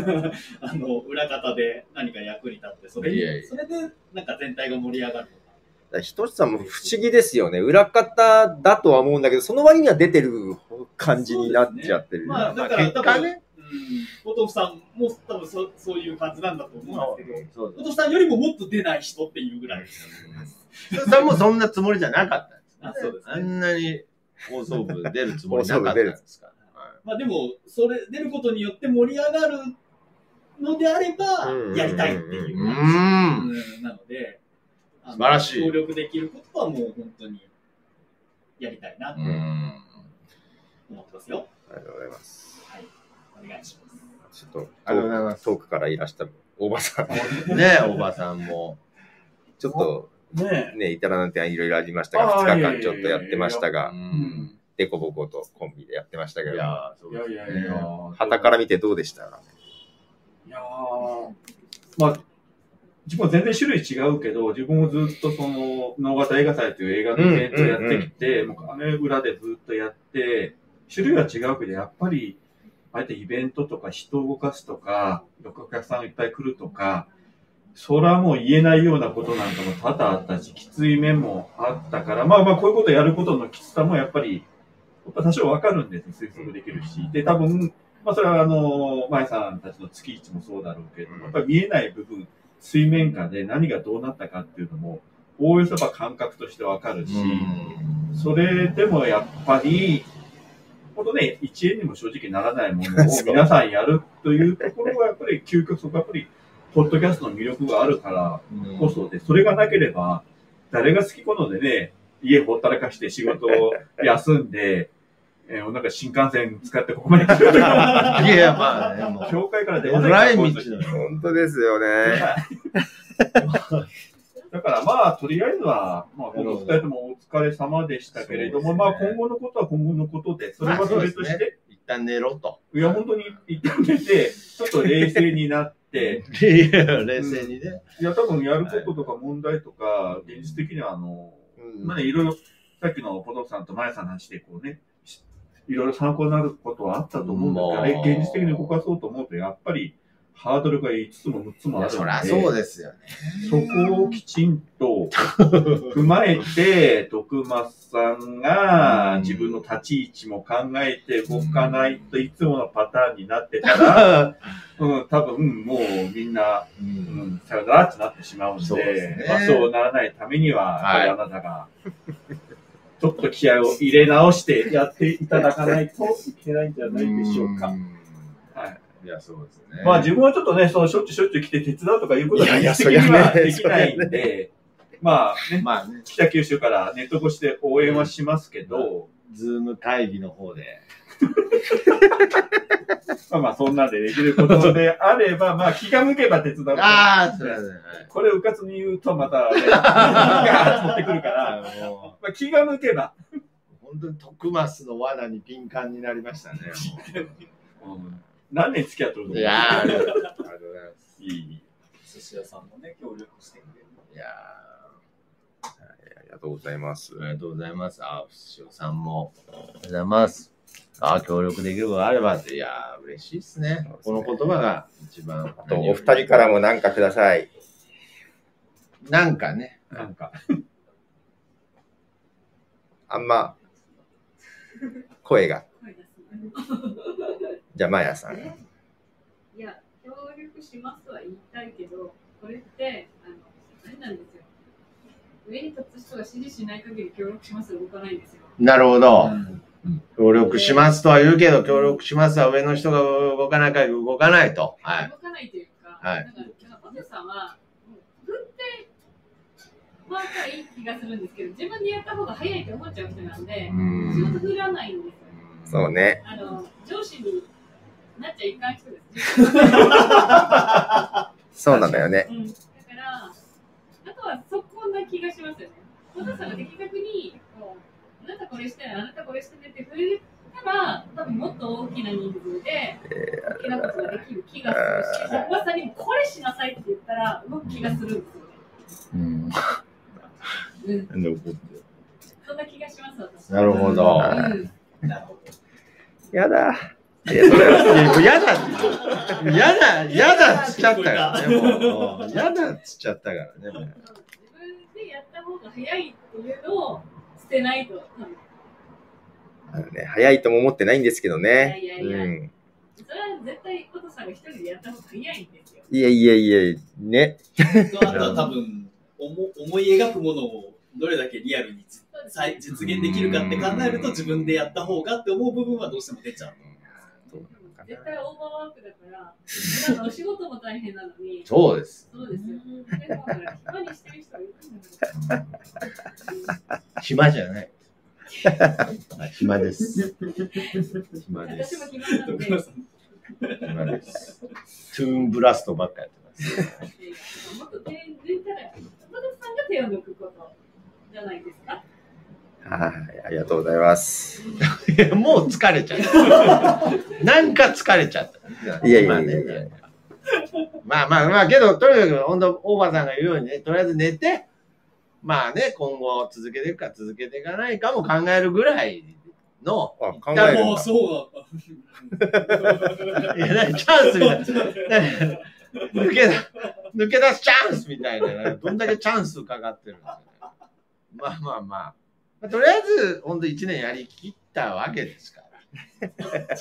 C: ので、 あの、裏方で何か役に立って、それ
A: いやい
C: に、
A: や
C: それで、なんか全体が盛り上がるとか。
E: ひとしさんも不思議ですよね。裏方だとは思うんだけど、その割には出てる感じになっちゃってる。
C: まあ、だから、
A: 結
C: 多
A: 果
C: 分、
A: ね。
C: うん、お父さんも多分そそういう感じなんだと思うんですけど、
A: そう
C: お父さんよりももっと出ない人っていうぐらい。
A: そう。さんもそんなつもりじゃなかったんですね
C: あそうですね
A: あんなに放送部出るつもりなかったんですから。
C: まあでも、それ、出ることによって盛り上がるのであれば
E: う、ん
C: やりたいっていうう感じ
A: ーん。
C: うんなので、あの
A: 素晴らしい
C: 協力できることはもう本当にやりたいなと
A: うん
C: 思ってますよ。
E: ありがとうございます。
C: はい。お願いしま
E: ちょっと
A: ありがとうございま
E: 遠くからいらしたおばさん、
A: す。ねえ、おばさんも。
E: ちょっと
G: ね
E: ね、至らな点いろいろありましたが、
G: あー
E: 2日間ちょっとやってました
A: う
E: が、
G: え。
A: ん。
E: でこぼことコンビでやってましたけ
A: い
E: ど、
A: や、そう
G: いやいや
A: です
G: いや。
A: ね。
E: 旗から見てどうでした
G: いやーまあ、自分は全然種類違うけど、自分もずっとその、能型映画祭という映画のイベントをやってきて、もうあの裏でずっとやって、種類は違うけど、やっぱり、ああえてイベントとか人を動かすとか、お客さんがいっぱい来るとか、それはもう言えないようなことなんかも多々あったし、きつい面もあったから、まあまあこういうことやることのきつさもやっぱり、やっぱ多少わかるんですね、推測できるし。で、多分、まあ、それはあの、前さんたちの月一もそうだろうけど、やっぱり見えない部分、水面下で何がどうなったかっていうのも、おおよそやっぱ感覚としてわかるし、それでもやっぱり、ほんとね、1円にも正直ならないもの
E: そ
G: を
E: う
G: 皆さんやるというところが、やっぱり究極、そこはやっぱり、ポッドキャストの魅力があるから
A: うん
G: こそで、それがなければ、誰が好き好んでね、家ほったらかして仕事を休んで、 えーなんか新幹線使ってここまで来るとか
A: いやいや、まあね、もう。
G: 教会から出
A: え
G: ませんからら
A: い道
G: こういう時
A: の。
E: 本当ですよね。
G: だからまあ、とりあえずは、まあ、この二人ともお疲れ様でしたけれども、
A: そう
G: まあ、
A: ですね
G: 今後のことは今後のことで、それ
A: ま
G: は
A: あそ
G: そう
A: で
G: れ
A: す
G: と
A: ね
G: して、
A: 一旦寝ろと。
G: いや、本当に一旦出て、ちょっと冷静になって、
A: いや冷静にね。
G: いや、多分やることとか問題とか、現実的には、あの、まあね、いろいろ、さっきのポトフさんとマヤさんの話で、こうね、しいろいろ参考になることはあったと思うんですけど、
A: まあ
G: ね、現実的に動かそうと思うと、やっぱり、ハードルが5つも6つも
A: い
G: あ
A: や、
G: る
A: そ
G: の
A: りゃ
G: で、
A: そうですよね。
G: そこをきちんと踏まえて、徳松さんが自分の立ち位置も考えて動かないといつものパターンになってたら、 うん、多分もうみんな、
A: う
G: うんん、さよならってなってしまうので、
A: そうですね
G: まあ、そうならないためには、
A: はい
G: やっぱりあなたが、ちょっと気合を入れ直してやっていただかないといけないんじゃないでしょうか。
A: ん
G: はい。
A: いや、そうですね。
G: まあ自分はちょっとね、そのしょっちゅうしょっちゅう来て手伝うとかいうことは、
E: いやいや
G: 実績には
E: そりゃね
G: できないんで、まあね、
A: まあね、
G: 北九州からネット越しで応援はしますけど、
A: ズーム会議の方で。
G: まあまあそんなんでできることであれば、まあ気が向けば手伝う。
A: ああ、そうですね。
G: これをうかつに言うとまた、ね、が集まってくるから、
A: はいあの
G: まあ、気が向けば、
A: 本当に徳増の罠に敏感になりましたね。
G: 何年付き合ってる
A: もう
G: の
A: いやー、ありがとうございます。
G: いい
C: す。寿司屋さんもね、協力してくれる。
A: いや
E: ありがとうございます
A: ー、あ。りがとうございます。あ、伏尾さんも、ありがとうございます。あー、協力できることがあればって、いやー、嬉しいですね。
E: そうです
A: この
E: ね
A: 言葉が一番。
E: あと、お二人からもなんかください。
A: なんかね、
G: なんか、
E: あんま、声が。じゃあ、マヤさん。
H: いや、協力しますは言いたいけど、これって、あの、あれなんですよ。上に立つ人が指示しない限り協力しますは動かないんですよ。
A: なるほど。
G: うん
A: 協力しますとは言うけど、協力しますは上の人が動かなきゃ動かないと。はい。
H: 動かないというか、
A: はい
H: なんか、なんか本さんは、もう軍手はさいい気がするんですけど、自分でやった方が早いと思っちゃう人なんで、仕事振らないんですよ。
E: そうね。
H: あの、上司になっちゃいかん人です。
E: そうなのよね。
H: うんだから、あとはそこな気がしますよね。お父さんが的確に、こう、あなたこれしてね、あなたこれしてねって触れたら、多分もっと大きな人数で、大きなことができる気がするし、おばさんにもこれしなさいって言ったら、動く気がするんですよね。
A: うん
H: うん、
A: なんで怒ってる
H: そんな気がします、私。
A: なるほど
H: うん
E: やだ。
A: いやもう嫌だって嫌だ嫌だっつっちゃったからねもううん嫌だっつっちゃったからねもう
H: 自分でやった方が早いっていうのを捨てないと、多分
E: あのね、早いとも思ってないんですけどね。
H: いや
E: う
H: いやいや
E: ん。
H: それは絶対、お父さんが一人でやった方が早いんですよ。
E: いやいやいや、ね。
C: あとは多分思思い描くものをどれだけリアルに実
H: そうですね
C: 際実現できるかって考えると自分でやった方がって思う部分はどうしても出ちゃう。
H: 絶対オーバーワークだから、普段のお仕事も大変なのに、
A: そうです
H: そうですよ。だから、暇にしてる人はいるんだけ
A: 暇じゃ ないあ暇です暇
H: ど、
A: で
H: 私も
A: す
H: 暇なんで、いやいや
A: 暇ですトゥーンブラストばっかやってます
H: もっと手抜いたら、山田さんが手を抜くことじゃないですか。
E: はい、ありがとうございます。
A: いやもう疲れちゃ った。なんか疲れちゃった。
E: いやいやいやい
A: ねまあまあまあ、けど、とにかく、本当大場さんが言うようにね、とりあえず寝て、まあね、今後続けていくか続けていかないかも考えるぐらいの、
E: あ考
A: い
E: え
A: や
E: る
A: も
E: ん
C: もう
E: だ。
C: そうだっ
A: いや、なんかチャンスみたいな。なんか抜けだ、抜け出すチャンスみたいな。なんかどんだけチャンスかかってるんですかね。まあまあまあ。まあとりあえず、本当一年やりきったわけですから。
C: た。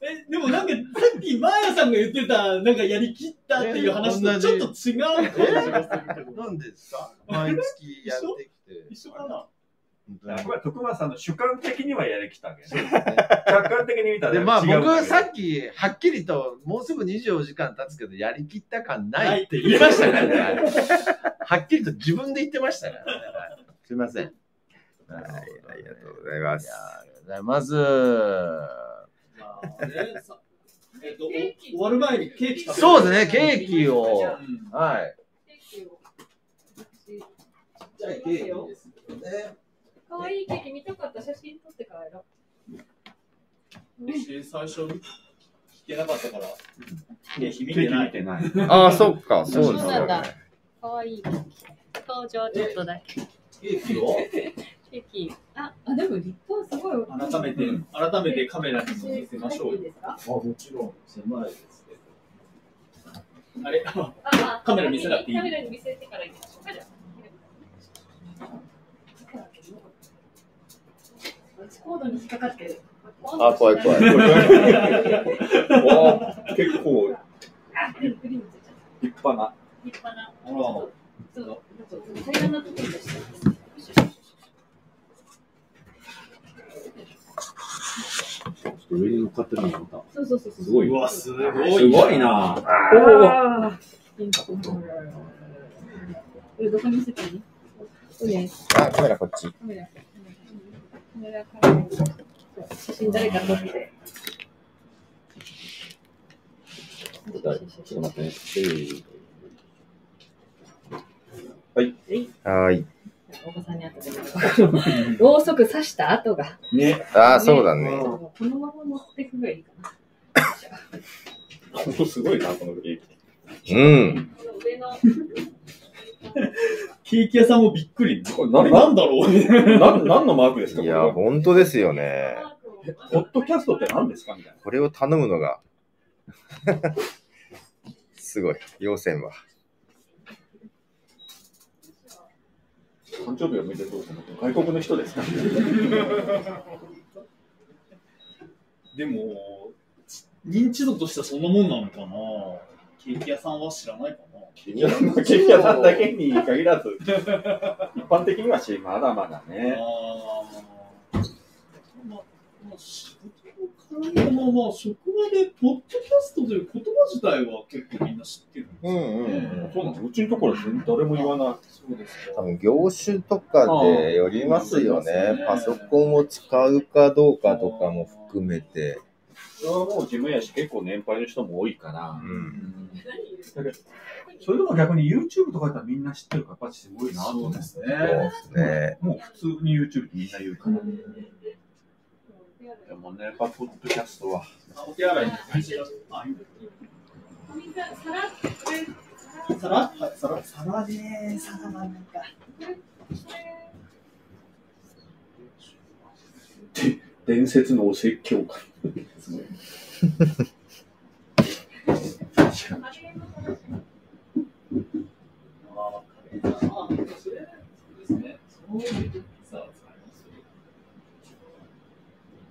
C: えでもなんかさっきマーヤさんが言ってたなんかやりきったっていう話とちょっと違う感じがするけど
A: なんでですか毎月やってきて。
C: 一緒かな
G: や
A: 本
G: っぱり徳松さんの主観的にはやりきったわけ
A: 当に
G: ね。客観的に見たら
A: で、まあ
G: 違う
A: 僕、さ
G: き
A: っき、はっきりと、もうすぐ24時間経つけど、やりきった感な
C: ないい
A: って言いました からね。はっきりと自分で言ってましたからね。すいません。はい、
E: ありがとうございます。
A: ざいます。
C: まあねさえっとお終わる前にケーキ食べる
A: そうですね、ケーキを。
C: うん
A: はい。
H: ケーキを私
A: じゃあ、ケーキですよね。
H: 可愛いケーキ見たかった写真撮ってからやろ
C: 私最初聞けなかったから、ケーキ見
G: 見
C: てない。
G: てない。
E: ああ、そっか、
H: う。
E: そうです
H: な
E: よ
H: んだ
E: ね。。
H: 可愛いケーキ。登場ちょっとだけ。
A: ケーキを
H: ケーキ。あ、あでも立派すごい大きい。
C: 改めて、改めてカメラにも見せましょう
H: い
C: よ。
H: いですか
A: あ、もちろん、狭いですけど。
C: あれ
H: ああ
C: カメラ見せなくていい
H: カメラに見せてから行きましょうかじゃあ。コードに引っかかってる。
E: あ、怖い怖い。
G: 結構
H: あクリームついちゃった
G: 立派な。
H: 立派な。
C: ほら
H: そう。そう平らなところでした。
I: 上に乗っかってるのがまた。
H: そうそうそうそ う。
I: すごい。
C: うわ、すご
I: す
C: い。
I: ごいな。
H: あーえどこに見せたの？そうね。
E: あ、カメラこっち。
H: カメラ。カメラカメラそう写真誰か撮って。
I: ちょっと待ってね。せー
E: はい。
H: お子さんに後で見る。ろうそく刺した跡が。
E: ああ、そうだね。
H: このまま持ってくぐらいいいかな。
I: ほんとすごいな、このケーキ。
E: うん。
H: この上の。
C: ケーキ屋さんもびっくり。
I: これ
C: な
I: 何が
C: んだろう
I: なん何のマークですか
E: い
I: これ
E: や、
I: は
E: 本当ですよね。
I: ポッドキャストって何ですかみたいな。
E: これを頼むの が。すごい。要線は。
I: 誕生日を見てそうですね。外国の人ですか
C: でも、認知度としてはそんなもんなのかなケーキ屋さんは知らないかな
I: ケーキ屋さんケーキ屋さんだけに限らず、一般的にはし、まだまだ
C: あ
I: ね。
C: ーまあ、まあ、仕事をでもまあ、職場で、ポッドキャストという言葉自体は結構みんな知ってるんですよ
E: うんうん
I: そうなんです。うちのところは全然誰も言わない。
C: そうです
E: 多
C: か。
E: 分業種とかでよりますよね。
C: ああ
E: パソコンを使うかどうかとかも含めて。
I: それはもう事務やし、結構年配の人も多いから。
G: それでも逆に YouTube とかだったらみんな知ってるから、やっぱすごいなと
C: そ
G: 思
C: う
G: う
C: です
E: そうで
C: ね。
E: すね。
G: もう普通に YouTube ってみんな言うから。でもね、やっぱポッドキャストは。
C: あお手洗いに感じがあいいんだサラはいサラサラねサラはなんか。
I: 伝説のお説教会。すごい
C: ああ、それですね。そういうさあ、使いますよ。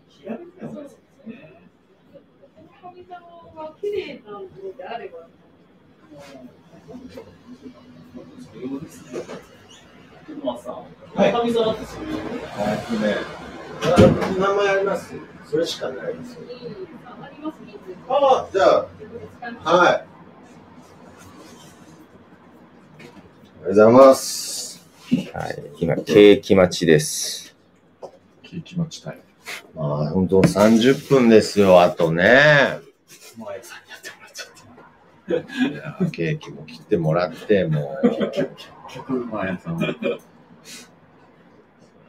C: ひらめきがないですね。そういうことですね。徳間さん、
B: はい
C: 高見沢ってそういう。
B: 名前ありますそれしかないですよ。ああ、じゃあ、はい。ありがとうございます。
E: はい。今、景気待ちです。
I: 景気待ちたい。
A: まあ、本当30分ですよ、あとね。
C: マヤさんにやってもらっちゃった。
A: いやーケーキも切ってもらって、もう、
G: まあ、やさんは。
A: 素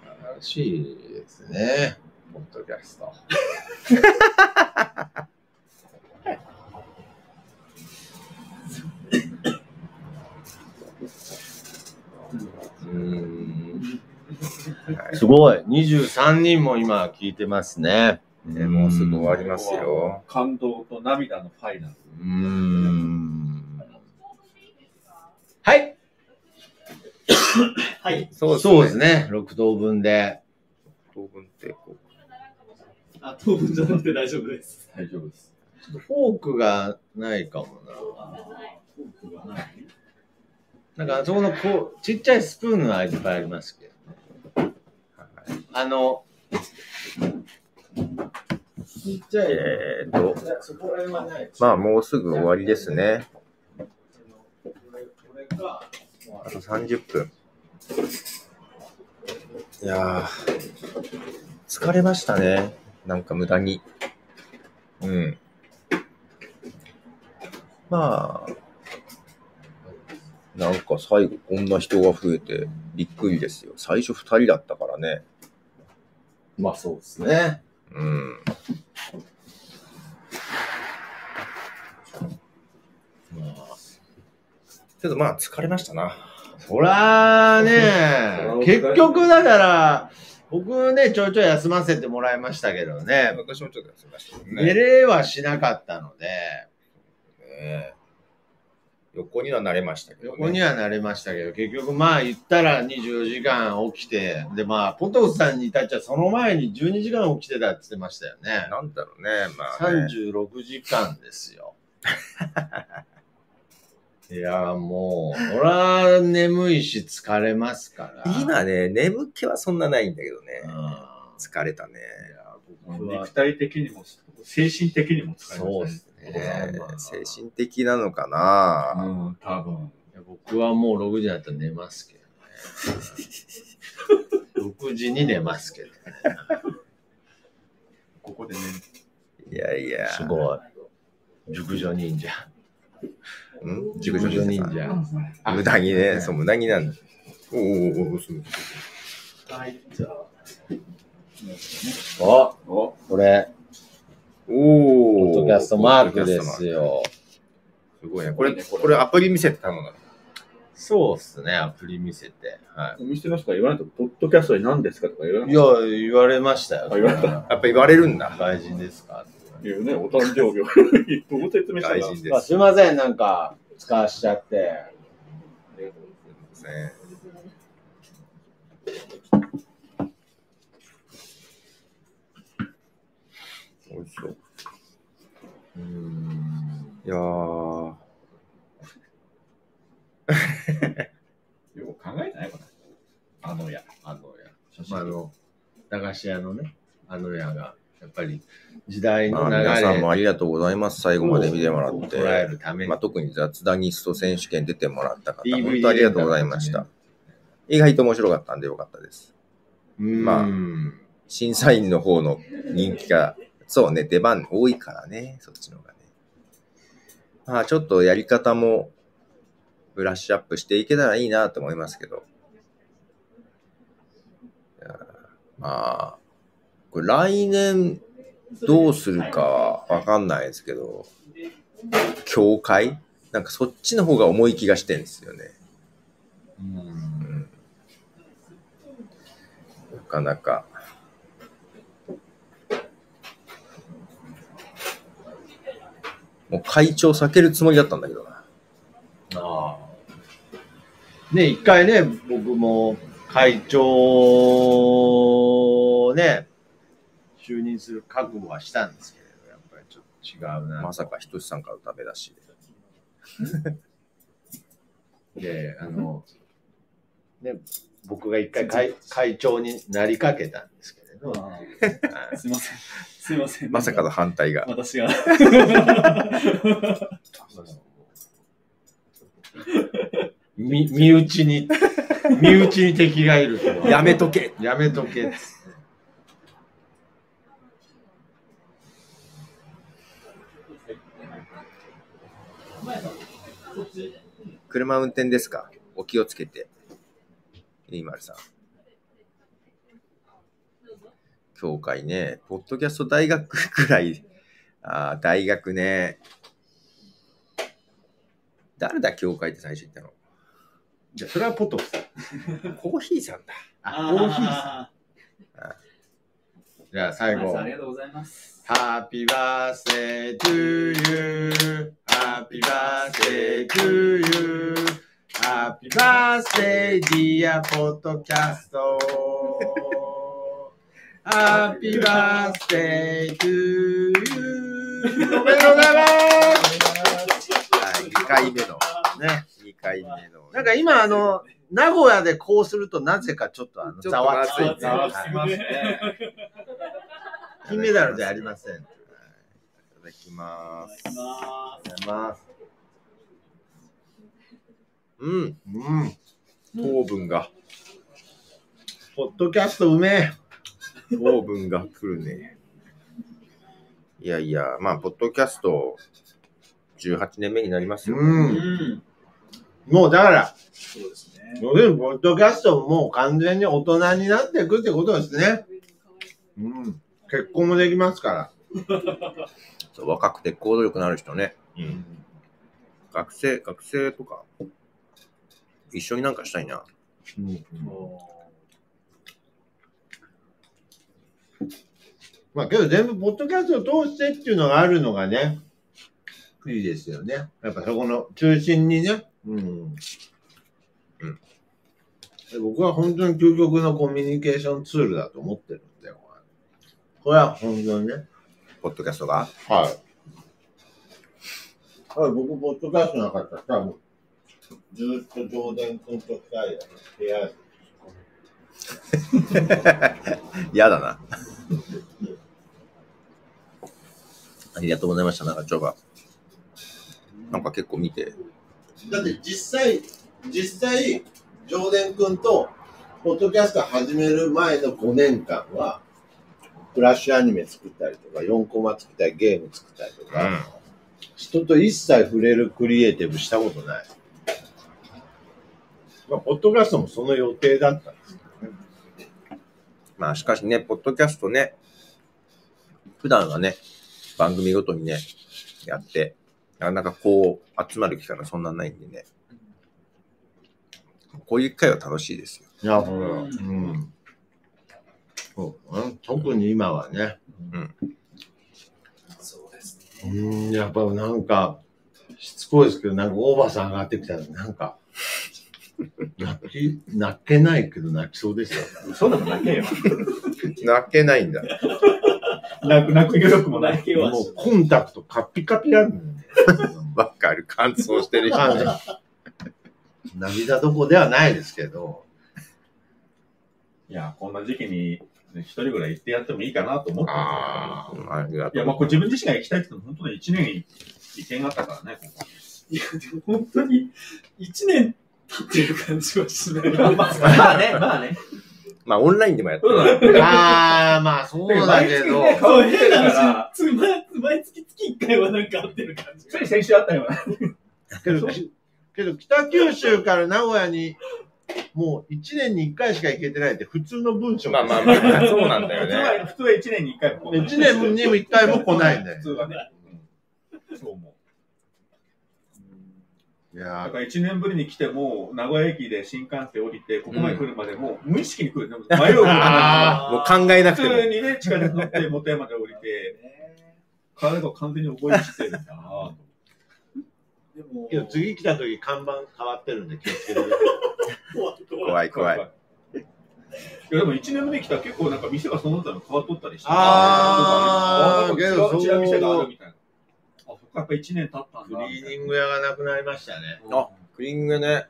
A: 晴らしいですね。ポッドキャスト。うーんすごい !23 人も今聞いてますね。
E: ねもうすぐ終わりますよ。
G: 感動と涙のファイナル。
A: うーん。
E: はい。
C: はい。
E: そうですね。
A: そうですね。6等分で。
E: 当分ってこう
C: あ、当分じゃなくて大丈夫です。
G: 大丈夫です。
A: フォークがないかもな。なんか、あそこのこう、ちっちゃいスプーンのいっぱいありますけど。あの、ちっちゃい。
E: えーっと、
A: そこら辺はない。
E: まあもうすぐ終わりですね。
A: これが、
E: あと30分。いやー、疲れましたね。なんか無駄に。うん。まあ、なんか最後こんな人が増えてびっくりですよ。最初2人だったからね。
A: まあそうですね。
E: うん。
A: まあ
E: ちょっとまあ疲れましたな。
A: そらね、結局だから、僕ね、ちょいちょい休ませてもらいましたけどね、
E: 私もちょっと休みましたけど
A: 寝
E: ね。
A: れはしなかったので、
E: ね横にはなれましたけどね。
A: 横にはなれましたけど、結局まあ言ったら24時間起きて、でまあ、ポトフさんに至っちゃその前に12時間起きてたって言ってましたよね。
E: なんだろうね。まあ、ね。
A: 36時間です よ。いや、もう、そら眠いし疲れますから。
E: 今ね、眠気はそんなないんだけど
A: う
E: ね。
A: ん
E: 疲れたね。
A: 僕は
G: 肉体的にも、精神的にも疲れ
A: そう
G: ま
A: で
G: し
A: すね。
E: ね精
A: い
E: 神的なのか
G: たね。
E: な、
G: うん、多分。
A: や僕はもう6時になったら寝ますけ どね。6時に寝ますけどね。
G: ここでね、
E: いやいや。
A: すごい。熟女忍者。
E: ん熟女忍者
A: 者。
E: さん。無駄にね、そう、無駄になんだ。おーおーおーすごい
C: はい。じゃあ、
A: お
I: お
A: これ、ポッ
E: お
A: ド
E: ー
A: キャストマークです。よ。
E: すごいね。これ、これアプリ見せてたもの
A: そうっすね、アプリ見せて。は。
I: お店の人が言わないと、ポッドキャストに何ですかとか言わないい
A: いや、言われましたよ。
I: あ言われ
A: た。
E: やっぱ言われるんだ。
A: 外人ですか
I: い。いうね、お誕生日を。どう説明した
E: 大
I: ら。
E: 事で
A: あ
E: す。
A: すいません、なんか、使わしちゃって。
E: ね美味しそう。
A: うん。
E: いやー、
G: よく考えてないかな。あのや。
A: あの、や。まあ、あの、駄菓子屋のね、あの屋が、やっぱり時代
E: ま
A: の
E: あ、
A: 流れ
E: 皆さんも
A: を
E: ありがとうございます。最後まで見てもらっ
A: 捉え
E: て。
A: るために
E: まあ、特に雑談ニスト選手権出てもらった方、
A: DVD
E: 本当ありがとうございました。意外と面白かったんでよかったです。まあ
A: うん
E: 審査員の方の人気が、そうね、出番多いからね、そっちの方がね。まあ、ちょっとやり方もブラッシュアップしていけたらいいなと思いますけど。いやまあ、これ来年どうするかはわかんないですけど、教会なんかそっちの方が重い気がしてんですよね。うんなかなか。もう会長避けるつもりだったんだけどな。
A: ね、一回ね、僕も会長をね、就任する覚悟はしたんですけれど、やっぱりちょっと違うな。
E: まさかひとしさんからダメだし。
A: で、あの、ね、僕が一回会会長になりかけたんですけれど、はい
C: すいません。すいません。
E: まさかの反対が。
C: 私が。
A: み身内に、身内に敵がいるとは
E: やめとけ
A: やめとけっつって。
E: 車運転ですかお気をつけて。ゆいまるさん。教会ね、ポッドキャスト大学くらい、ああ、大学ね。誰だ、教会って最初言ったの
A: じゃあそれはポトフさん。
E: コーヒーさんだ。
A: あ、コーヒーさん。じゃあ最
C: あー
A: 後
C: あ。りがとうございます。
A: Happy birthday to you. Happy birthday to you. Happy birthday, dear podcast. Happy birthday to you. おめでとうございます。
E: はい、2回目の、
A: ね、
E: 2回目の。
A: なんか今あの、名古屋でこうするとなぜかちょっとあの、
E: ちょっと
A: ざわつい
E: まずい
A: て、
E: ざわつ
A: はい
C: ますね。
A: 金メダルじゃありません。ありがと
E: いただきます。
C: ま
A: うございます。
E: うん、
A: うん。
E: 糖分が、
A: ポッドキャストうめえ。
E: 糖分が来るね。いやいや、まあ、ポッドキャスト、18年目になりますよ。
A: う。
C: あ、うんん。
A: もうだから、
C: そうですね。
A: 要するに、ポッドキャストももう完全に大人になっていくってことですね。うん。結婚もできますから。
E: そう若くて行動力のある人ね。学生、学生とか、一緒になんかしたいな。
A: うん。
C: も
A: まあけど全部、ポッドキャストを通してっていうのがあるのがね、いいですよね。やっぱそこの中心にね。うん。うん。で僕は本当に究極のコミュニケーションツールだと思ってるんだよ。これは本当にね。
E: ポッドキャストが。
A: はい。はい、僕、ポッドキャストなかったら、多分、ずーっと上田君と二人で部屋で
E: 嫌だな。 ありがとうございました、長丁場。なんか結構見て、
A: だって実際、実際、上田君と、ポッドキャスト始める前の5年間は、フラッシュアニメ作ったりとか、4コマ作ったり、ゲーム作ったりとか、人と一切触れるクリエイティブしたことない。まあ、ポッドキャストもその予定だったんです
E: まあしかしね、ポッドキャストね、普段はね、番組ごとにね、やって、なかなかこう集まる機会がそんなないんでね、こういう機会は楽しいですよ。
A: いや、ほら、うん。そううん特に今はね。
E: うん
A: そうですね。うん、やっぱなんか、しつこいですけど、なんか大場さん上がってきたら、なんか、泣き、泣けないけど泣きそうで した。
I: そうでもなけ よ。
E: 泣けないんだ。
I: 泣く泣く余力も
C: う、
I: ない。
C: 泣けは
A: も
C: し
A: うコンタクトカピカピなんだよね。
E: わかる。乾燥して る人
A: あ
E: ね。
A: の涙どこではないですけど、
I: いや、こんな時期に
G: ね一人ぐらい行ってやってもいいかなと思って
E: ああ、ありが
G: い
E: と
G: や、
E: う。
G: まあ、これ自分自身が行きたいって言っても本当に1年一件あったからね。
C: いや、でも本当に、一年経ってる感じはしない。
I: まあね、まあね。
E: まあ、オンラインでもやってる。
A: ああ、まあそうだけど。
G: 顔
C: そう、
G: 見
C: 変
G: て
C: な
G: たから、
C: 話。つま、毎月月一回はなんか合ってる感じ
G: つ。い先週あったような。
A: けど、けど北九州から名古屋に、もう1年に1回しか行けてないって普通の文章
E: まあまあまあ、そうなんだよ
G: 普通
E: ね。
G: は、普通は1年に1回も来ない。
A: 1年に1回も来ないんだよ
G: 普。通はね。うんそう思う。
A: い
G: だ
A: や
G: から1年ぶりに来ても、名古屋駅で新幹線降りて、ここまで来るまでも、無意識に来る。迷う。
A: あ
E: もう考えなくて
G: 普
E: も。
G: 通にね、地下鉄乗って、元山で降り て、体が完全に覚えきってるんだなぁと。
C: でも
A: ー、けど次来た時看板変わってるんで気をつけてくだ
C: 怖い怖い
E: 怖い怖い。。
G: いやでも1年目に来たら結構なんか店がその他の変わっとったりして。
A: あー
G: なんか
A: けどそう
G: 違う違う店があるみたいな。あ、そこやっぱ1年経ったんだみたい
A: さい。
G: な。
A: クリーニング屋がなくなりましたね。
E: あ、クリーニングね。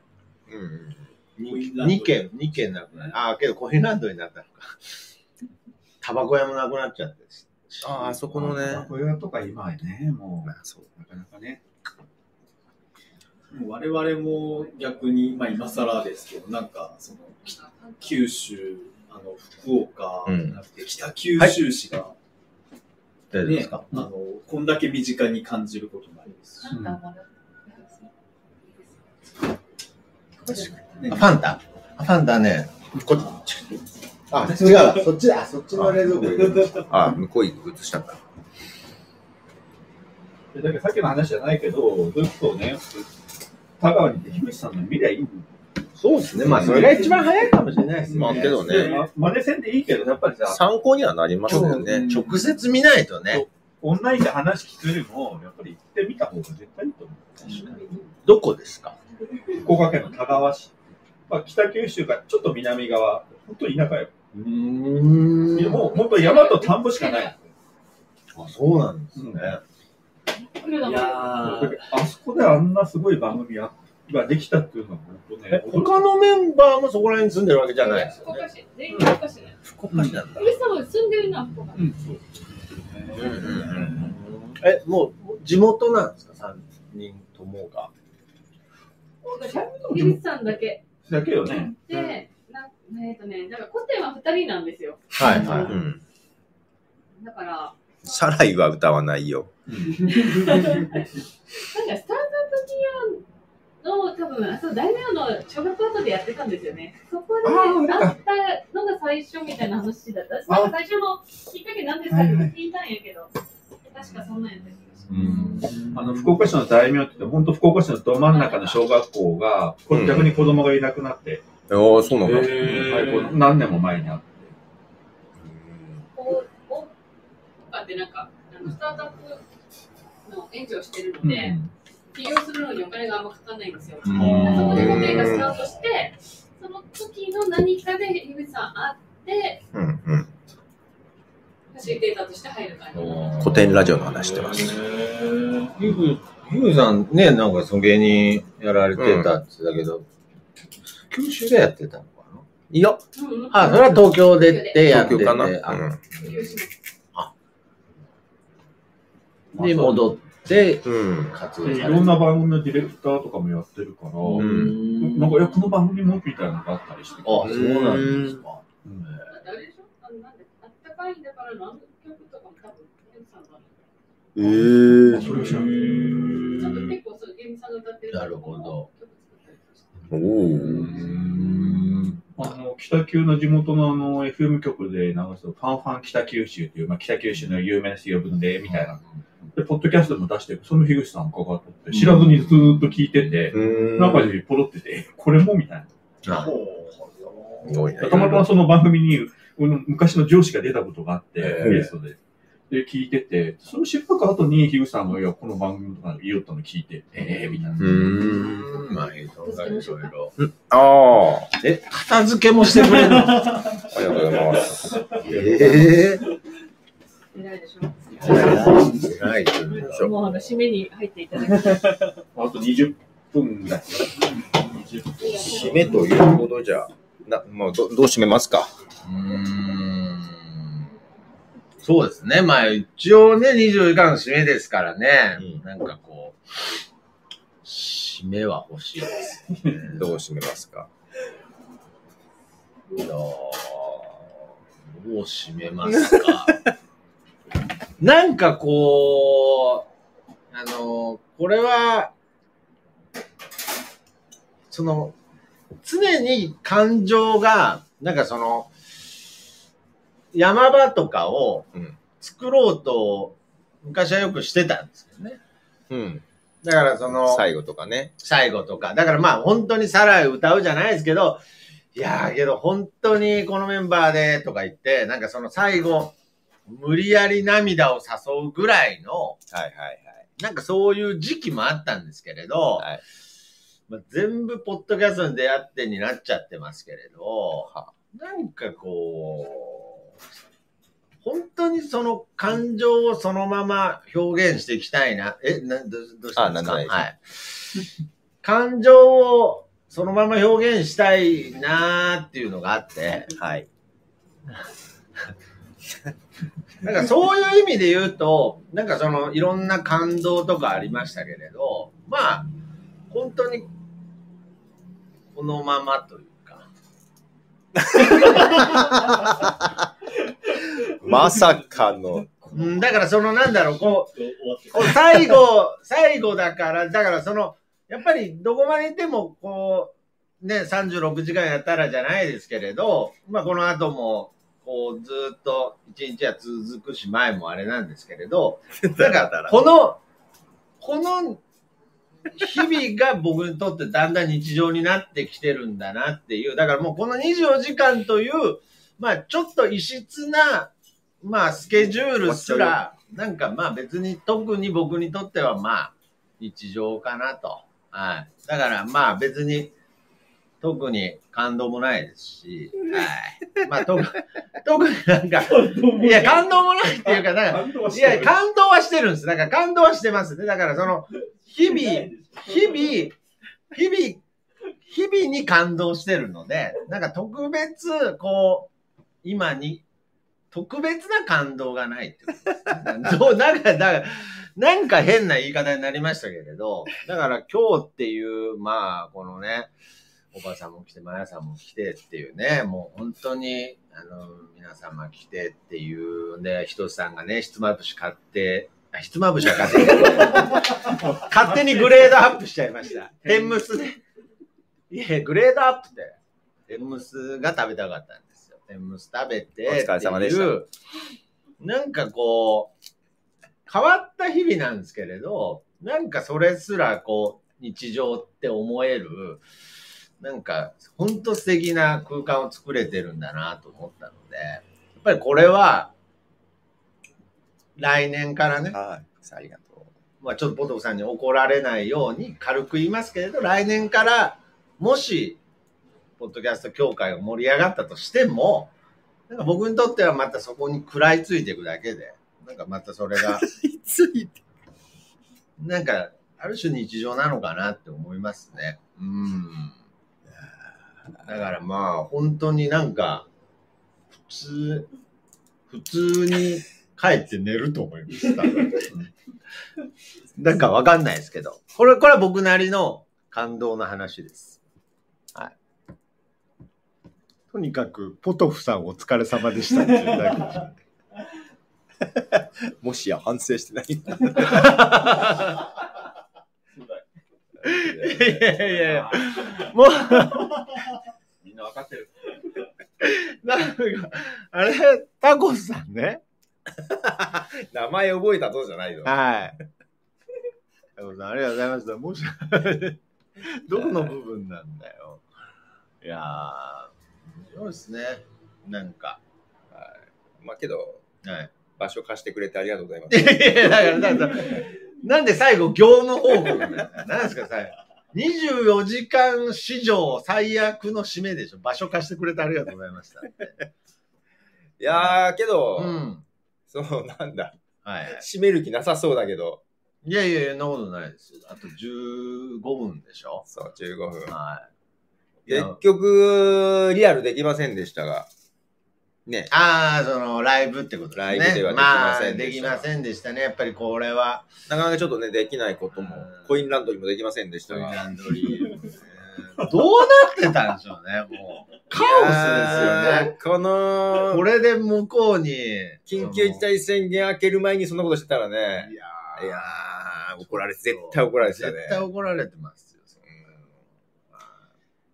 E: うん。
A: 2軒、2軒なくなり。ああ、けどコインランドになったのか。タバコ屋もなくなっちゃって。
E: ああ、そこの
G: まあ
E: ね。
G: こういうのとか今はね、も
E: まあ、そう。
G: う、なかなかね。
C: もう我々も逆に、まあ今更ですけど、なんか、その、き九州、あの、福岡、
E: うん
C: なくて北九州市が、
A: 大
C: ね、あの、こんだけ身近に感じることもありますし
H: なんかまだ
A: あファンタあファンタね。こっち。あ、違うわ。そっちだ。そっちの冷蔵庫入れる。
E: あ、向こう行く移したんだ。
G: でだけどさっきの話じゃないけど、ずっとね、田川に行って樋口さんの見りゃいいん
E: そうですね。まあ、そ
A: それ
E: れ
A: が
E: が
A: 一番早いかもしれないですね。
E: まあけど
G: だよ
E: ね、
G: ま真似せんでいいけど、やっぱりさ、
E: 参考にはなりますよね。
A: 直接見ないとね。
G: オンラインで話聞くよりも、やっぱり行ってみた方が絶対いいと思
A: どこですか
G: う。福岡県の田川市。まあ、北九州からちょっと南側、本当田舎よ。
A: うーん。
G: もう本当山と田んぼしかない。
A: あ、そうなんですね。
H: 来るの
C: い
H: も
C: や
G: あそこであんなすごい番組ができたっていうのは本当ね
A: え、他のメンバーもそこら辺に住んでるわけじゃないです
H: 福
A: よね。
H: 岡市全員福岡市ね。
A: 福岡市なんだ
H: ふ。るさと住んでるのは福岡
G: うん、そう
A: え、もう地元なんですか三人ともが。
H: 樋口さんだけ
G: だけよね。
H: で、なえっとね、だから古典は二人なんですよ。
A: はい
E: うん
A: は
E: うん。
H: だから、
E: サライは歌わないよ。
H: なんかスタンダード企業の多分あそう大名の小学校後でやってたんですよね。そこであったのが最初みたいな話だった。私なんか最初のきっかけなんですかって聞いたんやけど、確かそんなんやった気がします。
G: あの、福岡市の大名って言って、本当福岡市のど真ん中の小学校が、これ逆に子供がいなくなって、
E: ああ、そうなんだ。
G: はいこう何年も前にあって。
H: こうおあでなんかあのスタートアップの援助をしてるので、起業するのにお金があんまかかんないんですよ。
G: うん
H: そこで固定がスタートして、その時の何かで樋口さん会って、
E: うんうん。
H: ファシリテーターとして入る感じ。
E: 古典ラジオの話してます。
A: い。ゆうゆうさんね、なんかその芸人やられてたって言ってたけど、九州でやってたのか
E: いや、
H: うんうん
A: なあ、それは東京でってやっ
E: 東
A: てて、
E: 京かな。
A: あ
E: うん
H: 起業します
A: で、戻って
E: うん。
A: 活動
G: でい
A: さ
G: ろ
A: れ
G: ん
A: て。
G: な番組のディレクターとかもやってるから、
A: ん
G: なんか、いや、この番組もみたいなのがあったりして。
A: あ、そうなんですか。
G: うん
H: だってあれでしょあのなんであったかいんだから何曲とかも多分ゲームさんが
E: ええ。
G: それを知らなくて
H: ちょっと結構そうゲームさんが歌ってる
A: なるほど
H: 曲作ったりとかして
E: お
G: う
E: お。
G: んあの北九の地元のあの FM 局で流した「ファンファン北九州」っていう、まあ、北九州の有名な人呼ぶんでみたいなでポッドキャストも出してその樋口さんかかって知らずにずーっと聞いてて、
E: うん。
G: 中でポロってて え「これも?」みたい
A: あ
E: すごいね
G: な。たまたまその番組にこの昔の上司が出たことがあって
E: ええ
G: ゲストで。で、聞いてて、その出発後に、樋口さんが、いや、この番組とか言おったの聞いて、ええみたいな。
E: うん。
A: まあ、いろいろ。
E: ああ。
A: え、片付けもしてくれるの
E: ありがとうございます。
A: ええ
H: 偉いでし
A: ー。ないと思う
H: ょもうあの締めに入っていただきたい
G: あと20分ぐらい。
E: 締めということじゃ、な、もうど、どう締めますか。
A: うーんそうですね。まあ、一応ね、24時間の締めですからね。なんかこう、締めは欲しいですね。
E: どう締めますか
A: いやーどう締めますか。 なんかこう、あのーこれは、その、常に感情が、なんかその、山場とかを
E: うん
A: 作ろうと、昔はよくしてたんですよね。
E: うん。
A: だからその、
E: 最後とかね。
A: 最後とか。だからまあ本当にサライ歌うじゃないですけど、いやーけど本当にこのメンバーでとか言って、なんかその最後、無理やり涙を誘うぐらいの、
E: はいはいはい。
A: なんかそういう時期もあったんですけれど、
E: はい
A: まあ、全部ポッドキャストに出会ってになっちゃってますけれど、なんかこう、本当にその感情をそのまま表現していきたいな。え、などどうしたんですか
E: あなんでも
A: は。
E: ない
A: 感情をそのまま表現したいなーっていうのがあって、
E: はい。
A: なんかそういう意味で言うと、なんかそのいろんな感動とかありましたけれど、まあ、本当にこのままというか、
E: まさかの。
A: うん、だからそのなんだろう、こう、
C: 終わって
A: こう最後、 最後だから、だからその、やっぱりどこまでいても、こう、ね、36時間やったらじゃないですけれど、まあこの後も、こうずっと一日は続くし、前もあれなんですけれど、なんかこの、この日々が僕にとってだんだん日常になってきてるんだなっていう、だからもうこの24時間という、まあちょっと異質な、まあスケジュールすら、なんかまあ別に特に僕にとってはまあ日常かなと。はい。だからまあ別に特に感動もないですし、はい。まあ特 特になんか、いや感動もないっていうか、なんか、
G: 感動はい
A: や、感動はしてるんです。だから感動はしてますね。だからその、日々、日々、日々、日々に感動してるので、なんか特別、こう、今に、特別な感動がないってことですね。どうなんか、だから、なんか変な言い方になりましたけれど、だから今日っていう、まあ、このね、おばさんも来て、まやさんも来てっていうね、もう本当に、あの、皆様来てっていう、で、ひとつさんがね、ひつまぶし買って、あひつまぶしは買って ない、勝手にグレードアップしちゃいました。天むすね。いや、グレードアップって、天むすが食べたかったんですよ。天むす食べてっていう、
E: お疲れ様でした
A: なんかこう、変わった日々なんですけれど、なんかそれすらこう、日常って思える、なんか、ほんと素敵な空間を作れてるんだなと思ったので、やっぱりこれは、来年からね、
E: はい。さあありがと
A: まあちょっとポトフさんに怒られないように軽く言いますけれど、来年から、もし、ポッドキャスト協会が盛り上がったとしても、なんか僕にとってはまたそこに食らいついていくだけで、なんかまたそれが、
E: う。つい
A: なんか、ある種日常なのかなって思いますね。うん。だからまあ、本当になんか、普通、普通に帰って寝ると思います。 多分なんかわかんないですけど。これ、これは僕なりの感動の話です。はい。とにかく、ポトフさんお疲れ様でしたっていうだけです
E: もしや反省してない。
A: いやいやいや、もう、
G: みんな分かってる。
A: なんか、あれ、タコスさんね。
E: 名前覚えたとじゃないよ。
A: はい。タコスさん、ありがとうございました。もし、どこの部分なんだよ。いやー、そうですね。なんか、
E: まあけど、
A: はい。
E: 場所貸してくれてありがとうございま
A: い
E: す。
A: やいや、だから、だからなんで最後、業務報告なんですか、最後。24時間史上最悪の締めでしょ。場所貸してくれてありがとうございました。
E: いやー、けど、
A: うん。
E: そうなんだ。
A: はい。
E: 閉める気なさそうだけど。
A: いやいやいや、そんなことないですよ。あと15分でしょ。
E: そう、15分。
A: はい。いや
E: 結局、リアルできませんでしたが。ね、
A: ああ、その、ライブってことですね。
E: ライブでは
A: まあ
E: で
A: で
E: き
A: き
E: ま
A: ま
E: せ
A: せんでしたね。やっぱりこれは。
E: なかなかちょっとね、できないことも、コインランドリーもできませんでしたが。
A: ランドリー。どうなってたんでしょうね、もう。カオスですよね。
E: ね。この
A: こ、れで向こうに。
E: 緊急事態宣言明ける前にそんなことしてたら
A: そ
E: ね
A: の。い、やー
E: いやー、怒られ、絶対怒られてたね。
A: 絶対怒られてますよ。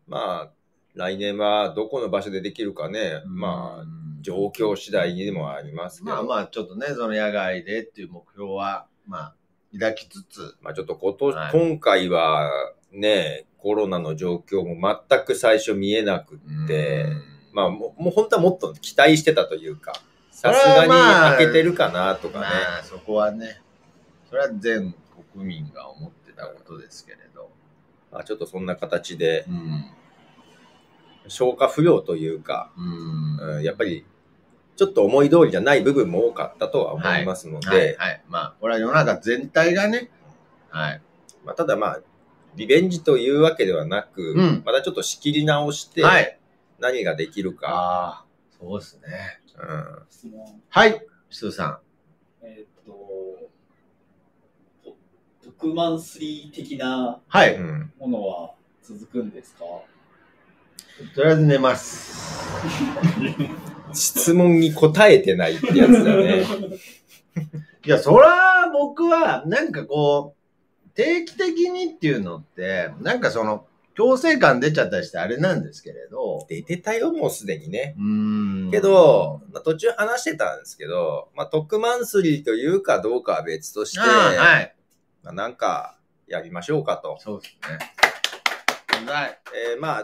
E: まあ、来年はどこの場所でできるかね、まあ、状況次第にもありますけ
A: ま
E: ど、ま
A: あ
E: あ、
A: まあ、ちょっとね、その野外でっていう目標は、まあ、抱きつつ、
E: ちょっと今年、
A: はい
E: 今回はね、コロナの状況も全く最初見えなくって、まあ、もうもう本当はもっと期待してたというか、
A: そ
E: さ
A: れ
E: すが
A: は
E: に
A: まあ
E: 開けてるかなとかね。
A: まあ、そこはね、それは全国民が思ってたことですけれど。
E: まあ、ちょっとそんな形で、
A: うん。
E: 消化不良というか、
A: うん。
E: うんやっぱり、ちょっと思い通りじゃない部分も多かったとは思いますので、
A: はい、はい。まあ、これは世の中全体がね、はい。
E: まあ、ただまあ、リベンジというわけではなく、
A: うん
E: またちょっと仕切り直して、
A: はい。
E: 何ができるか、
A: ああ、そうですね。
E: うん
C: 質問。
A: はい、しとさん。
C: えーっと、と特番3的な
A: は
E: う
A: い。
E: ん
C: ものは続くんですか
A: とりあえず寝ます。
E: 質問に答えてないってやつだ ね。
A: いや、そら、僕は、なんかこう、定期的にっていうのって、なんかその、強制感出ちゃったりしてあれなんですけれど。
E: 出てたよ、もうすでにね。
A: うーん。
E: けど、まあ途中話してたんですけど、まあ、特マンスリーというかどうかは別として、
A: ああ、はい。
E: まあ、なんかやりましょうかと。
A: そうですね。はい。
E: えーまあ、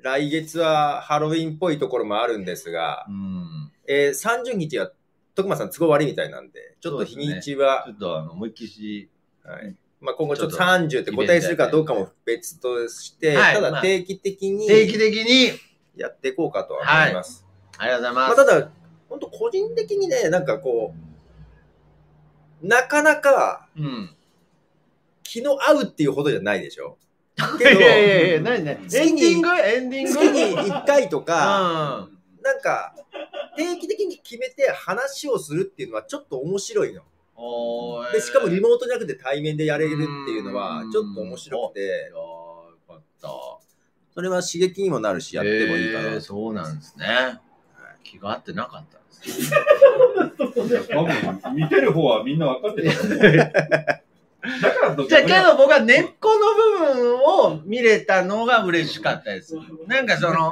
E: 来月はハロウィンっぽいところもあるんですが、
A: うん。
E: えー30日は徳間さん都合悪いみたいなんで、ちょっと日にちは、
A: ちょっと、あの、思いっきし、
E: はいまあ、今後ちょっと
A: ちょっと
E: 30って固定するかどうかも別として、
A: はい
E: た
A: ま
E: だ
A: あ
E: 定期的に
A: 定期的に、
E: やっていこうかとは思います。
A: ありがとうござい
E: ま
A: ま
E: あ、
A: す。
E: ただ、本当個人的にね、なんかこう、なかなか
A: うん。
E: 気の合うっていうほどじゃないで しょ。
A: い
E: け
A: や
E: ど、
A: いやいや、
E: 月
A: なになにエン
E: 月
A: デ
E: に
A: ィングエンディング
E: に1回とか、
A: うん。
E: なんか定期的に決めて話をするっていうのはちょっと面白いの。
A: おー
E: で、しかもリモートじゃなくて対面でやれるっていうのはちょっと面白くて、
A: よかった。
E: それは刺激にもなるし、やってもいいかな
A: えー
E: と。
A: そうなんですね。気が合ってなかったんですね。
G: 多分見てる方はみんな分かってたと思う。だからどっち
A: じゃあ
G: か
A: けど僕は根っこの部分を見れたのが嬉しかったです。なんかその、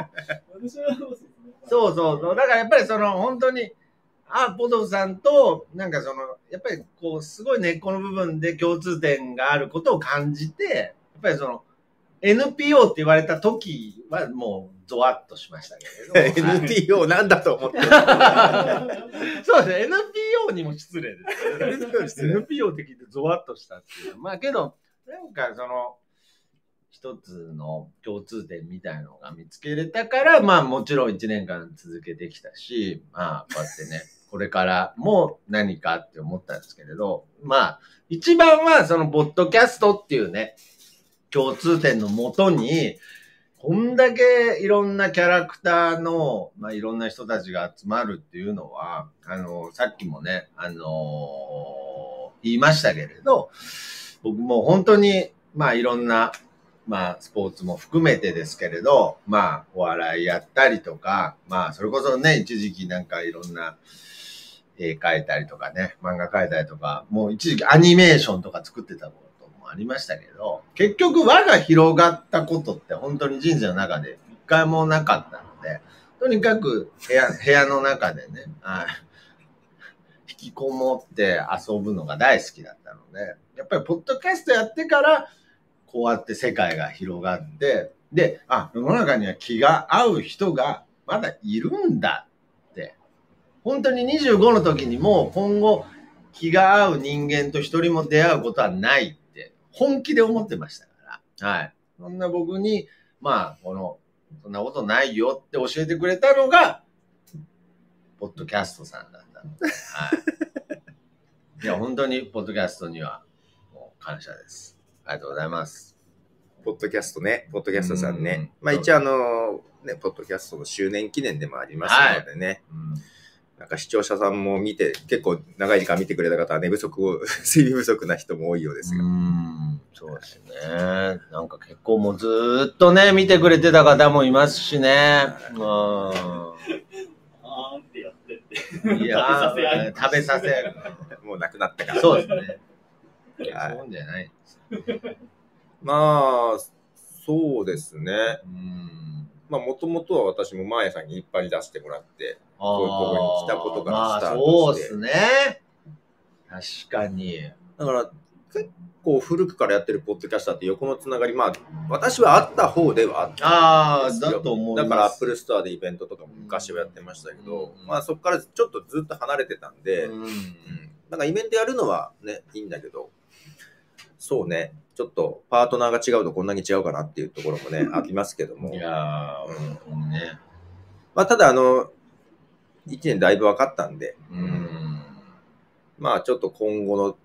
C: 私はそうですね
A: そうそうそう。だからやっぱりその本当に、あ、ポトフさんと、なんかその、やっぱりこう、すごい根っこの部分で共通点があることを感じて、やっぱりその、NPO って言われた時はもうゾワッとしましたけれ ども。はい
E: NPO なんだと思ってる。
A: そうですね、NPO にも失礼ですよね。
E: NPO
A: NPO って聞いてゾワッとしたっていう。まあけど、なんかその、一つの共通点みたいのが見つけれたから、まあもちろん一年間続けてきたし、まあこうやってね、 これからも何かって思ったんですけれど、まあ一番はそのボッドキャストっていうね、共通点のもとに、こんだけいろんなキャラクターの、まあ、いろんな人たちが集まるっていうのは、あの、さっきもね、あの言いましたけれど、僕も本当に、まあ、いろんな、まあ、スポーツも含めてですけれど、まあ、お笑いやったりとか、まあ、それこそね、一時期なんかいろんな、絵描いたりとかね、漫画描いたりとか、もう一時期アニメーションとか作ってたこともありましたけど、結局輪が広がったことって本当に人生の中で一回もなかったので、とにかく部屋、部屋の中でね、はい引きこもって遊ぶのが大好きだったので、やっぱりポッドキャストやってから、こうやって世界が広がって、で、あ、世の中には気が合う人がまだいるんだって。本当に25の時にもう今後気が合う人間と一人も出会うことはないって本気で思ってましたから。はい。そんな僕に、まあ、この、そんなことないよって教えてくれたのが、ポッドキャストさんだったので、はい。いや、本当に、ポッドキャストには、もう感謝です。ありがとうございます。
E: ポッドキャストね、ポッドキャストさんね。
A: うん
E: まあ一応あの、ね、ポッドキャストの周年記念でもありますのでね、なんか視聴者さんも見て、結構長い時間見てくれた方は寝不足を、 睡眠不足な人も多いようです
A: う
E: が、
A: ん、そうですね。なんか結構もうずーっとね、見てくれてた方もいますしね。う
C: あーんってやってって。
A: ん。いやー、食べさせ
E: もうなくなったか
A: 合う
E: ら。
A: そうですね。
E: はい
A: そうじゃない。
E: まあ、そうですね。
A: うん。
E: まあ、もともとは私もマーヤさんにいっぱい出してもらって、
A: あー
E: こういうとこに来たことからスター
A: まあ、そう
E: ト
A: で
E: して
A: すね。確かに。
E: だから、結構古くからやってるポッドキャスターって横のつながり、まあ、私はあった方ではあった。
A: ああ、だと思います。
E: だから、アップルストアでイベントとかも昔はやってましたけど、
A: うん
E: まあ、そこからちょっとずっと離れてたんで、
A: うん
E: なんかイベントやるのはね、いいんだけど、そうね、ちょっとパートナーが違うとこんなに違うかなっていうところ もね、ありますけども
A: い。やー、本当にね。
E: まあ、ただ、あの、1年だいぶ分かったんで、
A: うん。
E: まあ、ちょっと今後の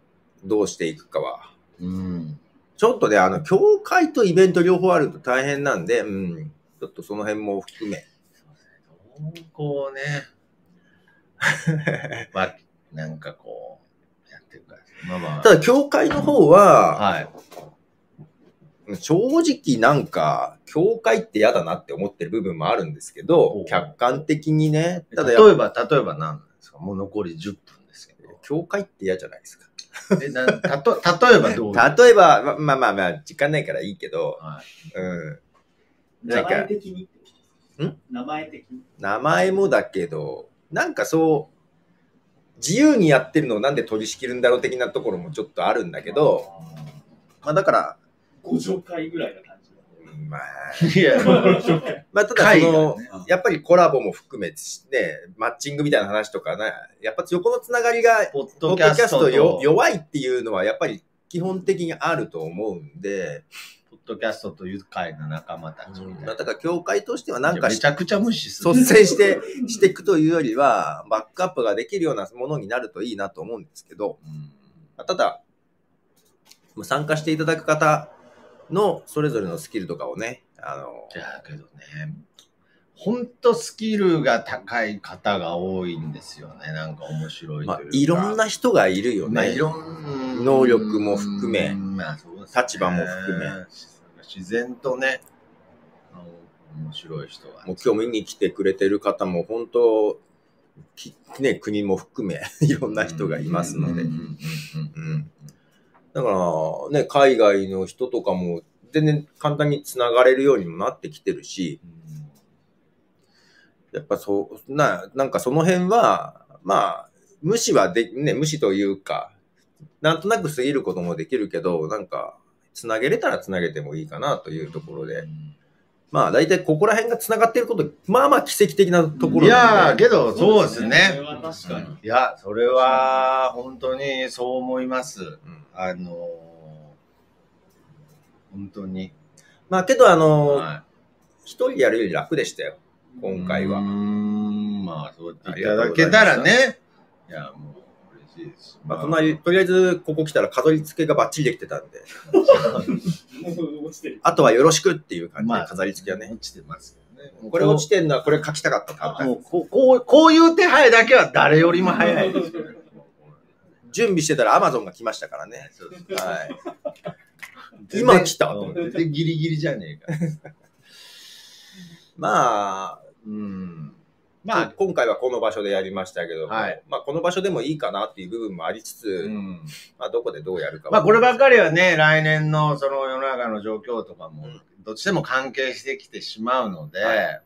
E: どうしていくかは、
A: うん。
E: ちょっとね、あの、教会とイベント両方あると大変なんで、うん、ちょっとその辺も含め、
A: こう ね。まあ、なんかこう、やってるから。まあまあ。
E: ただ、教会の方は、
A: はい。
E: 正直なんか、教会って嫌だなって思ってる部分もあるんですけ
A: お
E: ど
A: う、
E: 客観的にね、ただ
A: 例
E: やっぱ
A: えば、例えば何なんですかもう残り10分ですけ ど。
E: 教会って嫌じゃないですか。
A: え、なたと、例えばどういう
E: 例えば、ままあまあまあ、時間ないからいいけど、
A: は
E: うん、な
C: 名
E: んか
C: 前的にってこと
E: ん
C: 名前的に。
E: 名前もだけど、なんかそう、自由にやってるのをなんで取り仕切るんだろう的なところもちょっとあるんだけど、まあだから、
C: ご助会ぐらいな感じ。
E: うんまあ、
A: い。いや、
E: まあ、ただその、
A: 会
E: やっぱりコラボも含めてね、マッチングみたいな話とかな、やっぱ横のつながりが、
A: ポッ
E: ポッ
A: ド
E: ド
A: キ
E: キャ
A: ャス
E: ス
A: ト
E: ト
A: と、
E: よ弱いっていうのは、やっぱり基本的にあると思うんで、
A: ポッドキャストと愉快な仲間たちみたい
E: まあ
A: な。
E: だから、協会としてはなんか
A: め
E: し
A: ちゃくちゃ無視する。
E: 率先して、していくというよりは、バックアップができるようなものになるといいなと思うんですけど、
A: うん
E: まあただ、もう参加していただく方のそれぞれのスキルとかをね、あの、
A: だけどね、ほんとスキルが高い方が多いんですよね。なんか面白いと
E: まあ
A: いうか。、
E: いろんな人がいるよね。
A: まあ、いろん
E: 能力も含め
A: うんまあそうです
E: 立場も含め。
A: 自然とね、あの面白い人が。
E: もう今日見に来てくれてる方も本当、きね、国も含め いろんな人がいますので。
A: う
E: うん
A: うんう
E: ん
A: ん
E: だから、ね、海外の人とかも全然簡単につながれるようにもなってきてるし、やっぱそう、な、なんかその辺は、まあ、無視はで、ね、無視というか、なんとなく過ぎることもできるけど、なんか、つなげれたらつなげてもいいかなというところで、まあ大体ここら辺がつながっていること、まあまあ奇跡的なところなん
A: いやー、
E: で
A: けど、そう
C: そ
A: で
C: うですすね
A: ね
C: それは確かに。
A: いや、それは、本当にそう思います。
E: うん
A: あのー本当に。
E: まあけどあの、
A: は
E: 一人やるより楽でしたよ、
A: い
E: 今回
A: うー
E: は。
A: ん、まあ、そう言っていただけたらね。いや、もう、嬉しいです。
E: まあ、隣、とりあえずここ来たら飾り付けがバッチリできてたんで、
C: もう落ちてる。
E: あとはよろしくっていう感じ
A: ま
E: で
A: あ、
E: 飾り付けはね。
A: 落ちてますけどね。
E: これ落ちてんのはこれ書きたかったから
A: もうこうこう、こういう手配だけは誰よりも早いですよね。
E: 準備してたらアマゾンが来ましたからね。はい。
A: 今
E: 今
A: 来
E: 来
A: た
E: た
A: 全然ギリギリじゃねえか。
E: まあ、
A: うん。
E: ま
A: ま
E: あ、
A: あ、
E: 今回はこの場所でやりましたけども、
A: はい
E: まあ、この場所でもいいかなっていう部分もありつつ、
A: うん、
E: まあ、どこでどうやるかは
A: まあこればっかりはね、来年のその世の中の状況とかも、どっちでも関係してきてしまうので、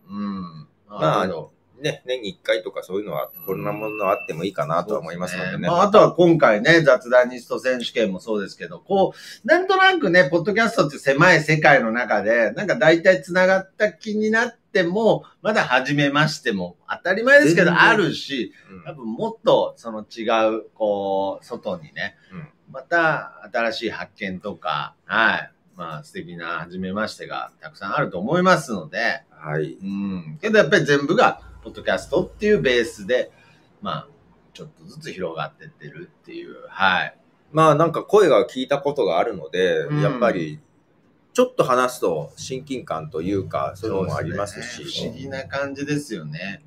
A: うん。
E: まあ
A: けど
E: ね、年に1回とかそういうのは
A: うん、
E: こんなものあってもいいかなとは思いますのでね。
A: まあ、あとは今回ね、雑談ニスト選手権もそうですけど、こう、なんとなくね、ポッドキャストって狭い世界の中で、なんか大体繋がった気になっても、まだ初めましても、当たり前ですけど
E: 全然
A: あるし、多分もっとその違う、こう、外にね、
E: うん
A: また新しい発見とか、はい。まあ素敵な初めましてがたくさんあると思いますので、
E: うんはい。
A: うん。けどやっぱり全部が、ポッドキャストっていうベースで、まあ、ちょっとずつ広がってってるっていう、はい。
E: まあなんか声が聞いたことがあるので、
A: うん
E: やっぱりちょっと話すと親近感というか、そういうのもあります
A: そう
E: し。
A: ですね不思議な感じですよね。やっ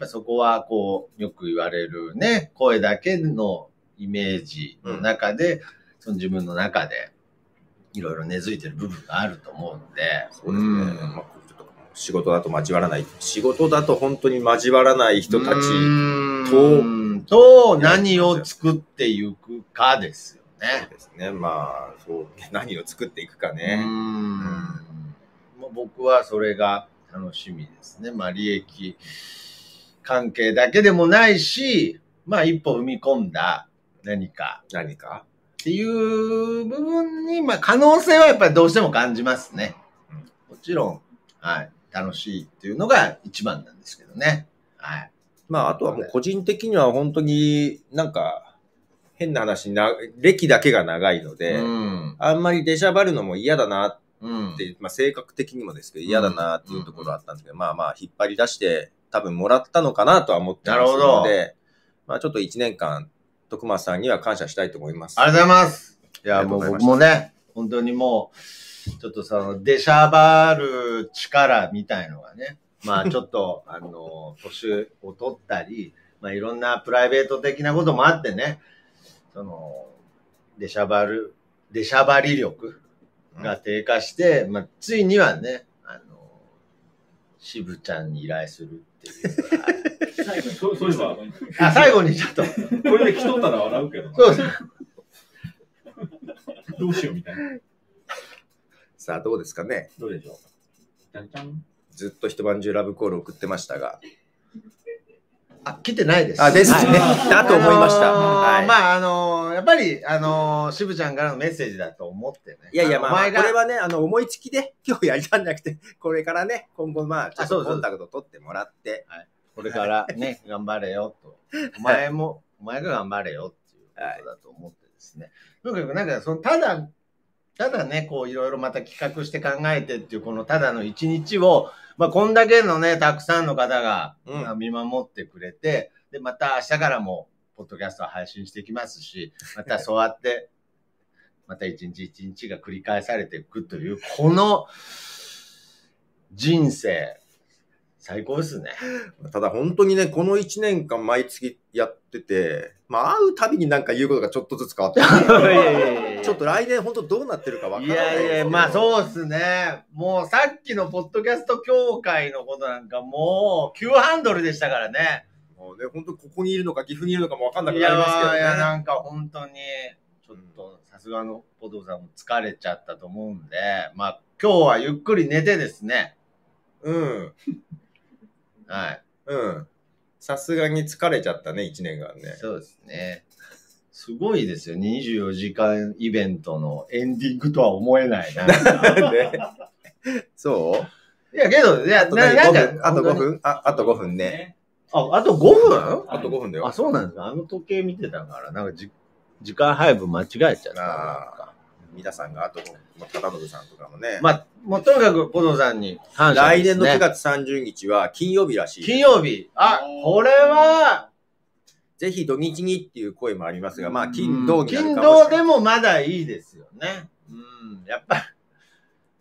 A: ぱそこは、こう、よく言われるね、声だけのイメージの中で、その自分の中で、いろいろ根付いてる部分があると思うんで。
E: そうですね。
A: ん
E: まあ、ちょっと仕事だと交わらない。仕事だと本当に交わらない人た
A: う
E: ち。
A: ーんと何を作っていくかですよ
E: そう
A: ね。
E: ですね。まあ、そう、何を作っていく
A: う
E: か
A: ー
E: ね。
A: んもう僕はそれが楽しみですね。まあ利益関係だけでもないし、まあ一歩踏み込んだ何か
E: 何か。
A: っていう部分に、まあ可能性はやっぱりどうしても感じますね。もちろん、はい、楽しいっていうのが一番なんですけどね。はい。
E: まあ、あとはもう個人的には本当になんか、変な話な、歴だけが長いので、
A: うん。
E: あんまり出しゃばるのも嫌だな
A: うん
E: っ。て、まあ性格的にもですけど嫌だなっていうところあったんですけど、まあまあ引っ張り出して多分もらったのかなとは思ってます
A: なるほ
E: の
A: ど
E: で、まあちょっと1年間、徳間さんには感謝したいと思います。
A: ありがとうございます。い
E: あ
A: や、
E: り
A: も
E: がとうご
A: う
E: ざいま
A: 僕
E: した
A: もね、本当にもう、ちょっとその、出しゃばる力みたいのがね、まあちょっ と、あの、年を取ったり、まあいろんなプライベート的なこともあってね、その、出しゃばる、出しゃばり力が低下して、まあついにはね、あの、渋ちゃんに依頼するって いうのが。
C: 最後に
G: そうそういえば、
A: あ、最後にちょっと、
G: これで来とったら笑うけどな、
A: そうです
G: どうしようみたいな。
E: さあどうですかね
G: どうでしょうじゃんじゃん。
E: ずっと一晩中ラブコール送ってましたが。
A: あ、来てないです。
E: あ、です
A: はい
E: ね。だと思いまし
A: あ
E: た。
A: のー
E: はい。
A: まあ、あのーやっぱり、あのー、渋ちゃんからのメッセージだと思ってね。
E: いやいや、まあ、
A: お
E: まあ
A: 前が
E: これはね、あの、思いつきで、 今日やりたんじゃなくて、これからね、今後、まあ、ちょっ
A: そう
E: と
A: そう
E: コンタクト取ってもらって、
A: これからね、頑張れよと。お前も、お前が頑張れよっていうことだと思ってですね。とにかく、なんか、その、ただ、ただね、こう、いろいろまた企画して考えてっていう、このただの一日を、まあ、こんだけのね、たくさんの方が、
E: うん
A: まあ見守ってくれて、で、また明日からも、ポッドキャストを配信していきますし、またそうやって、 また一日一日が繰り返されていくという、この人生、最高ですね。
E: ただ本当にね、この1年間毎月やってて、まあ、会うたびになんか言うことがちょっとずつ変わっ て
A: いやいやいやいや
E: ちょっと来年本当どうなってるかわか
A: い
E: らない
A: やいや、まあ
E: う。
A: そうですね。もうさっきのポッドキャスト協会のことなんかもう急ハンドルでしたからね。
E: もうね、本当ここにいるのか岐阜にいるのかもわかんなく
A: い
E: な
A: や
E: りますけど
A: い
E: ね。
A: や、なんか本当に、ちょっとさすがのポトフさんも疲れちゃったと思うんで、まあ今日はゆっくり寝てですね。
E: うん。
A: はい。
E: うん。さすがに疲れちゃったね、1年間ね。
A: そうですね。すごいですよ。24時間イベントのエンディングとは思え ない。なんか
E: ねそう
A: いや、けど、いや、
E: あと何
A: な
E: 5
A: ん
E: 分
A: か、
E: あと5。分ああと5分ね。
A: あ、あと5分
E: あと5分だよ
A: あ、。そうなんですか。あの時計見てたから、なんかじ時間配分間違えちゃった。
E: なあ皆さんがあと5分、まあ、高信さんとかもね。
A: まあ、もうとにかく、ポトさんに感謝
E: 来
A: です
E: 年の
A: ね、
E: 9月30日は金曜日らしい。
A: 金曜日。あ、これは、
E: ぜひ土日にっていう声もありますが、まあ、
A: う
E: 金
A: ん
E: 土になる
A: 金
E: かもし
A: 土
E: れ
A: で
E: ない。
A: もまだいいですよね。うん、やっぱ、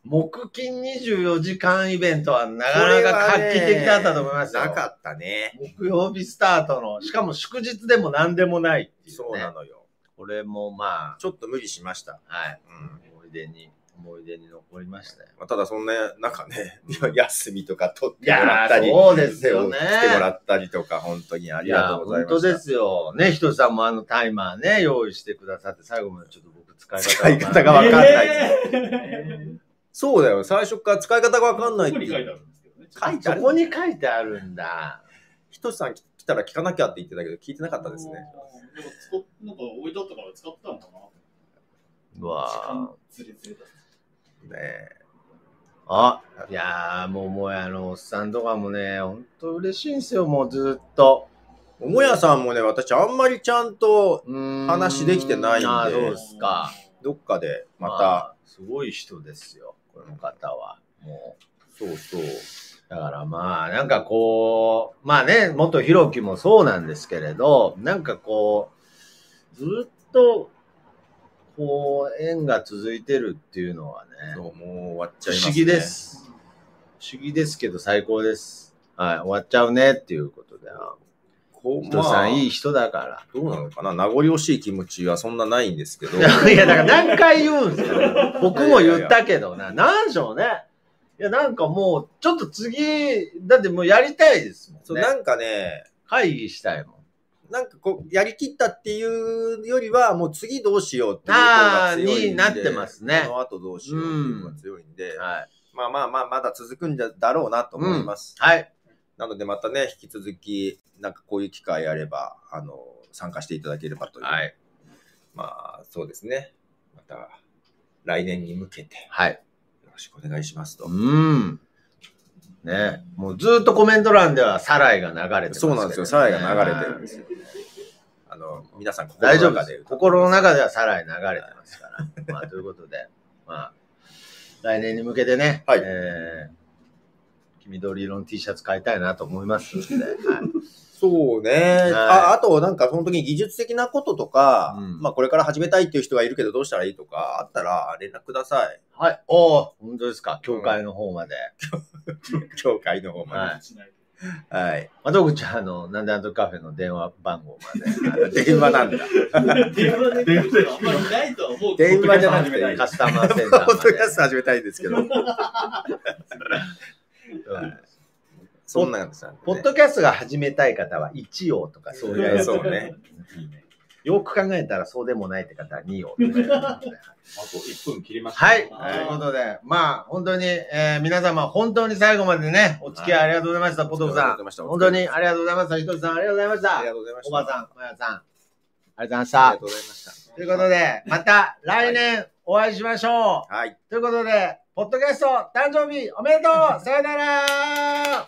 A: 木金24時間イベントはなかなか画期的だったと思いますよ。
E: なかったね。
A: 木曜日スタートの、しかも祝日でも何でもないっていう、ね。
E: そうなのよ。
A: これもまあ、
E: ちょっと無理しました。
A: はい。
E: うん
A: 思い出に、思い出に残りましたよ。
E: まあ、ただそんな、なんかね、 いや休みとか取っ
A: い
E: てもら
A: や
E: った
A: ー、
E: り、
A: そうですよね。
E: 来てもらったりとか、本当にありがとうございま
A: や本当
E: す。
A: ですよ。ね、ひとりさんもあのタイマーね、用意してくださって、最後までちょっと僕使い方
E: 使い
A: が
E: 方が
A: わ
E: わ
A: か
E: か
A: ん
E: ん
A: な。
E: ないい。
C: えー
E: そうだよ。最初から使い方がわかんないっ
C: ここ
E: てい
C: に書いてあ
E: う。
C: るんですけどね。
E: 書いて
A: そ
E: ある。
A: こに書いてあるんだ。
E: ひとしさん来たら聞かなきゃって言ってたけど、聞いてなかったですね。
C: でも使っ、なんか置いてあったから使ったのかな
A: うわ
C: ずれずれだった。
E: ねえ
A: ーあ、いやー、もう、もう、あの、おっさんとかもね、ほんと嬉しいんすよ、もうずっと。
E: 桃屋さんもね、私あんまりちゃんと
A: うーん
E: 話できてないんで
A: あーそうですか。
E: どっかでまた、
A: あすごい人ですよ、この方は。もう。そうそう。だからまあ、なんかこう、まあね、元弘樹もそうなんですけれど、なんかこう、ずっと、こう、縁が続いてるっていうのはね、
E: そうもう終わっ
A: 不
E: ちゃいます、ね。
A: 思議で。す。不思議ですけど最高です。はい、終わっちゃうねっていうことで。
E: こう
A: 人さんいい
E: 人。
A: 人だから。
E: どうなのかな名残惜しい気持ちはそんなないんですけど。
A: いや、だから何回言うんですか僕も言ったけどな。なんでしょうね。いや、なんかもう、ちょっと次、だってもうやりたいですも
E: そ
A: ん
E: う
A: ね。
E: なんかね、
A: 会議したいもん。
E: なんかこう、やりきったっていうよりは、もう次どうしようっていう方が強いんで。
A: あーになってますね
E: この後どうしようっていうのが強いんで、
A: はい。
E: まあまあまあ、まだ続くんじゃだろうなと思います。
A: はい。
E: なのでまたね、引き続き、なんかこういう機会あれば、あの、参加していただければという。
A: はい。
E: まあ、そうですね。また、来年に向けて、
A: はい。
E: よろしくお願いしますと。
A: うん。ねもうずっとコメント欄ではサライが流れてますけど、
E: そうなんですよ。サライが流れてるんですよ。あの、皆さん心
A: 大丈
E: の
A: 夫で
E: 中
A: す
E: で。。
A: 心の中ではさらに流れてますから。まあ、ということで、まあ、来年に向けてね、
E: はい
A: えー、黄緑色の T シャツ買いたいなと思いますんで、はい、
E: そうね。ああと、なんか本当に技術的なこととか、
A: うん
E: まあこれから始めたいっていう人がいるけどどうしたらいいとか、あったら連絡ください。
A: はい。おー本当ですか。教会の方まで。
E: 協会の方ま
A: は
E: で。
A: い
C: しない
E: はい。
A: 窓口は、あの、なんであとカフェの電話番号まで。
E: 電話なんだ。
C: 電話で来る人はあんまりいないとは思うけ
E: 電
C: ど、
E: 話じゃなくて、
A: カスタマーセンター
E: ポ
A: ま
E: ッド
A: で
E: キャスト始めたいんですけど。
A: うん。
E: そんなんですよね。
A: ポッドキャストが始めたい方は1をとかそういうやつ。
E: そうね。
A: よく考えたらそうでもないって方は2をとかやるので。
G: と1分切りました。
A: はい。と
C: あー
A: いうことで、まあ、本当に、えー皆様、本当に最後までね、お付き合いありがとうございました、ポトフさん。
E: ん
A: 本当にありがとうございました。ひとつさん、ありがとうございまし
E: ありが
A: た。
E: とうございまし
A: お
E: た。
A: ばさん、まやさん、ありがとうございまし
E: あ
A: た
E: りがと。うございました。
A: ということで、また来年お会いしましょう。
E: はい。
A: ということで、ポッドキャスト誕生日おめでとうさよならさよ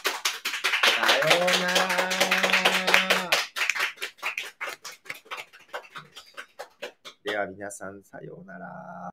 A: うなら
E: では皆さん、さようなら。